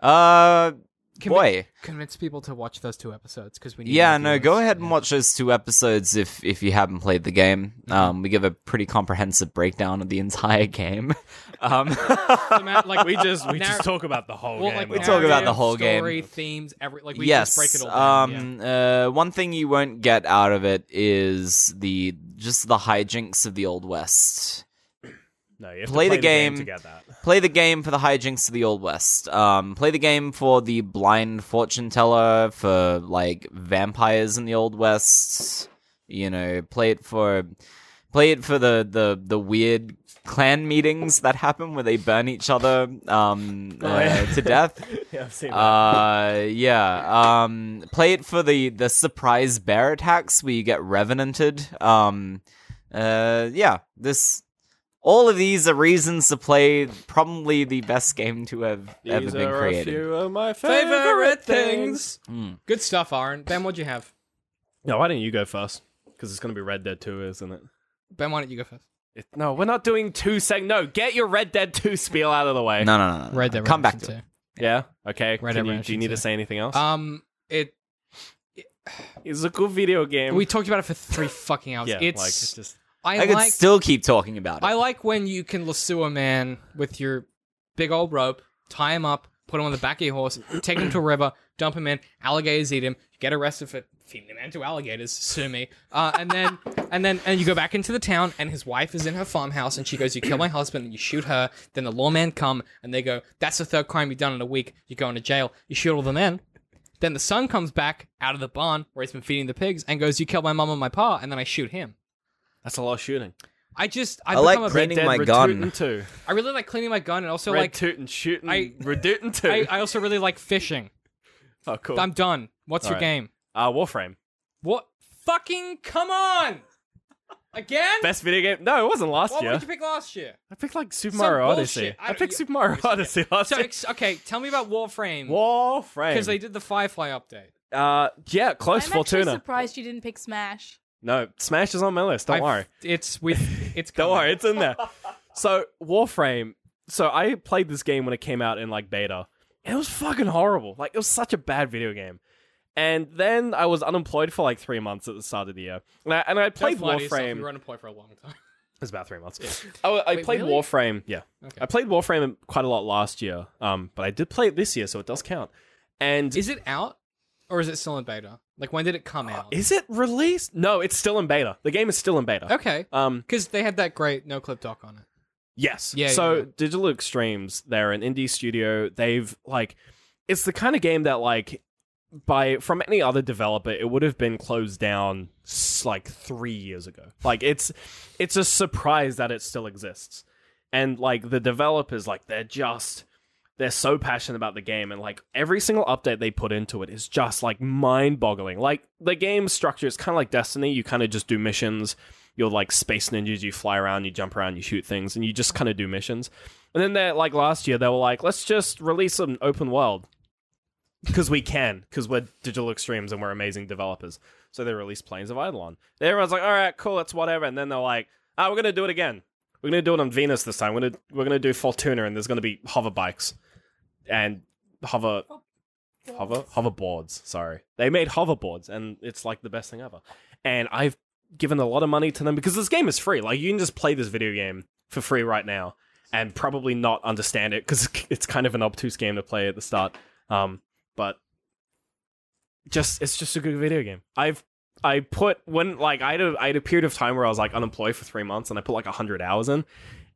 [SPEAKER 4] uh,
[SPEAKER 1] Can we-
[SPEAKER 4] boy.
[SPEAKER 1] convince people to watch those two episodes because we need.
[SPEAKER 4] Yeah,
[SPEAKER 1] more
[SPEAKER 4] no, go
[SPEAKER 1] viewers.
[SPEAKER 4] ahead and watch those two episodes if if you haven't played the game.
[SPEAKER 1] Mm-hmm.
[SPEAKER 4] Um, we give a pretty comprehensive breakdown of the entire game. um,
[SPEAKER 1] So, Matt, like
[SPEAKER 2] we just we
[SPEAKER 1] narr-
[SPEAKER 2] just talk about the whole
[SPEAKER 1] well,
[SPEAKER 2] game.
[SPEAKER 1] like,
[SPEAKER 4] We talk about the
[SPEAKER 1] narrative,
[SPEAKER 4] whole game.
[SPEAKER 1] story, themes, every like we
[SPEAKER 4] yes.
[SPEAKER 1] just break it all down. yeah.
[SPEAKER 4] um, uh, one thing you won't get out of it is the just the hijinks of the old west.
[SPEAKER 2] no, you have to
[SPEAKER 4] play the game.
[SPEAKER 2] to get that.
[SPEAKER 4] Play the game for the hijinks of the old west. Um, play the game for the blind fortune teller for like vampires in the old west. You know, play it for play it for the the the weird clan meetings that happen where they burn each other um,
[SPEAKER 2] Oh, yeah.
[SPEAKER 4] uh, to death.
[SPEAKER 2] Yeah, I've seen that.
[SPEAKER 4] Uh, yeah. Um, play it for the the surprise bear attacks where you get revenanted. Um, uh, yeah. This, all of these are reasons to play probably the best game to have ever
[SPEAKER 2] These
[SPEAKER 4] been
[SPEAKER 2] are a
[SPEAKER 4] created. Hmm.
[SPEAKER 2] few of my
[SPEAKER 1] Favorite
[SPEAKER 2] favorite
[SPEAKER 1] things.
[SPEAKER 2] things.
[SPEAKER 1] Good stuff, Aaron. Ben, what'd you have?
[SPEAKER 2] No, why don't you go first? Because it's going to be Red Dead 2, isn't it?
[SPEAKER 1] Ben, why don't you go first?
[SPEAKER 2] it? No, we're not doing two seg. No, get your Red Dead 2 spiel out of the way.
[SPEAKER 4] No, no, no, no, no.
[SPEAKER 1] Red Dead
[SPEAKER 4] Uh, Come back
[SPEAKER 1] Redemption
[SPEAKER 4] to it.
[SPEAKER 2] Yeah. Okay.
[SPEAKER 1] Red Dead
[SPEAKER 2] Can you, do you
[SPEAKER 1] Redemption
[SPEAKER 2] need to
[SPEAKER 1] 2.
[SPEAKER 2] say anything else?
[SPEAKER 1] Two. Um, it.
[SPEAKER 2] it's a cool video game.
[SPEAKER 1] We talked about it for three fucking hours.
[SPEAKER 2] yeah,
[SPEAKER 1] it's.
[SPEAKER 2] like it's just
[SPEAKER 1] I,
[SPEAKER 4] I could
[SPEAKER 1] like.
[SPEAKER 4] still keep talking about it.
[SPEAKER 1] I like when you can lasso a man with your big old rope, tie him up, put him on the back of your horse, take him to a river, dump him in, alligators eat him, get arrested for feeding a man to alligators, sue me, uh, and then and then and you go back into the town, and his wife is in her farmhouse, and she goes, "You kill my husband, and you shoot her." Then the lawmen come, and they go, "That's the third crime you've done in a week. You're going to jail. You shoot all the men." Then the son comes back out of the barn where he's been feeding the pigs and goes, "You killed my mum and my pa," and then I shoot him.
[SPEAKER 2] That's a lot of shooting.
[SPEAKER 1] I just I,
[SPEAKER 4] I like
[SPEAKER 1] become a
[SPEAKER 4] cleaning
[SPEAKER 1] bit.
[SPEAKER 2] Dead
[SPEAKER 4] my
[SPEAKER 2] Retootin'
[SPEAKER 4] gun.
[SPEAKER 2] too.
[SPEAKER 1] I really like cleaning my gun and also
[SPEAKER 2] Red
[SPEAKER 1] like
[SPEAKER 2] tootin' shootin'.
[SPEAKER 1] I-
[SPEAKER 2] redootin' too.
[SPEAKER 1] I, I also really like fishing.
[SPEAKER 2] oh, cool.
[SPEAKER 1] I'm done. What's your
[SPEAKER 2] Alright.
[SPEAKER 1] game?
[SPEAKER 2] uh, Warframe.
[SPEAKER 1] What? Fucking come on! Again?
[SPEAKER 2] Best video game? No, it wasn't last
[SPEAKER 1] what
[SPEAKER 2] year.
[SPEAKER 1] did you pick last year?
[SPEAKER 2] I picked like Super
[SPEAKER 1] Some
[SPEAKER 2] Mario Odyssey.
[SPEAKER 1] bullshit. I
[SPEAKER 2] I,
[SPEAKER 1] don't-
[SPEAKER 2] picked
[SPEAKER 1] you-
[SPEAKER 2] Super Mario Odyssey last
[SPEAKER 1] So
[SPEAKER 2] year.
[SPEAKER 1] ex- okay, tell me about Warframe
[SPEAKER 2] Warframe.
[SPEAKER 1] because they did the Firefly update.
[SPEAKER 2] Uh, yeah,
[SPEAKER 5] I'm
[SPEAKER 2] close
[SPEAKER 5] actually
[SPEAKER 2] Fortuna.
[SPEAKER 5] surprised you didn't pick Smash.
[SPEAKER 2] No, Smash is on my list. Don't
[SPEAKER 1] I've-
[SPEAKER 2] worry.
[SPEAKER 1] It's with it's
[SPEAKER 2] Don't
[SPEAKER 1] coming.
[SPEAKER 2] worry, it's in there. So Warframe. So I played this game when it came out in like beta. It was fucking horrible. Like it was such a bad video game. And then I was unemployed for like three months at the start of the year, and I, and I
[SPEAKER 1] Don't
[SPEAKER 2] played
[SPEAKER 1] lie to yourself,
[SPEAKER 2] Warframe.
[SPEAKER 1] You were unemployed for a long time.
[SPEAKER 2] It was about three months. I, I
[SPEAKER 1] Wait,
[SPEAKER 2] played
[SPEAKER 1] really?
[SPEAKER 2] Warframe. Yeah,
[SPEAKER 1] Okay.
[SPEAKER 2] I played Warframe quite a lot last year. Um, but I did play it this year, so it does count. And
[SPEAKER 1] Is it out or is it still in beta? Like when did it come out?
[SPEAKER 2] is Uh, it released? No, it's still in beta. The game is still in beta.
[SPEAKER 1] okay,
[SPEAKER 2] Um,
[SPEAKER 1] because they had that great no clip doc on it.
[SPEAKER 2] Yes.
[SPEAKER 1] Yeah,
[SPEAKER 2] So
[SPEAKER 1] yeah, yeah.
[SPEAKER 2] Digital Extremes, they're an indie studio. They've like, it's the kind of game that like, by from any other developer, it would have been closed down s- like three years ago. Like it's, it's a surprise that it still exists, and like the developers, like they're just. They're so passionate about the game, and like every single update they put into it is just like mind boggling. Like the game structure is kind of like Destiny. You kind of just do missions, you're like space ninjas. You fly around, you jump around, you shoot things, and you just kind of do missions. And then they're like last year, they were like, let's just release an open world because we can, because we're digital extremes and we're amazing developers. So they released Planes of Eidolon. And Everyone's like, all right, cool, that's whatever. And then they're like, ah, we're gonna do it again. We're gonna do it on Venus this time. We're gonna we're gonna do Fortuna, and there's gonna be hover bikes and hover hover hoverboards. Sorry, they made hoverboards, and it's like the best thing ever. And I've given a lot of money to them because this game is free. Like you can just play this video game for free right now and probably not understand it because it's kind of an obtuse game to play at the start. Um, but just it's just a good video game. I've I put when like I had a, I had a period of time where I was like unemployed for three months and I put like hundred hours in,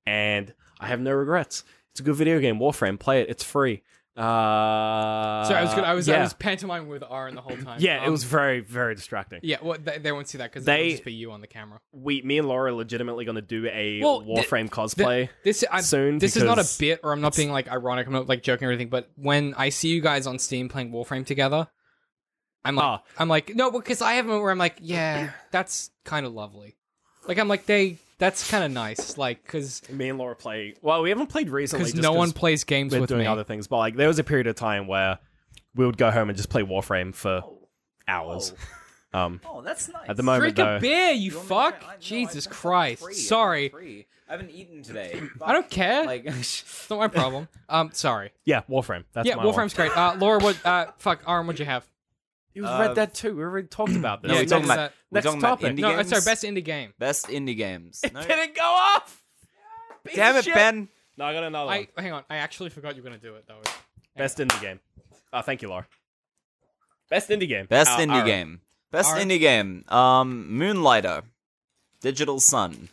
[SPEAKER 2] and I have no regrets. It's a good video game. Warframe, play it. It's free. Uh,
[SPEAKER 1] Sorry, I was good. I was
[SPEAKER 2] yeah,
[SPEAKER 1] I was pantomiming with R in the whole time.
[SPEAKER 2] yeah. it
[SPEAKER 1] Um,
[SPEAKER 2] was very very distracting.
[SPEAKER 1] Yeah, well, they, they won't see that because
[SPEAKER 2] They-
[SPEAKER 1] they just be you on the camera.
[SPEAKER 2] We, me and Laura, are legitimately going to do a
[SPEAKER 1] Well, th-
[SPEAKER 2] Warframe
[SPEAKER 1] Th-
[SPEAKER 2] cosplay.
[SPEAKER 1] this I'm,
[SPEAKER 2] soon
[SPEAKER 1] This is not a
[SPEAKER 2] because
[SPEAKER 1] bit, or I'm not being like ironic. I'm not like joking or anything. But when I see you guys on Steam playing Warframe together, I'm like,
[SPEAKER 2] Ah.
[SPEAKER 1] I'm like, no, because I have a moment where I'm like, yeah, that's kind of lovely. Like I'm like, they, that's kind of nice. Like because
[SPEAKER 2] me and Laura play. Well, we haven't played recently
[SPEAKER 1] because
[SPEAKER 2] just
[SPEAKER 1] no one plays games
[SPEAKER 2] we're
[SPEAKER 1] with
[SPEAKER 2] doing
[SPEAKER 1] me.
[SPEAKER 2] other things. But like, there was a period of time where we would go home and just play Warframe for hours. Um,
[SPEAKER 6] Oh, that's nice.
[SPEAKER 2] at the moment,
[SPEAKER 1] Drink a
[SPEAKER 2] though,
[SPEAKER 1] beer, you,
[SPEAKER 4] You want me to
[SPEAKER 1] fuck!
[SPEAKER 4] try- I- no, I-
[SPEAKER 1] Jesus
[SPEAKER 4] I'm
[SPEAKER 1] Christ!
[SPEAKER 4] free. I'm
[SPEAKER 1] Sorry,
[SPEAKER 4] free. I haven't eaten today.
[SPEAKER 1] I don't care.
[SPEAKER 4] Like,
[SPEAKER 1] it's not my problem. Um, sorry.
[SPEAKER 2] yeah, Warframe. That's
[SPEAKER 1] yeah,
[SPEAKER 2] my one.
[SPEAKER 1] Warframe's great. Uh, Laura, what? Uh, fuck, Aaron, what'd you have?
[SPEAKER 2] It was
[SPEAKER 4] Uh,
[SPEAKER 2] Red Dead Two. We already talked about this.
[SPEAKER 4] no,
[SPEAKER 1] Yeah,
[SPEAKER 4] we're talking
[SPEAKER 1] next,
[SPEAKER 4] about
[SPEAKER 1] uh,
[SPEAKER 4] we're
[SPEAKER 2] next
[SPEAKER 4] talking about
[SPEAKER 2] topic.
[SPEAKER 4] indie
[SPEAKER 1] No, uh,
[SPEAKER 4] games.
[SPEAKER 1] sorry, best indie game.
[SPEAKER 4] best indie games. No.
[SPEAKER 2] it go off? Piece
[SPEAKER 4] Damn
[SPEAKER 2] of
[SPEAKER 4] it,
[SPEAKER 2] shit.
[SPEAKER 4] Ben.
[SPEAKER 2] No, I got another one.
[SPEAKER 1] I hang on. I actually forgot you were gonna do it though.
[SPEAKER 2] Best indie game. Oh, thank you, Laura. Best indie game.
[SPEAKER 4] Best
[SPEAKER 2] Uh,
[SPEAKER 4] indie
[SPEAKER 2] Ara.
[SPEAKER 4] game. Best
[SPEAKER 1] Alright.
[SPEAKER 4] indie game. Um, Moonlighter, Digital Sun.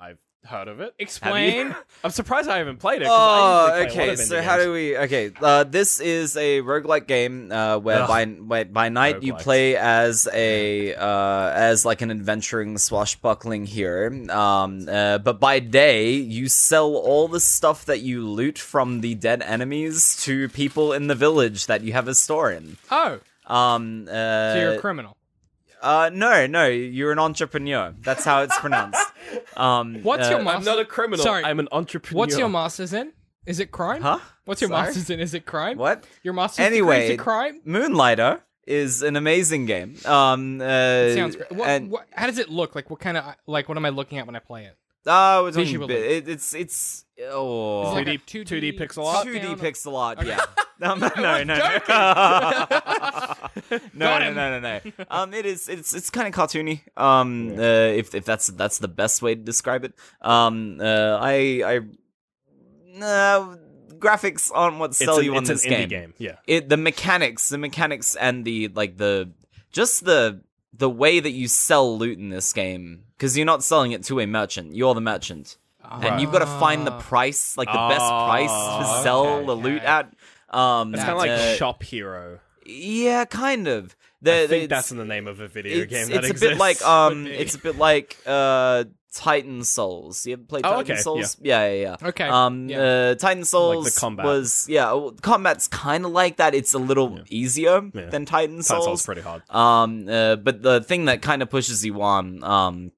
[SPEAKER 2] I've heard of it.
[SPEAKER 1] Explain.
[SPEAKER 2] I'm surprised I haven't played it. 'cause I
[SPEAKER 4] Oh,
[SPEAKER 2] usually play a lot
[SPEAKER 4] okay.
[SPEAKER 2] of
[SPEAKER 4] So
[SPEAKER 2] indie
[SPEAKER 4] how
[SPEAKER 2] games.
[SPEAKER 4] do we? Okay, uh, this is a roguelike game uh, where
[SPEAKER 2] Ugh.
[SPEAKER 4] by, by by night you
[SPEAKER 2] Roguelikes.
[SPEAKER 4] play as a uh, as like an adventuring swashbuckling hero. Um, uh, but by day you sell all the stuff that you loot from the dead enemies to people in the village that you have a store in.
[SPEAKER 1] Oh,
[SPEAKER 4] Um, uh,
[SPEAKER 1] so you're a criminal.
[SPEAKER 4] uh, no, no, you're an entrepreneur. That's how it's pronounced. Um,
[SPEAKER 1] What's
[SPEAKER 4] uh,
[SPEAKER 1] your
[SPEAKER 2] I'm
[SPEAKER 1] master?
[SPEAKER 2] not a criminal.
[SPEAKER 1] Sorry.
[SPEAKER 2] I'm an entrepreneur.
[SPEAKER 1] What's your master's in? Is it crime?
[SPEAKER 4] Huh?
[SPEAKER 1] What's your
[SPEAKER 4] Sorry?
[SPEAKER 1] master's in? Is it crime?
[SPEAKER 4] What?
[SPEAKER 1] Your master's anyway,
[SPEAKER 4] Anyway,
[SPEAKER 1] degree is a crime?
[SPEAKER 4] Moonlighter is an amazing game. Um, uh,
[SPEAKER 1] Sounds great. What,
[SPEAKER 4] and,
[SPEAKER 1] what, how does it look? Like what kind of like what am I looking at when I play it?
[SPEAKER 4] Uh, we're talking
[SPEAKER 1] visually?
[SPEAKER 4] bit- it, it's it's oh.
[SPEAKER 1] Is it like
[SPEAKER 2] 2D
[SPEAKER 1] a 2D,
[SPEAKER 2] 2D pixel art?
[SPEAKER 1] top
[SPEAKER 4] 2D
[SPEAKER 1] down-
[SPEAKER 4] pixel art,
[SPEAKER 1] Okay.
[SPEAKER 4] yeah. Um, no, no, no, no,
[SPEAKER 1] Got
[SPEAKER 4] no,
[SPEAKER 1] him.
[SPEAKER 4] no, no, no. Um, it is, it's, it's kind of cartoony. Um, uh, if if that's that's the best way to describe it. Um, uh, I, I, no, graphics aren't what
[SPEAKER 2] It's
[SPEAKER 4] sell
[SPEAKER 2] an-
[SPEAKER 4] you on
[SPEAKER 2] it's
[SPEAKER 4] this
[SPEAKER 2] an
[SPEAKER 4] game.
[SPEAKER 2] indie game. Yeah.
[SPEAKER 4] It the mechanics, the mechanics, and the like the just the the way that you sell loot in this game because you're not selling it to a merchant. You're the merchant
[SPEAKER 1] Ah,
[SPEAKER 4] and you've got to find the price, like the best price
[SPEAKER 2] Ah,
[SPEAKER 4] to sell
[SPEAKER 2] okay.
[SPEAKER 4] the loot
[SPEAKER 1] Okay.
[SPEAKER 4] at. Um,
[SPEAKER 2] It's
[SPEAKER 1] That's
[SPEAKER 2] kind of
[SPEAKER 1] kinda
[SPEAKER 2] like
[SPEAKER 4] uh,
[SPEAKER 2] Shop Hero.
[SPEAKER 4] Yeah, kind of.
[SPEAKER 2] I
[SPEAKER 4] The-
[SPEAKER 2] think
[SPEAKER 4] it's-
[SPEAKER 2] that's in the name of a video
[SPEAKER 4] it's,
[SPEAKER 2] game
[SPEAKER 4] It's
[SPEAKER 2] that
[SPEAKER 4] a
[SPEAKER 2] exists.
[SPEAKER 4] bit like
[SPEAKER 2] would
[SPEAKER 4] um,
[SPEAKER 2] be.
[SPEAKER 4] it's a bit like uh, Titan Souls. You ever played
[SPEAKER 2] Oh,
[SPEAKER 4] Titan
[SPEAKER 2] okay,
[SPEAKER 4] Souls? Yeah, yeah, yeah.
[SPEAKER 1] Okay.
[SPEAKER 4] Um,
[SPEAKER 1] yeah.
[SPEAKER 4] uh, Titan Souls
[SPEAKER 2] combat.
[SPEAKER 4] was yeah, well, combat's kind of like that. It's a little easier
[SPEAKER 2] Yeah.
[SPEAKER 4] than Titan Souls.
[SPEAKER 2] Titan Souls is pretty hard.
[SPEAKER 4] Um, uh, but the thing that kind of pushes you on, um,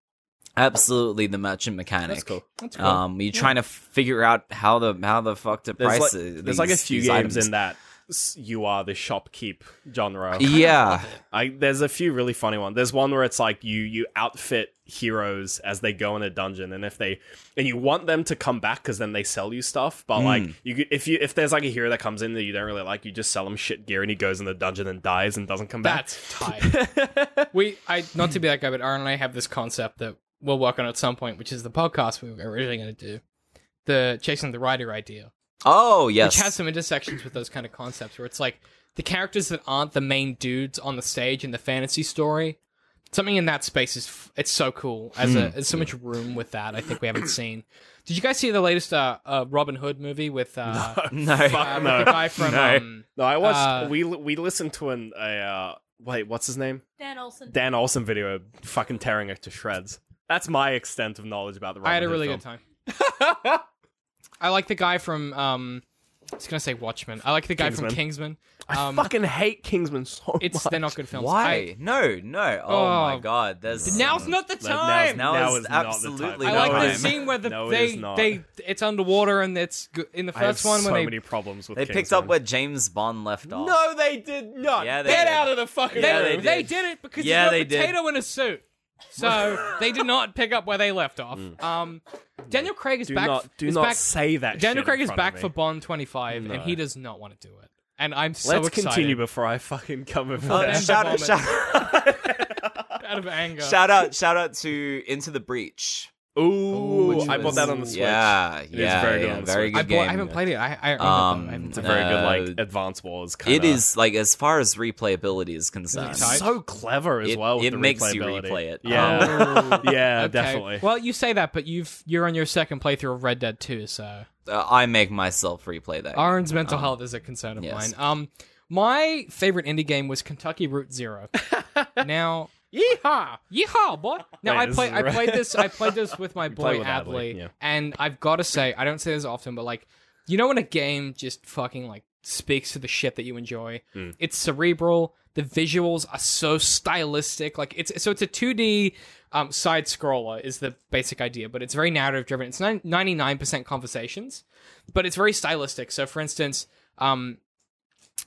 [SPEAKER 4] absolutely the merchant mechanic.
[SPEAKER 2] That's cool. That's cool.
[SPEAKER 4] Um, you're trying to figure out how the how the fuck to
[SPEAKER 2] there's
[SPEAKER 4] price
[SPEAKER 2] like,
[SPEAKER 4] it.
[SPEAKER 2] there's like a
[SPEAKER 4] these-
[SPEAKER 2] few
[SPEAKER 4] these
[SPEAKER 2] games
[SPEAKER 4] items.
[SPEAKER 2] in that s- you are the shopkeep genre.
[SPEAKER 4] Yeah,
[SPEAKER 2] I, there's a few really funny ones. There's one where it's like you you outfit heroes as they go in a dungeon, and if they and you want them to come back because then they sell you stuff. But like you, could- if you if there's like a hero that comes in that you don't really like, you just sell him shit gear, and he goes in the dungeon and dies and doesn't come back.
[SPEAKER 1] That's tight. we, I not to be that guy, but Aaron and I have this concept that we'll work on at some point, which is the podcast we were originally going to do, the chasing the writer idea,
[SPEAKER 4] Oh yes.
[SPEAKER 1] which has some intersections with those kind of concepts, where it's like the characters that aren't the main dudes on the stage in the fantasy story. Something in that space is f- it's so cool. As
[SPEAKER 2] Hmm.
[SPEAKER 1] a there's so much room with that. I think we haven't seen. Did you guys see the latest uh, uh, Robin Hood movie with uh,
[SPEAKER 4] no.
[SPEAKER 1] uh,
[SPEAKER 2] no.
[SPEAKER 1] with the guy from
[SPEAKER 2] No.
[SPEAKER 1] um,
[SPEAKER 2] No, I watched.
[SPEAKER 1] Uh,
[SPEAKER 2] we we listened to an a uh, wait, what's his name?
[SPEAKER 5] Dan Olsen.
[SPEAKER 2] Dan Olsen video, fucking tearing it to shreds. That's my extent of knowledge about the. Robin
[SPEAKER 1] I had a
[SPEAKER 2] Hood
[SPEAKER 1] really
[SPEAKER 2] film.
[SPEAKER 1] good time. I like the guy from um I was gonna say Watchmen. I like the guy from Kingsman.
[SPEAKER 2] I
[SPEAKER 1] Um,
[SPEAKER 2] fucking hate Kingsman so
[SPEAKER 1] It's
[SPEAKER 2] much.
[SPEAKER 1] they're not good films.
[SPEAKER 4] Why?
[SPEAKER 1] I,
[SPEAKER 4] No, no. Oh, my
[SPEAKER 1] Oh.
[SPEAKER 4] god. There's
[SPEAKER 1] now's not the
[SPEAKER 2] Like,
[SPEAKER 1] time.
[SPEAKER 4] Now
[SPEAKER 2] now
[SPEAKER 4] is
[SPEAKER 2] is not the
[SPEAKER 4] absolutely
[SPEAKER 2] time.
[SPEAKER 1] I like
[SPEAKER 4] no time.
[SPEAKER 1] the scene where the,
[SPEAKER 2] No, it
[SPEAKER 1] they
[SPEAKER 2] is not.
[SPEAKER 1] they it's underwater and it's go- in the
[SPEAKER 2] I have
[SPEAKER 1] first one
[SPEAKER 2] so
[SPEAKER 1] when they
[SPEAKER 2] many problems with.
[SPEAKER 4] They picked
[SPEAKER 2] Kingsman.
[SPEAKER 4] up where James Bond left off.
[SPEAKER 2] No, they did not.
[SPEAKER 4] Yeah, they
[SPEAKER 2] Get
[SPEAKER 4] did.
[SPEAKER 2] out of the fucking
[SPEAKER 1] they,
[SPEAKER 4] Yeah,
[SPEAKER 2] room.
[SPEAKER 4] they
[SPEAKER 1] they,
[SPEAKER 4] did.
[SPEAKER 1] did. it because
[SPEAKER 4] Yeah,
[SPEAKER 1] yeah,
[SPEAKER 4] they
[SPEAKER 1] there's
[SPEAKER 4] did.
[SPEAKER 1] no potato in a suit. So they did not pick up where they left off. Um, Daniel Craig is
[SPEAKER 2] Mm. Do
[SPEAKER 1] back.
[SPEAKER 2] not, do
[SPEAKER 1] is
[SPEAKER 2] not
[SPEAKER 1] back,
[SPEAKER 2] say that.
[SPEAKER 1] Daniel
[SPEAKER 2] shit
[SPEAKER 1] Craig
[SPEAKER 2] in
[SPEAKER 1] is
[SPEAKER 2] front
[SPEAKER 1] back
[SPEAKER 2] of
[SPEAKER 1] for
[SPEAKER 2] me.
[SPEAKER 1] Bond 25,
[SPEAKER 2] No.
[SPEAKER 1] and he does not want to do it. And I'm so
[SPEAKER 2] Let's
[SPEAKER 1] excited.
[SPEAKER 2] continue before I fucking come with
[SPEAKER 4] Oh,
[SPEAKER 1] Yeah.
[SPEAKER 2] that.
[SPEAKER 4] shout, out,
[SPEAKER 1] Vomit.
[SPEAKER 4] shout,
[SPEAKER 1] out of anger.
[SPEAKER 4] shout out! Shout out to Into the Breach.
[SPEAKER 2] Ooh,
[SPEAKER 1] Which
[SPEAKER 2] I bought
[SPEAKER 1] was-
[SPEAKER 2] that on the Switch.
[SPEAKER 4] Yeah,
[SPEAKER 2] is
[SPEAKER 4] yeah,
[SPEAKER 2] very good
[SPEAKER 4] yeah,
[SPEAKER 2] on the
[SPEAKER 4] very
[SPEAKER 2] Switch.
[SPEAKER 4] good
[SPEAKER 1] I,
[SPEAKER 4] game.
[SPEAKER 1] bought, I haven't played it. I, I,
[SPEAKER 4] Um,
[SPEAKER 1] I haven't
[SPEAKER 2] It's a
[SPEAKER 1] played
[SPEAKER 2] very good
[SPEAKER 4] Uh,
[SPEAKER 2] like Advance Wars. Kinda.
[SPEAKER 4] It is like as far as replayability is concerned.
[SPEAKER 1] Is it tight?
[SPEAKER 2] so clever as
[SPEAKER 4] It-
[SPEAKER 2] well. With
[SPEAKER 4] it
[SPEAKER 2] the
[SPEAKER 4] makes you
[SPEAKER 2] replayability.
[SPEAKER 4] replay it. Um,
[SPEAKER 2] Yeah,
[SPEAKER 1] Oh.
[SPEAKER 2] yeah,
[SPEAKER 1] Okay.
[SPEAKER 2] definitely.
[SPEAKER 1] Well, you say that, but you've you're on your second playthrough of Red Dead 2, so
[SPEAKER 4] Uh, I make myself replay that.
[SPEAKER 1] Aaron's mental
[SPEAKER 4] Um,
[SPEAKER 1] health is a concern of
[SPEAKER 4] yes.
[SPEAKER 1] mine. Um, my favorite indie game was Kentucky Route Zero. now, yeehaw, yeehaw, boy! Now
[SPEAKER 2] Wait,
[SPEAKER 1] I
[SPEAKER 2] this
[SPEAKER 1] play,
[SPEAKER 2] is
[SPEAKER 1] I
[SPEAKER 2] right.
[SPEAKER 1] played this, I played this with my boy
[SPEAKER 2] played with Adley,
[SPEAKER 1] Adley,
[SPEAKER 2] yeah.
[SPEAKER 1] and I've got to say, I don't say this often, but like, you know, when a game just fucking like speaks to the shit that you enjoy,
[SPEAKER 2] Mm.
[SPEAKER 1] it's cerebral. The visuals are so stylistic. Like it's so it's a two D um, side scroller is the basic idea, but it's very narrative driven. It's ninety nine percent conversations, but it's very stylistic. So, for instance, um,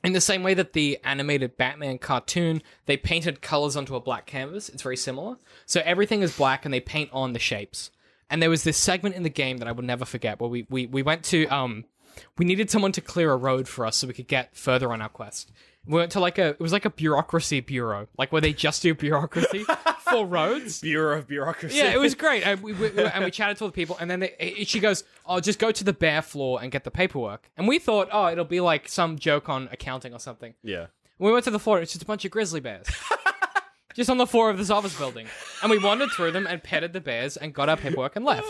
[SPEAKER 1] in the same way that the animated Batman cartoon, they painted colors onto a black canvas. It's very similar. So everything is black, and they paint on the shapes. And there was this segment in the game that I will never forget, where we we, we went to um, we needed someone to clear a road for us so we could get further on our quest. We went to like a it was like a bureaucracy bureau, like where they just do bureaucracy for roads.
[SPEAKER 2] Bureau of Bureaucracy.
[SPEAKER 1] Yeah, it was great. And we, we, we- and we chatted to all the people, and then they, it- she goes, "Oh, just go to the bare floor and get the paperwork." And we thought, "Oh, it'll be like some joke on accounting or something."
[SPEAKER 2] yeah.
[SPEAKER 1] When we went to the floor, it's just a bunch of grizzly bears, just on the floor of this office building, and we wandered through them and petted the bears and got our paperwork and left.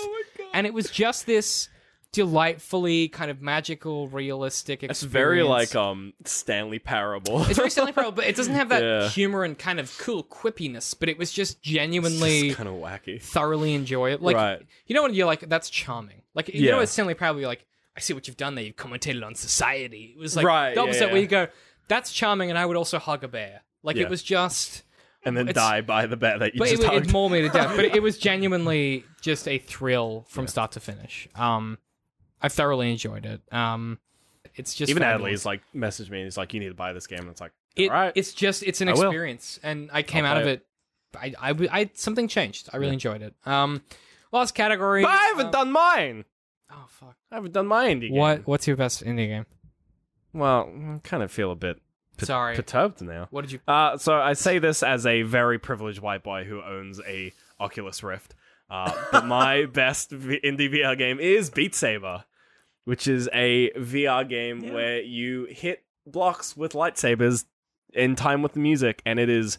[SPEAKER 1] And it was just this delightfully kind of magical, realistic. Experience.
[SPEAKER 2] It's very like um Stanley Parable.
[SPEAKER 1] It's very Stanley Parable, but it doesn't have that
[SPEAKER 2] Yeah.
[SPEAKER 1] humor and kind of cool quippiness. But it was just genuinely
[SPEAKER 2] kind of wacky.
[SPEAKER 1] thoroughly enjoy it. Like
[SPEAKER 2] Right.
[SPEAKER 1] you know when you're like, that's charming. Like you
[SPEAKER 2] Yeah.
[SPEAKER 1] know it's Stanley Proudly like, I see what you've done there, you've commentated on society. It was like
[SPEAKER 2] Right,
[SPEAKER 1] the
[SPEAKER 2] yeah,
[SPEAKER 1] opposite
[SPEAKER 2] yeah.
[SPEAKER 1] where you go, That's charming and I would also hug a bear. Like
[SPEAKER 2] Yeah.
[SPEAKER 1] it was just
[SPEAKER 2] And then
[SPEAKER 1] It's-
[SPEAKER 2] die by the bet that you
[SPEAKER 1] but
[SPEAKER 2] just
[SPEAKER 1] it, it,
[SPEAKER 2] hugged.
[SPEAKER 1] it mauled me to death. But it was genuinely just a thrill from start to finish. Um I thoroughly enjoyed it. Um it's just
[SPEAKER 2] Even
[SPEAKER 1] fabulous.
[SPEAKER 2] Adley's like messaged me and he's like, "You need to buy this game." And it's like,
[SPEAKER 1] it,
[SPEAKER 2] "All right."
[SPEAKER 1] it's just it's an
[SPEAKER 2] I will.
[SPEAKER 1] experience and i came out
[SPEAKER 2] I'll
[SPEAKER 1] of
[SPEAKER 2] play
[SPEAKER 1] it, I, I w- I- something changed i really enjoyed it um last category
[SPEAKER 2] but I haven't
[SPEAKER 1] um,
[SPEAKER 2] done mine.
[SPEAKER 1] oh fuck
[SPEAKER 2] I haven't done my indie game.
[SPEAKER 1] what what's your best indie game
[SPEAKER 2] Well, I kind of feel a bit per-
[SPEAKER 1] Sorry.
[SPEAKER 2] perturbed now.
[SPEAKER 1] what did you
[SPEAKER 2] Uh, so I say this as a very privileged white boy who owns a Oculus Rift. Uh, but my best v- indie VR game is Beat Saber, which is a VR game where you hit blocks with lightsabers in time with the music, and it is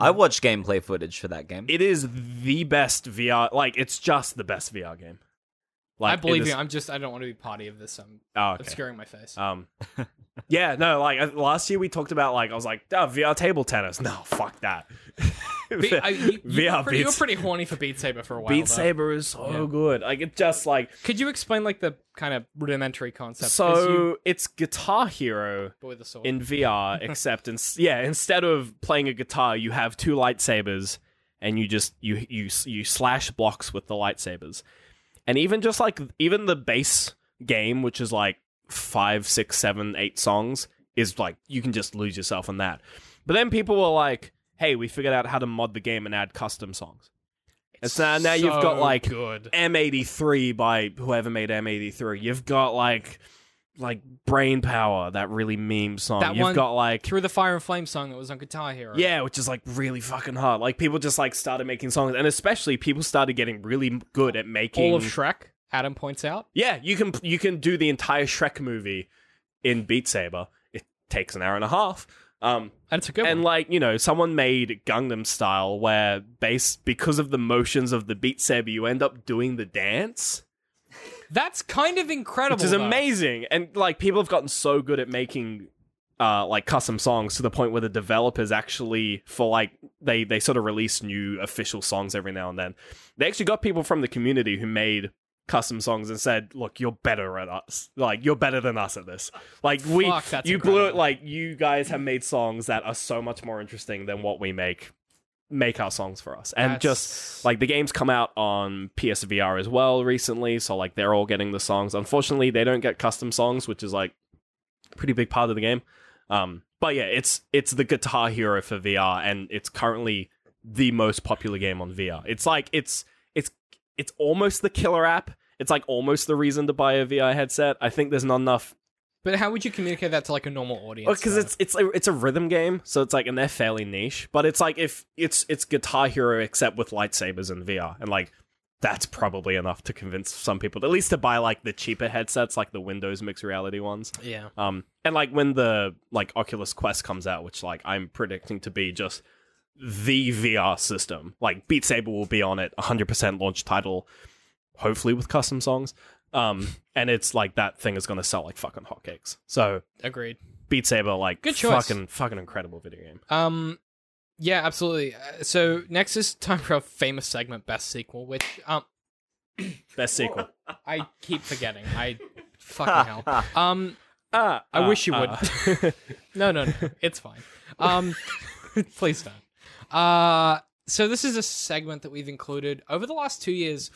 [SPEAKER 4] I watched gameplay footage for that game.
[SPEAKER 2] it is the best VR. Like it's just the best VR game.
[SPEAKER 1] i
[SPEAKER 2] Like, it
[SPEAKER 1] believe
[SPEAKER 2] is-
[SPEAKER 1] you i'm just i don't want to be party of this i'm
[SPEAKER 2] Oh, okay.
[SPEAKER 1] obscuring my face
[SPEAKER 2] Um, yeah, no, like I- last year we talked about like I was like, oh, VR table tennis. No, fuck that.
[SPEAKER 1] Be- I- you, you, were
[SPEAKER 2] VR
[SPEAKER 1] pretty, you were
[SPEAKER 2] Beat,
[SPEAKER 1] pretty horny for Beat Saber for a while. though.
[SPEAKER 2] Beat Saber is so
[SPEAKER 1] Yeah.
[SPEAKER 2] good. Like it just like
[SPEAKER 1] Could you explain like the kind of rudimentary concept? 'Cause
[SPEAKER 2] so
[SPEAKER 1] you,
[SPEAKER 2] it's Guitar Hero
[SPEAKER 1] boy with a sword.
[SPEAKER 2] in VR, except in, yeah, instead of playing a guitar, you have two lightsabers, and you just you you you slash blocks with the lightsabers, and even just like even the base game, which is like five, six, seven, eight songs, is like you can just lose yourself in that. But then people were like, "Hey, we figured out how to mod the game and add custom songs." And so now, now you've got
[SPEAKER 1] So
[SPEAKER 2] like
[SPEAKER 1] good.
[SPEAKER 2] M83 by whoever made M83. You've got like like brain power, that really meme song.
[SPEAKER 1] That
[SPEAKER 2] You've
[SPEAKER 1] one-
[SPEAKER 2] got like
[SPEAKER 1] Through the Fire and Flame song that was on Guitar Hero.
[SPEAKER 2] yeah, which is like really fucking hard. Like people just like started making songs, and especially people started getting really m- good at making.
[SPEAKER 1] All of Shrek. Adam points out.
[SPEAKER 2] yeah, you can you can do the entire Shrek movie in Beat Saber. It takes an hour and a half. Um,
[SPEAKER 1] And it's a good
[SPEAKER 2] and
[SPEAKER 1] one.
[SPEAKER 2] like you know, someone made Gangnam Style, where based because of the motions of the Beat Saber, you end up doing the dance.
[SPEAKER 1] That's kind of incredible.
[SPEAKER 2] which is
[SPEAKER 1] though.
[SPEAKER 2] amazing. And like people have gotten so good at making uh, like custom songs to the point where the developers actually for like they they sort of release new official songs every now and then. They actually got people from the community who made custom songs and said, "Look, you're better at us. Like you're better than us at this. Like we
[SPEAKER 1] Fuck, that's
[SPEAKER 2] you blew it
[SPEAKER 1] incredible.
[SPEAKER 2] like you guys have made songs that are so much more interesting than what we make. Make our songs for us." And
[SPEAKER 1] That's-
[SPEAKER 2] just like the games come out on PSVR as well recently, so like they're all getting the songs. Unfortunately, they don't get custom songs, which is like a pretty big part of the game. Um, but yeah, it's it's the Guitar Hero for VR, and it's currently the most popular game on VR. It's like it's it's it's almost the killer app. It's like almost the reason to buy a VR headset. I think there's not enough
[SPEAKER 1] But how would you communicate that to like a normal audience?
[SPEAKER 2] because
[SPEAKER 1] though?
[SPEAKER 2] Oh, it's it's a, it's a rhythm game, so it's like and they're fairly niche, but it's like if it's it's Guitar Hero except with lightsabers and VR, and like that's probably enough to convince some people at least to buy like the cheaper headsets, like the Windows mixed reality ones.
[SPEAKER 1] yeah.
[SPEAKER 2] Um, and like when the like Oculus Quest comes out, which like I'm predicting to be just the VR system, like Beat Saber will be on it, 100% launch title, hopefully with custom songs. Um, and it's like that thing is going to sell like fucking hotcakes. So
[SPEAKER 1] Agreed.
[SPEAKER 2] Beat Saber, like
[SPEAKER 1] Good choice.
[SPEAKER 2] fucking fucking incredible video game.
[SPEAKER 1] Um, yeah, absolutely. Uh, so next is time for our famous segment, best sequel, which um
[SPEAKER 2] Best sequel.
[SPEAKER 1] I keep forgetting. I fucking hell. Um,
[SPEAKER 2] Ah,
[SPEAKER 1] I wish you would.
[SPEAKER 2] ah.
[SPEAKER 1] no, no, no, it's fine. Um, please don't. Uh, so this is a segment that we've included over the last two years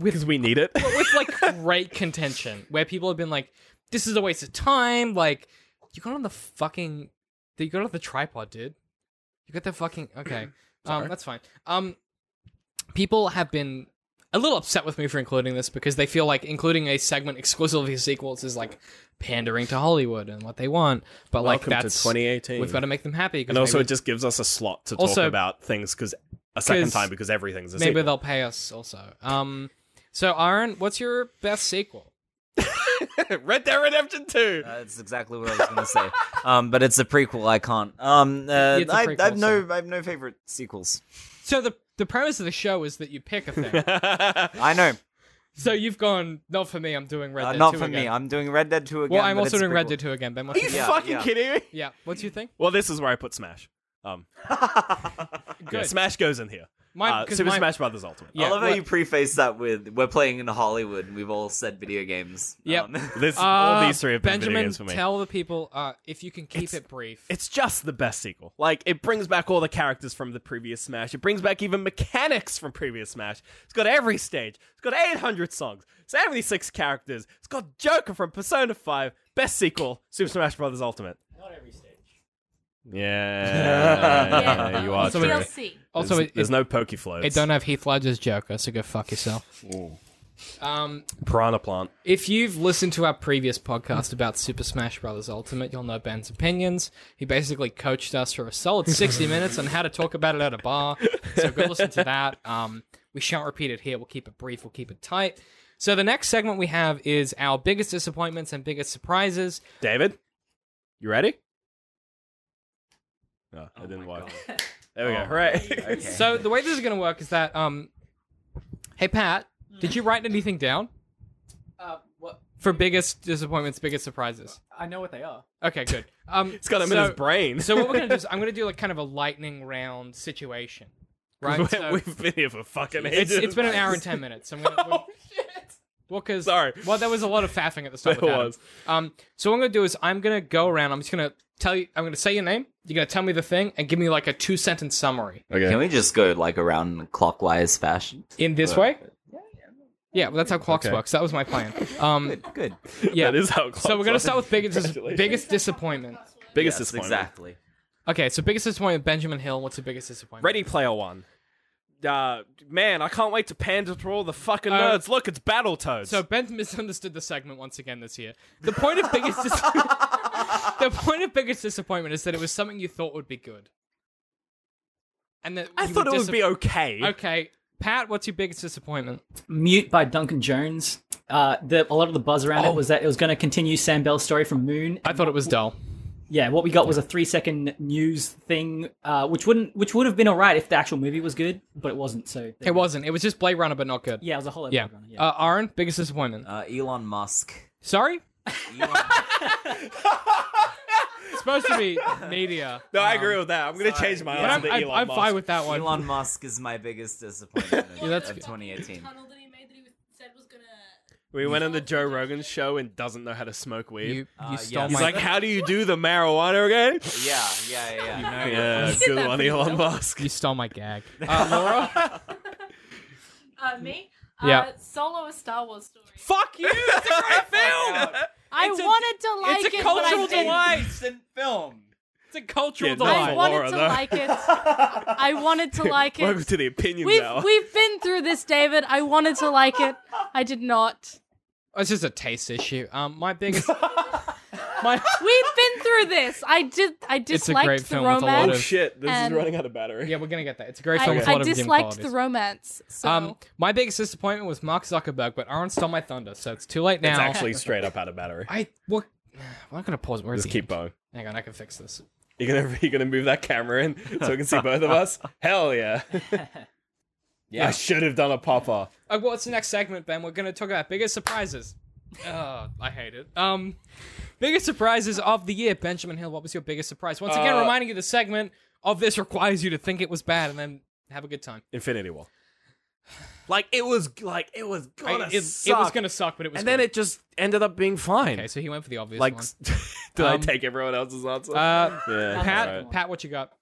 [SPEAKER 2] because we need it.
[SPEAKER 1] with like great contention, where people have been like, "This is a waste of time." Like, you got on the fucking, you got on the tripod, dude. You got the fucking okay. um, that's fine. Um, people have been a little upset with me for including this because they feel like including a segment exclusively to sequels is like pandering to Hollywood and what they want. But
[SPEAKER 2] Welcome
[SPEAKER 1] like that's
[SPEAKER 2] to 2018.
[SPEAKER 1] we've got to make them happy. 'cause
[SPEAKER 2] and also,
[SPEAKER 1] maybe-
[SPEAKER 2] it just gives us a slot to
[SPEAKER 1] Also-
[SPEAKER 2] talk about things because a second
[SPEAKER 1] 'cause
[SPEAKER 2] time because everything's a
[SPEAKER 1] maybe
[SPEAKER 2] sequel.
[SPEAKER 1] they'll pay us also. Um, so Aaron, what's your best sequel?
[SPEAKER 2] Red Dead Redemption Two.
[SPEAKER 4] Uh, That's exactly what I was going to say. Um, but it's a prequel. I can't. Um, uh,
[SPEAKER 1] It's a
[SPEAKER 4] I,
[SPEAKER 1] prequel,
[SPEAKER 4] I've no, I have no favorite sequels.
[SPEAKER 1] So the the premise of the show is that you pick a thing.
[SPEAKER 4] I know,
[SPEAKER 1] So you've gone not for me. I'm doing Red
[SPEAKER 4] uh,
[SPEAKER 1] Dead
[SPEAKER 4] not
[SPEAKER 1] 2
[SPEAKER 4] for
[SPEAKER 1] again.
[SPEAKER 4] me. I'm doing Red Dead Two again.
[SPEAKER 1] well, I'm
[SPEAKER 4] but
[SPEAKER 1] also
[SPEAKER 4] it's a
[SPEAKER 1] doing Red
[SPEAKER 4] prequel.
[SPEAKER 1] Dead Two again. But
[SPEAKER 2] Are you
[SPEAKER 4] Yeah,
[SPEAKER 2] fucking
[SPEAKER 4] yeah.
[SPEAKER 2] kidding me?
[SPEAKER 1] yeah. What's your thing?
[SPEAKER 2] Well, this is where I put Smash. Um, yeah,
[SPEAKER 1] Good.
[SPEAKER 2] Smash goes in here.
[SPEAKER 1] My-
[SPEAKER 2] uh,
[SPEAKER 1] 'cause
[SPEAKER 2] Super
[SPEAKER 1] my-
[SPEAKER 2] Smash Brothers Ultimate.
[SPEAKER 1] Yeah,
[SPEAKER 4] I love how
[SPEAKER 1] what-
[SPEAKER 4] you preface that with "We're playing in Hollywood, and we've all said video games."
[SPEAKER 1] Yep.
[SPEAKER 4] Um,
[SPEAKER 2] This, all
[SPEAKER 1] Uh,
[SPEAKER 2] these three have been video
[SPEAKER 1] Benjamin,
[SPEAKER 2] games for me.
[SPEAKER 1] tell the people uh, if you can keep
[SPEAKER 2] It's-
[SPEAKER 1] it brief.
[SPEAKER 2] it's just the best sequel. Like it brings back all the characters from the previous Smash. It brings back even mechanics from previous Smash. It's got every stage. It's got 800 songs, 76 characters. It's got Joker from Persona 5. Best sequel, Super Smash Brothers Ultimate. Not every stage. Yeah,
[SPEAKER 5] Yeah.
[SPEAKER 2] you are
[SPEAKER 5] It's
[SPEAKER 1] So
[SPEAKER 2] true.
[SPEAKER 1] it's-
[SPEAKER 5] DLC.
[SPEAKER 1] also,
[SPEAKER 2] there's,
[SPEAKER 1] it,
[SPEAKER 2] there's
[SPEAKER 1] it,
[SPEAKER 2] no Pokeflows.
[SPEAKER 1] it don't have Heath Ledger's Joker, so go fuck yourself. Um,
[SPEAKER 2] Piranha Plant.
[SPEAKER 1] if you've listened to our previous podcast about Super Smash Bros. Ultimate, you'll know Ben's opinions. He basically coached us for a solid 60 minutes on how to talk about it at a bar. So go listen to that. Um, we shan't repeat it here. We'll keep it brief. We'll keep it tight. So the next segment we have is our biggest disappointments and biggest surprises.
[SPEAKER 2] David, you ready? No, it didn't work. There we go. Hooray.
[SPEAKER 1] So the way this is going to work is that, um, hey Pat, did you write anything down?
[SPEAKER 7] Uh, what?
[SPEAKER 1] for biggest disappointments, biggest surprises.
[SPEAKER 7] I know what they are.
[SPEAKER 1] Okay, good. Um,
[SPEAKER 2] It's got him
[SPEAKER 1] so,
[SPEAKER 2] in his brain.
[SPEAKER 1] so what we're gonna do is I'm gonna do like kind of a lightning round situation, right?
[SPEAKER 2] We've-
[SPEAKER 1] So
[SPEAKER 2] We've been here for fucking ages.
[SPEAKER 1] it's it's been an hour and ten minutes. so I'm gonna.
[SPEAKER 2] oh shit!
[SPEAKER 1] Well, because
[SPEAKER 2] Sorry.
[SPEAKER 1] well, there was a lot of faffing at the start.
[SPEAKER 2] There
[SPEAKER 1] with Adam.
[SPEAKER 2] was.
[SPEAKER 1] Um, so what I'm gonna do is I'm gonna go around. I'm just gonna tell you. I'm gonna say your name. You're gonna tell me the thing and give me like a two sentence summary
[SPEAKER 4] Can we just go like around in clockwise fashion?
[SPEAKER 1] in this way. Yeah, well, that's how clocks works. That was my plan. Um,
[SPEAKER 4] Good.
[SPEAKER 1] yeah.
[SPEAKER 2] That is how.
[SPEAKER 1] so we're gonna start with biggest
[SPEAKER 2] Congratulations.
[SPEAKER 1] biggest disappointment.
[SPEAKER 2] biggest
[SPEAKER 4] Yes,
[SPEAKER 2] disappointment.
[SPEAKER 4] exactly.
[SPEAKER 1] Okay, so biggest disappointment, Benjamin Hill. What's the biggest disappointment?
[SPEAKER 2] Ready Player One. Uh, man, I can't wait to pander to all the fucking
[SPEAKER 1] Uh,
[SPEAKER 2] nerds. Look, it's Battletoads.
[SPEAKER 1] So Ben misunderstood the segment once again this year. The point of biggest dis- the point of biggest disappointment is that it was something you thought would be good, and that
[SPEAKER 2] I
[SPEAKER 1] you
[SPEAKER 2] thought
[SPEAKER 1] were
[SPEAKER 2] it would
[SPEAKER 1] disap-
[SPEAKER 2] be okay.
[SPEAKER 1] Okay, Pat, what's your biggest disappointment?
[SPEAKER 7] Mute by Duncan Jones. Uh, the, a lot of the buzz around it was that it was going to continue Sam Bell's story from Moon.
[SPEAKER 1] Oh. I thought it was dull.
[SPEAKER 7] Yeah, what we got was a three-second news thing, uh, which wouldn't, which would have been alright if the actual movie was good, but it wasn't. So
[SPEAKER 1] It wasn't. It was just Blade Runner, but not good.
[SPEAKER 7] Yeah, it was a whole
[SPEAKER 1] Yeah.
[SPEAKER 7] episode. Yeah.
[SPEAKER 1] Uh, Aaron, biggest disappointment.
[SPEAKER 4] Uh, Elon Musk.
[SPEAKER 1] Sorry. it's supposed to be media.
[SPEAKER 2] No, I agree with that. I'm gonna change my
[SPEAKER 1] Um, But
[SPEAKER 2] answer
[SPEAKER 1] I'm,
[SPEAKER 2] to
[SPEAKER 1] I'm,
[SPEAKER 2] Elon
[SPEAKER 1] I'm
[SPEAKER 2] Musk.
[SPEAKER 1] fine with that one.
[SPEAKER 4] Elon Musk is my biggest disappointment of,
[SPEAKER 1] Yeah, that's
[SPEAKER 4] of
[SPEAKER 1] good.
[SPEAKER 4] 2018.
[SPEAKER 5] Tunnel that he made that he was, said was gonna.
[SPEAKER 2] we went on the Joe Rogan show and doesn't know how to smoke
[SPEAKER 1] You,
[SPEAKER 2] weed.
[SPEAKER 1] you
[SPEAKER 4] Uh,
[SPEAKER 1] stole
[SPEAKER 4] yes.
[SPEAKER 2] He's
[SPEAKER 1] my.
[SPEAKER 2] like, "How do you do the marijuana again?"
[SPEAKER 4] Yeah, yeah, yeah. yeah.
[SPEAKER 2] Yeah,
[SPEAKER 5] You did
[SPEAKER 2] good
[SPEAKER 5] that
[SPEAKER 2] one,
[SPEAKER 5] pretty
[SPEAKER 2] Elon
[SPEAKER 5] well.
[SPEAKER 2] Musk.
[SPEAKER 1] you stole my gag. Uh, Laura.
[SPEAKER 5] Uh, me? Uh,
[SPEAKER 1] Yeah.
[SPEAKER 5] Solo a Star Wars story.
[SPEAKER 1] Fuck you! It's a great film.
[SPEAKER 5] I
[SPEAKER 1] It's a-
[SPEAKER 5] wanted to like
[SPEAKER 1] it's a
[SPEAKER 5] it,
[SPEAKER 1] cultural
[SPEAKER 5] but I didn't.
[SPEAKER 1] delight.
[SPEAKER 6] Decent film.
[SPEAKER 1] It's a cultural
[SPEAKER 2] Yeah, no.
[SPEAKER 1] delight.
[SPEAKER 5] I
[SPEAKER 2] Oh,
[SPEAKER 5] wanted
[SPEAKER 2] Laura,
[SPEAKER 5] to
[SPEAKER 2] though.
[SPEAKER 5] like it. I wanted to like
[SPEAKER 2] Welcome
[SPEAKER 5] it.
[SPEAKER 2] to the opinions
[SPEAKER 5] We've
[SPEAKER 2] hour.
[SPEAKER 5] we've been through this, David. I wanted to like it. I did not.
[SPEAKER 1] It's just a taste issue. Um, my biggest, my
[SPEAKER 5] We've been through this. I did. I
[SPEAKER 1] It's a
[SPEAKER 5] disliked
[SPEAKER 1] great
[SPEAKER 5] the
[SPEAKER 1] film with
[SPEAKER 5] romance.
[SPEAKER 1] a lot
[SPEAKER 2] oh
[SPEAKER 1] of-
[SPEAKER 2] shit, this
[SPEAKER 5] And-
[SPEAKER 2] is running out of battery.
[SPEAKER 1] yeah, we're gonna get that. It's a great film.
[SPEAKER 5] I,
[SPEAKER 1] with a
[SPEAKER 5] I
[SPEAKER 1] lot of redeeming
[SPEAKER 5] disliked the
[SPEAKER 1] qualities.
[SPEAKER 5] romance. So
[SPEAKER 1] Um, my biggest disappointment was Mark Zuckerberg, but Aaron stole my thunder, so it's too late now.
[SPEAKER 2] It's actually straight up out of battery.
[SPEAKER 1] I what? I'm not gonna pause. Where's the
[SPEAKER 2] Just keep
[SPEAKER 1] end?
[SPEAKER 2] going.
[SPEAKER 1] Hang on, I can fix this.
[SPEAKER 2] You gonna you gonna move that camera in so we can see both of us? Hell yeah! I should have done a popper.
[SPEAKER 1] Uh, what's the next segment, Ben? We're gonna talk about biggest surprises. Oh, I hate it. Um, biggest surprises of the year, Benjamin Hill. What was your biggest surprise? Once again,
[SPEAKER 2] Uh,
[SPEAKER 1] reminding you the segment of this requires you to think it was bad and then have a good time.
[SPEAKER 2] Infinity War. Like it was like it was
[SPEAKER 1] I-
[SPEAKER 2] gonna
[SPEAKER 1] it, it
[SPEAKER 2] suck.
[SPEAKER 1] was gonna suck, but it was.
[SPEAKER 2] and then
[SPEAKER 1] good.
[SPEAKER 2] it just ended up being fine.
[SPEAKER 1] Okay, so he went for the obvious
[SPEAKER 2] like,
[SPEAKER 1] one.
[SPEAKER 2] did I
[SPEAKER 1] Um,
[SPEAKER 2] take everyone else's answer?
[SPEAKER 1] Uh,
[SPEAKER 2] yeah,
[SPEAKER 1] Pat,
[SPEAKER 2] alright.
[SPEAKER 1] Pat, what you got?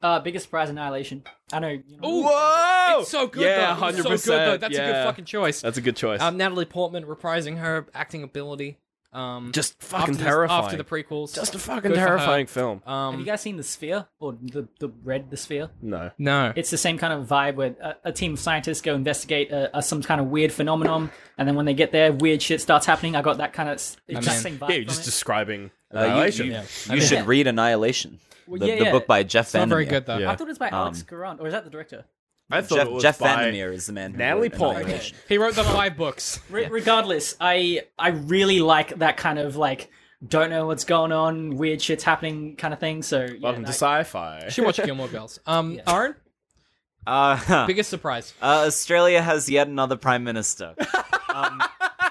[SPEAKER 7] Uh, biggest surprise, Annihilation. I know. You know
[SPEAKER 2] Whoa!
[SPEAKER 1] It's so good.
[SPEAKER 2] Oh, Yeah,
[SPEAKER 1] though. It's
[SPEAKER 2] hundred
[SPEAKER 1] So good though.
[SPEAKER 2] percent.
[SPEAKER 1] That's a
[SPEAKER 2] yeah.
[SPEAKER 1] good fucking choice.
[SPEAKER 2] That's a good choice.
[SPEAKER 1] Um, Natalie Portman reprising her acting ability. Um,
[SPEAKER 2] just fucking
[SPEAKER 1] after
[SPEAKER 2] terrifying.
[SPEAKER 1] The, after the prequels.
[SPEAKER 2] just a fucking
[SPEAKER 1] Good for her.
[SPEAKER 2] terrifying film.
[SPEAKER 7] Have you
[SPEAKER 1] um,
[SPEAKER 7] guys seen the Sphere or the the Red the Sphere?
[SPEAKER 1] Hmm.
[SPEAKER 2] No.
[SPEAKER 1] no.
[SPEAKER 7] It's the same kind of vibe where a, a team of scientists go investigate a, a, some kind of weird phenomenon, and then when they get there, weird shit starts happening. I got that kind of s- exact
[SPEAKER 1] mean-
[SPEAKER 7] same vibe.
[SPEAKER 2] Yeah, you're
[SPEAKER 7] from
[SPEAKER 2] just
[SPEAKER 7] it.
[SPEAKER 2] describing
[SPEAKER 4] Uh,
[SPEAKER 2] annihilation.
[SPEAKER 4] you you,
[SPEAKER 1] Yeah.
[SPEAKER 4] you
[SPEAKER 1] I mean-
[SPEAKER 4] should read Annihilation,
[SPEAKER 7] Well,
[SPEAKER 4] the,
[SPEAKER 7] yeah,
[SPEAKER 4] the
[SPEAKER 7] yeah.
[SPEAKER 4] book by Jeff
[SPEAKER 1] it's not very
[SPEAKER 4] Vandermeer.
[SPEAKER 1] good though.
[SPEAKER 2] Yeah.
[SPEAKER 7] I thought it was by Alex
[SPEAKER 4] Um,
[SPEAKER 7] Garant, or is that the director?
[SPEAKER 2] I thought
[SPEAKER 4] Jeff,
[SPEAKER 2] it was
[SPEAKER 4] Jeff
[SPEAKER 2] by
[SPEAKER 4] Vandermeer is the man. Who
[SPEAKER 2] Natalie
[SPEAKER 4] wrote
[SPEAKER 2] Portman.
[SPEAKER 4] Annihilation.
[SPEAKER 1] He wrote the five books.
[SPEAKER 7] Re- Regardless, I I really like that kind of like don't know what's going on, weird shit's happening kind of thing. So yeah,
[SPEAKER 2] Welcome
[SPEAKER 7] that-
[SPEAKER 2] to Sci-Fi.
[SPEAKER 1] She watched Gilmore Girls. Um, Aaron,
[SPEAKER 4] Uh,
[SPEAKER 1] biggest surprise.
[SPEAKER 4] uh, Australia has yet another prime minister. um,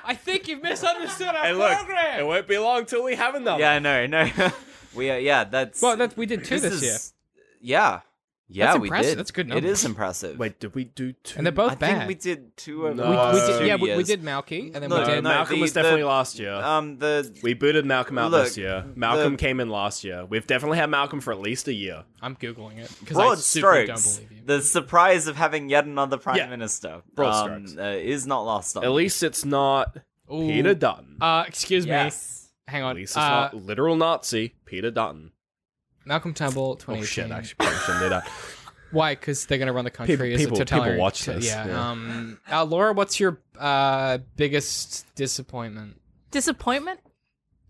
[SPEAKER 1] I think you've misunderstood our
[SPEAKER 2] Hey, look,
[SPEAKER 1] program.
[SPEAKER 2] it won't be long till we have another.
[SPEAKER 4] yeah, no, no. we are, yeah, that's
[SPEAKER 1] well, that we did two this,
[SPEAKER 4] is-
[SPEAKER 1] year,
[SPEAKER 4] Yeah, yeah,
[SPEAKER 1] That's
[SPEAKER 4] we
[SPEAKER 1] impressive.
[SPEAKER 4] did.
[SPEAKER 1] That's good
[SPEAKER 4] It
[SPEAKER 1] numbers.
[SPEAKER 4] is impressive.
[SPEAKER 2] Wait, did we do two?
[SPEAKER 1] and they're
[SPEAKER 4] I
[SPEAKER 1] both
[SPEAKER 4] think
[SPEAKER 1] bad.
[SPEAKER 4] we did two over
[SPEAKER 2] No.
[SPEAKER 4] the
[SPEAKER 1] We
[SPEAKER 4] last
[SPEAKER 1] did-
[SPEAKER 4] two
[SPEAKER 1] yeah, we, we
[SPEAKER 4] years.
[SPEAKER 1] did Malky, and then
[SPEAKER 4] No,
[SPEAKER 1] we did.
[SPEAKER 4] no,
[SPEAKER 2] Malcolm
[SPEAKER 4] the-
[SPEAKER 2] was definitely
[SPEAKER 4] the-
[SPEAKER 2] last year.
[SPEAKER 4] Um, the
[SPEAKER 2] we booted Malcolm out
[SPEAKER 4] Look,
[SPEAKER 2] last year. Malcolm
[SPEAKER 4] the-
[SPEAKER 2] came in last year. We've definitely had Malcolm for at least a year.
[SPEAKER 1] I'm googling it because I
[SPEAKER 4] broad
[SPEAKER 1] super don't
[SPEAKER 4] strokes.
[SPEAKER 1] believe you.
[SPEAKER 4] The surprise of having yet another prime
[SPEAKER 2] Yeah.
[SPEAKER 4] minister
[SPEAKER 2] Broad
[SPEAKER 4] um,
[SPEAKER 2] strokes.
[SPEAKER 4] uh, is not lost on
[SPEAKER 2] At
[SPEAKER 4] me.
[SPEAKER 2] least it's not
[SPEAKER 1] Ooh.
[SPEAKER 2] Peter Dutton.
[SPEAKER 1] Uh, excuse
[SPEAKER 4] Yes.
[SPEAKER 1] me. Hang
[SPEAKER 2] At
[SPEAKER 1] on.
[SPEAKER 2] least it's
[SPEAKER 1] Uh,
[SPEAKER 2] not literal Nazi Peter Dutton.
[SPEAKER 1] Malcolm Turnbull,
[SPEAKER 2] Oh
[SPEAKER 1] 2018.
[SPEAKER 2] shit! Actually, probably shouldn't do that.
[SPEAKER 1] Why? Because they're going to run the country
[SPEAKER 2] People-
[SPEAKER 1] as
[SPEAKER 2] people-
[SPEAKER 1] a
[SPEAKER 2] people
[SPEAKER 1] totalitarian.
[SPEAKER 2] watch this,
[SPEAKER 1] Yeah.
[SPEAKER 2] yeah.
[SPEAKER 1] Um, uh, Laura, what's your uh, biggest disappointment?
[SPEAKER 5] disappointment.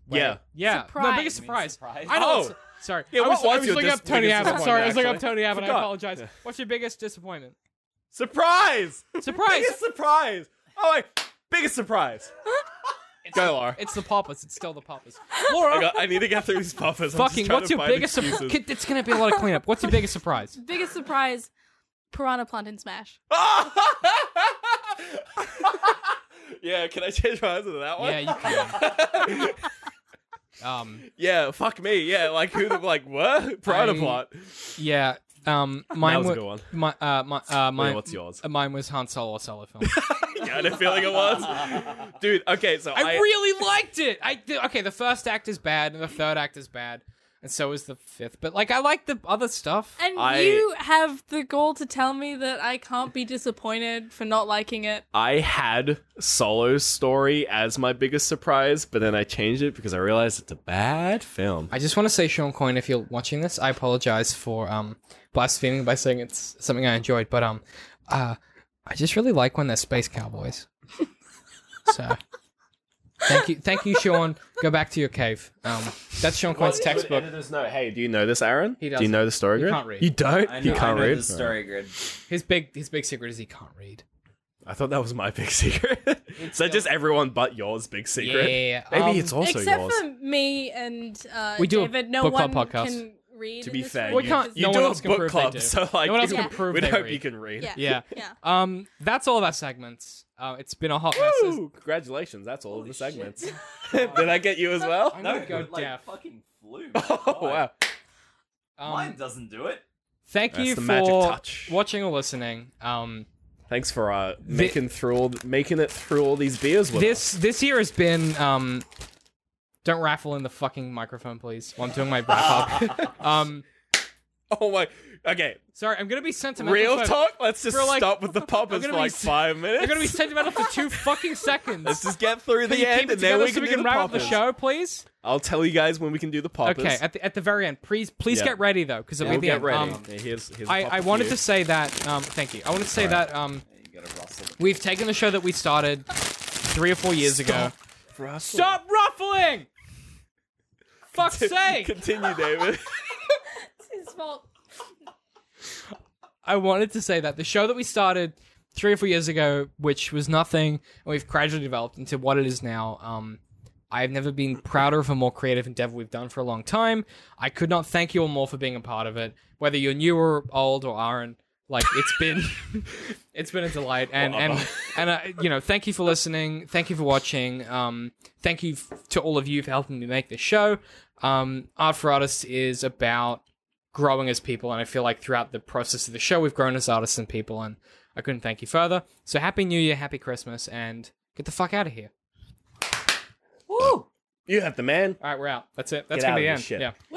[SPEAKER 2] Yeah.
[SPEAKER 1] Yeah. No,
[SPEAKER 5] Surprise.
[SPEAKER 1] biggest
[SPEAKER 5] You mean
[SPEAKER 1] surprise.
[SPEAKER 4] surprise?
[SPEAKER 1] I know.
[SPEAKER 2] Oh.
[SPEAKER 1] it's- Sorry.
[SPEAKER 2] Yeah,
[SPEAKER 1] I was,
[SPEAKER 2] what was
[SPEAKER 1] I was
[SPEAKER 2] your
[SPEAKER 1] looking
[SPEAKER 2] dis-
[SPEAKER 1] up Tony
[SPEAKER 2] biggest
[SPEAKER 1] Abbott.
[SPEAKER 2] disappointment,
[SPEAKER 1] Sorry, I was looking up
[SPEAKER 2] actually?
[SPEAKER 1] Tony Abbott. I
[SPEAKER 2] Forgot.
[SPEAKER 1] apologize.
[SPEAKER 2] Yeah.
[SPEAKER 1] What's your biggest disappointment?
[SPEAKER 2] Surprise!
[SPEAKER 1] Surprise!
[SPEAKER 2] biggest surprise! Oh wait, biggest surprise! Go, Laura.
[SPEAKER 1] It's the poppers. It's still the poppers.
[SPEAKER 2] I,
[SPEAKER 1] Laura,
[SPEAKER 2] got- I need to get through these puffers. I'm just
[SPEAKER 1] fucking,
[SPEAKER 2] trying
[SPEAKER 1] what's
[SPEAKER 2] to
[SPEAKER 1] your
[SPEAKER 2] find
[SPEAKER 1] biggest
[SPEAKER 2] excuses.
[SPEAKER 1] surprise? It's going to be a lot of cleanup. What's your biggest surprise?
[SPEAKER 5] Biggest surprise: Piranha Plant and Smash.
[SPEAKER 2] yeah, can I change my answer to that one?
[SPEAKER 1] Yeah, you can. Um,
[SPEAKER 2] yeah, fuck me. Yeah, like who the like what? Pride
[SPEAKER 1] I-
[SPEAKER 2] apart.
[SPEAKER 1] yeah. Um, mine
[SPEAKER 2] was a
[SPEAKER 1] wa-
[SPEAKER 2] good one.
[SPEAKER 1] My, uh, my, uh, mine,
[SPEAKER 2] what's yours?
[SPEAKER 1] uh, Mine was Han Solo a solo film.
[SPEAKER 2] yeah, I had a feeling it was. Dude, okay, so
[SPEAKER 1] I
[SPEAKER 2] I,
[SPEAKER 1] really liked it. I did- okay. The first act is bad, and the third act is bad, and so is the fifth. But like, I like the other stuff.
[SPEAKER 5] And
[SPEAKER 2] I-
[SPEAKER 5] you have the gall to tell me that I can't be disappointed for not liking it.
[SPEAKER 2] I had Solo's story as my biggest surprise, but then I changed it because I realized it's a bad film.
[SPEAKER 1] I just want to say, Sean Coyne, if you're watching this, I apologize for um blaspheming by saying it's something I enjoyed, but um, uh, I just really like when they're space cowboys. so, thank you, thank you, Sean. Go back to your cave. Um, that's Sean Coyne's textbook.
[SPEAKER 2] no, hey, do you know this, Aaron?
[SPEAKER 1] He
[SPEAKER 2] Do you
[SPEAKER 1] doesn't.
[SPEAKER 2] know the story
[SPEAKER 1] He
[SPEAKER 2] grid?
[SPEAKER 1] can't read.
[SPEAKER 2] You don't?
[SPEAKER 6] I know,
[SPEAKER 2] you
[SPEAKER 6] I
[SPEAKER 2] can't
[SPEAKER 6] know
[SPEAKER 2] read?
[SPEAKER 6] the story grid.
[SPEAKER 1] His big his big secret is he can't read.
[SPEAKER 2] I thought that was my big secret. Is that just everyone but yours big secret?
[SPEAKER 1] Yeah,
[SPEAKER 2] Maybe
[SPEAKER 1] um,
[SPEAKER 2] it's also
[SPEAKER 5] Except
[SPEAKER 2] yours.
[SPEAKER 5] for me and uh,
[SPEAKER 1] We do a
[SPEAKER 5] David, no
[SPEAKER 1] book
[SPEAKER 5] one
[SPEAKER 1] club podcast.
[SPEAKER 5] can read.
[SPEAKER 2] to
[SPEAKER 5] in
[SPEAKER 2] be
[SPEAKER 5] this
[SPEAKER 2] fair,
[SPEAKER 5] room
[SPEAKER 1] We can't-
[SPEAKER 5] because-
[SPEAKER 2] you
[SPEAKER 1] no
[SPEAKER 2] do
[SPEAKER 1] one
[SPEAKER 2] a
[SPEAKER 1] else can
[SPEAKER 2] book
[SPEAKER 1] prove they
[SPEAKER 2] club,
[SPEAKER 1] do.
[SPEAKER 2] so like
[SPEAKER 1] No one else
[SPEAKER 5] can
[SPEAKER 1] prove
[SPEAKER 2] we
[SPEAKER 1] they
[SPEAKER 2] hope
[SPEAKER 1] read.
[SPEAKER 2] you can read.
[SPEAKER 5] yeah,
[SPEAKER 1] Yeah.
[SPEAKER 5] yeah.
[SPEAKER 1] Um, that's all of our segments. Uh, it's been a hot mess. There's-
[SPEAKER 2] Woo! Congratulations, that's all of the segments. Did I get you as well?
[SPEAKER 1] I'm gonna go
[SPEAKER 6] like
[SPEAKER 1] deaf.
[SPEAKER 6] fucking flu.
[SPEAKER 2] Oh wow.
[SPEAKER 1] Um,
[SPEAKER 6] Mine doesn't do it.
[SPEAKER 1] thank
[SPEAKER 2] That's
[SPEAKER 1] you
[SPEAKER 2] the
[SPEAKER 1] for
[SPEAKER 2] magic touch.
[SPEAKER 1] watching or listening. Um,
[SPEAKER 2] Thanks for uh, making through all making it through all these beers with
[SPEAKER 1] this this year has been um, don't raffle in the fucking microphone, please. While I'm doing my wrap up. um,
[SPEAKER 2] us. Oh my okay.
[SPEAKER 1] sorry, I'm gonna be sentimental.
[SPEAKER 2] Real
[SPEAKER 1] for,
[SPEAKER 2] talk? Let's just
[SPEAKER 1] for, like-
[SPEAKER 2] stop with the
[SPEAKER 1] I'm
[SPEAKER 2] poppers for
[SPEAKER 1] gonna
[SPEAKER 2] like
[SPEAKER 1] be-
[SPEAKER 2] five minutes.
[SPEAKER 1] You're gonna be sentimental for two fucking seconds.
[SPEAKER 2] Let's just get through
[SPEAKER 1] can
[SPEAKER 2] the
[SPEAKER 1] you
[SPEAKER 2] end
[SPEAKER 1] keep it
[SPEAKER 2] and then
[SPEAKER 1] together
[SPEAKER 2] we
[SPEAKER 1] so
[SPEAKER 2] can,
[SPEAKER 1] we
[SPEAKER 2] do
[SPEAKER 1] can
[SPEAKER 2] the
[SPEAKER 1] wrap up the
[SPEAKER 2] poppers.
[SPEAKER 1] show, please?
[SPEAKER 2] I'll tell you guys when we can do the poppers.
[SPEAKER 1] Okay, at the, at the very end, please please
[SPEAKER 2] Yeah.
[SPEAKER 1] get ready though, because it'll
[SPEAKER 2] we'll
[SPEAKER 1] be the
[SPEAKER 2] get
[SPEAKER 1] end.
[SPEAKER 2] ready.
[SPEAKER 1] Um,
[SPEAKER 2] Yeah, here's, here's a
[SPEAKER 1] I,
[SPEAKER 2] pop
[SPEAKER 1] I
[SPEAKER 2] for
[SPEAKER 1] wanted
[SPEAKER 2] you.
[SPEAKER 1] to say that. Um, thank you. I wanted to say that um,
[SPEAKER 6] You gotta rustle. the-
[SPEAKER 1] we've taken the show that we started three or four years ago. Stop ruffling! Fuck's sake!
[SPEAKER 2] Continue, David.
[SPEAKER 5] It's his fault.
[SPEAKER 1] I wanted to say that the show that we started three or four years ago, which was nothing, and we've gradually developed into what it is now. Um, I've never been prouder of a more creative endeavor we've done for a long time. I could not thank you all more for being a part of it, whether you're new or old or aren't. Like it's been, it's been a delight, and and and uh, you know, thank you for listening. Thank you for watching. Um, thank you f- to all of you for helping me make this show. Um, Art for Artists is about growing as people. And I feel like throughout the process of the show, we've grown as artists and people. And I couldn't thank you further. So happy New Year, happy Christmas, and get the fuck out of here.
[SPEAKER 2] you have the man.
[SPEAKER 1] All right, we're out. That's it. That's
[SPEAKER 2] Get
[SPEAKER 1] gonna
[SPEAKER 2] out
[SPEAKER 1] be the
[SPEAKER 2] of
[SPEAKER 1] end.
[SPEAKER 2] this shit.
[SPEAKER 1] Yeah.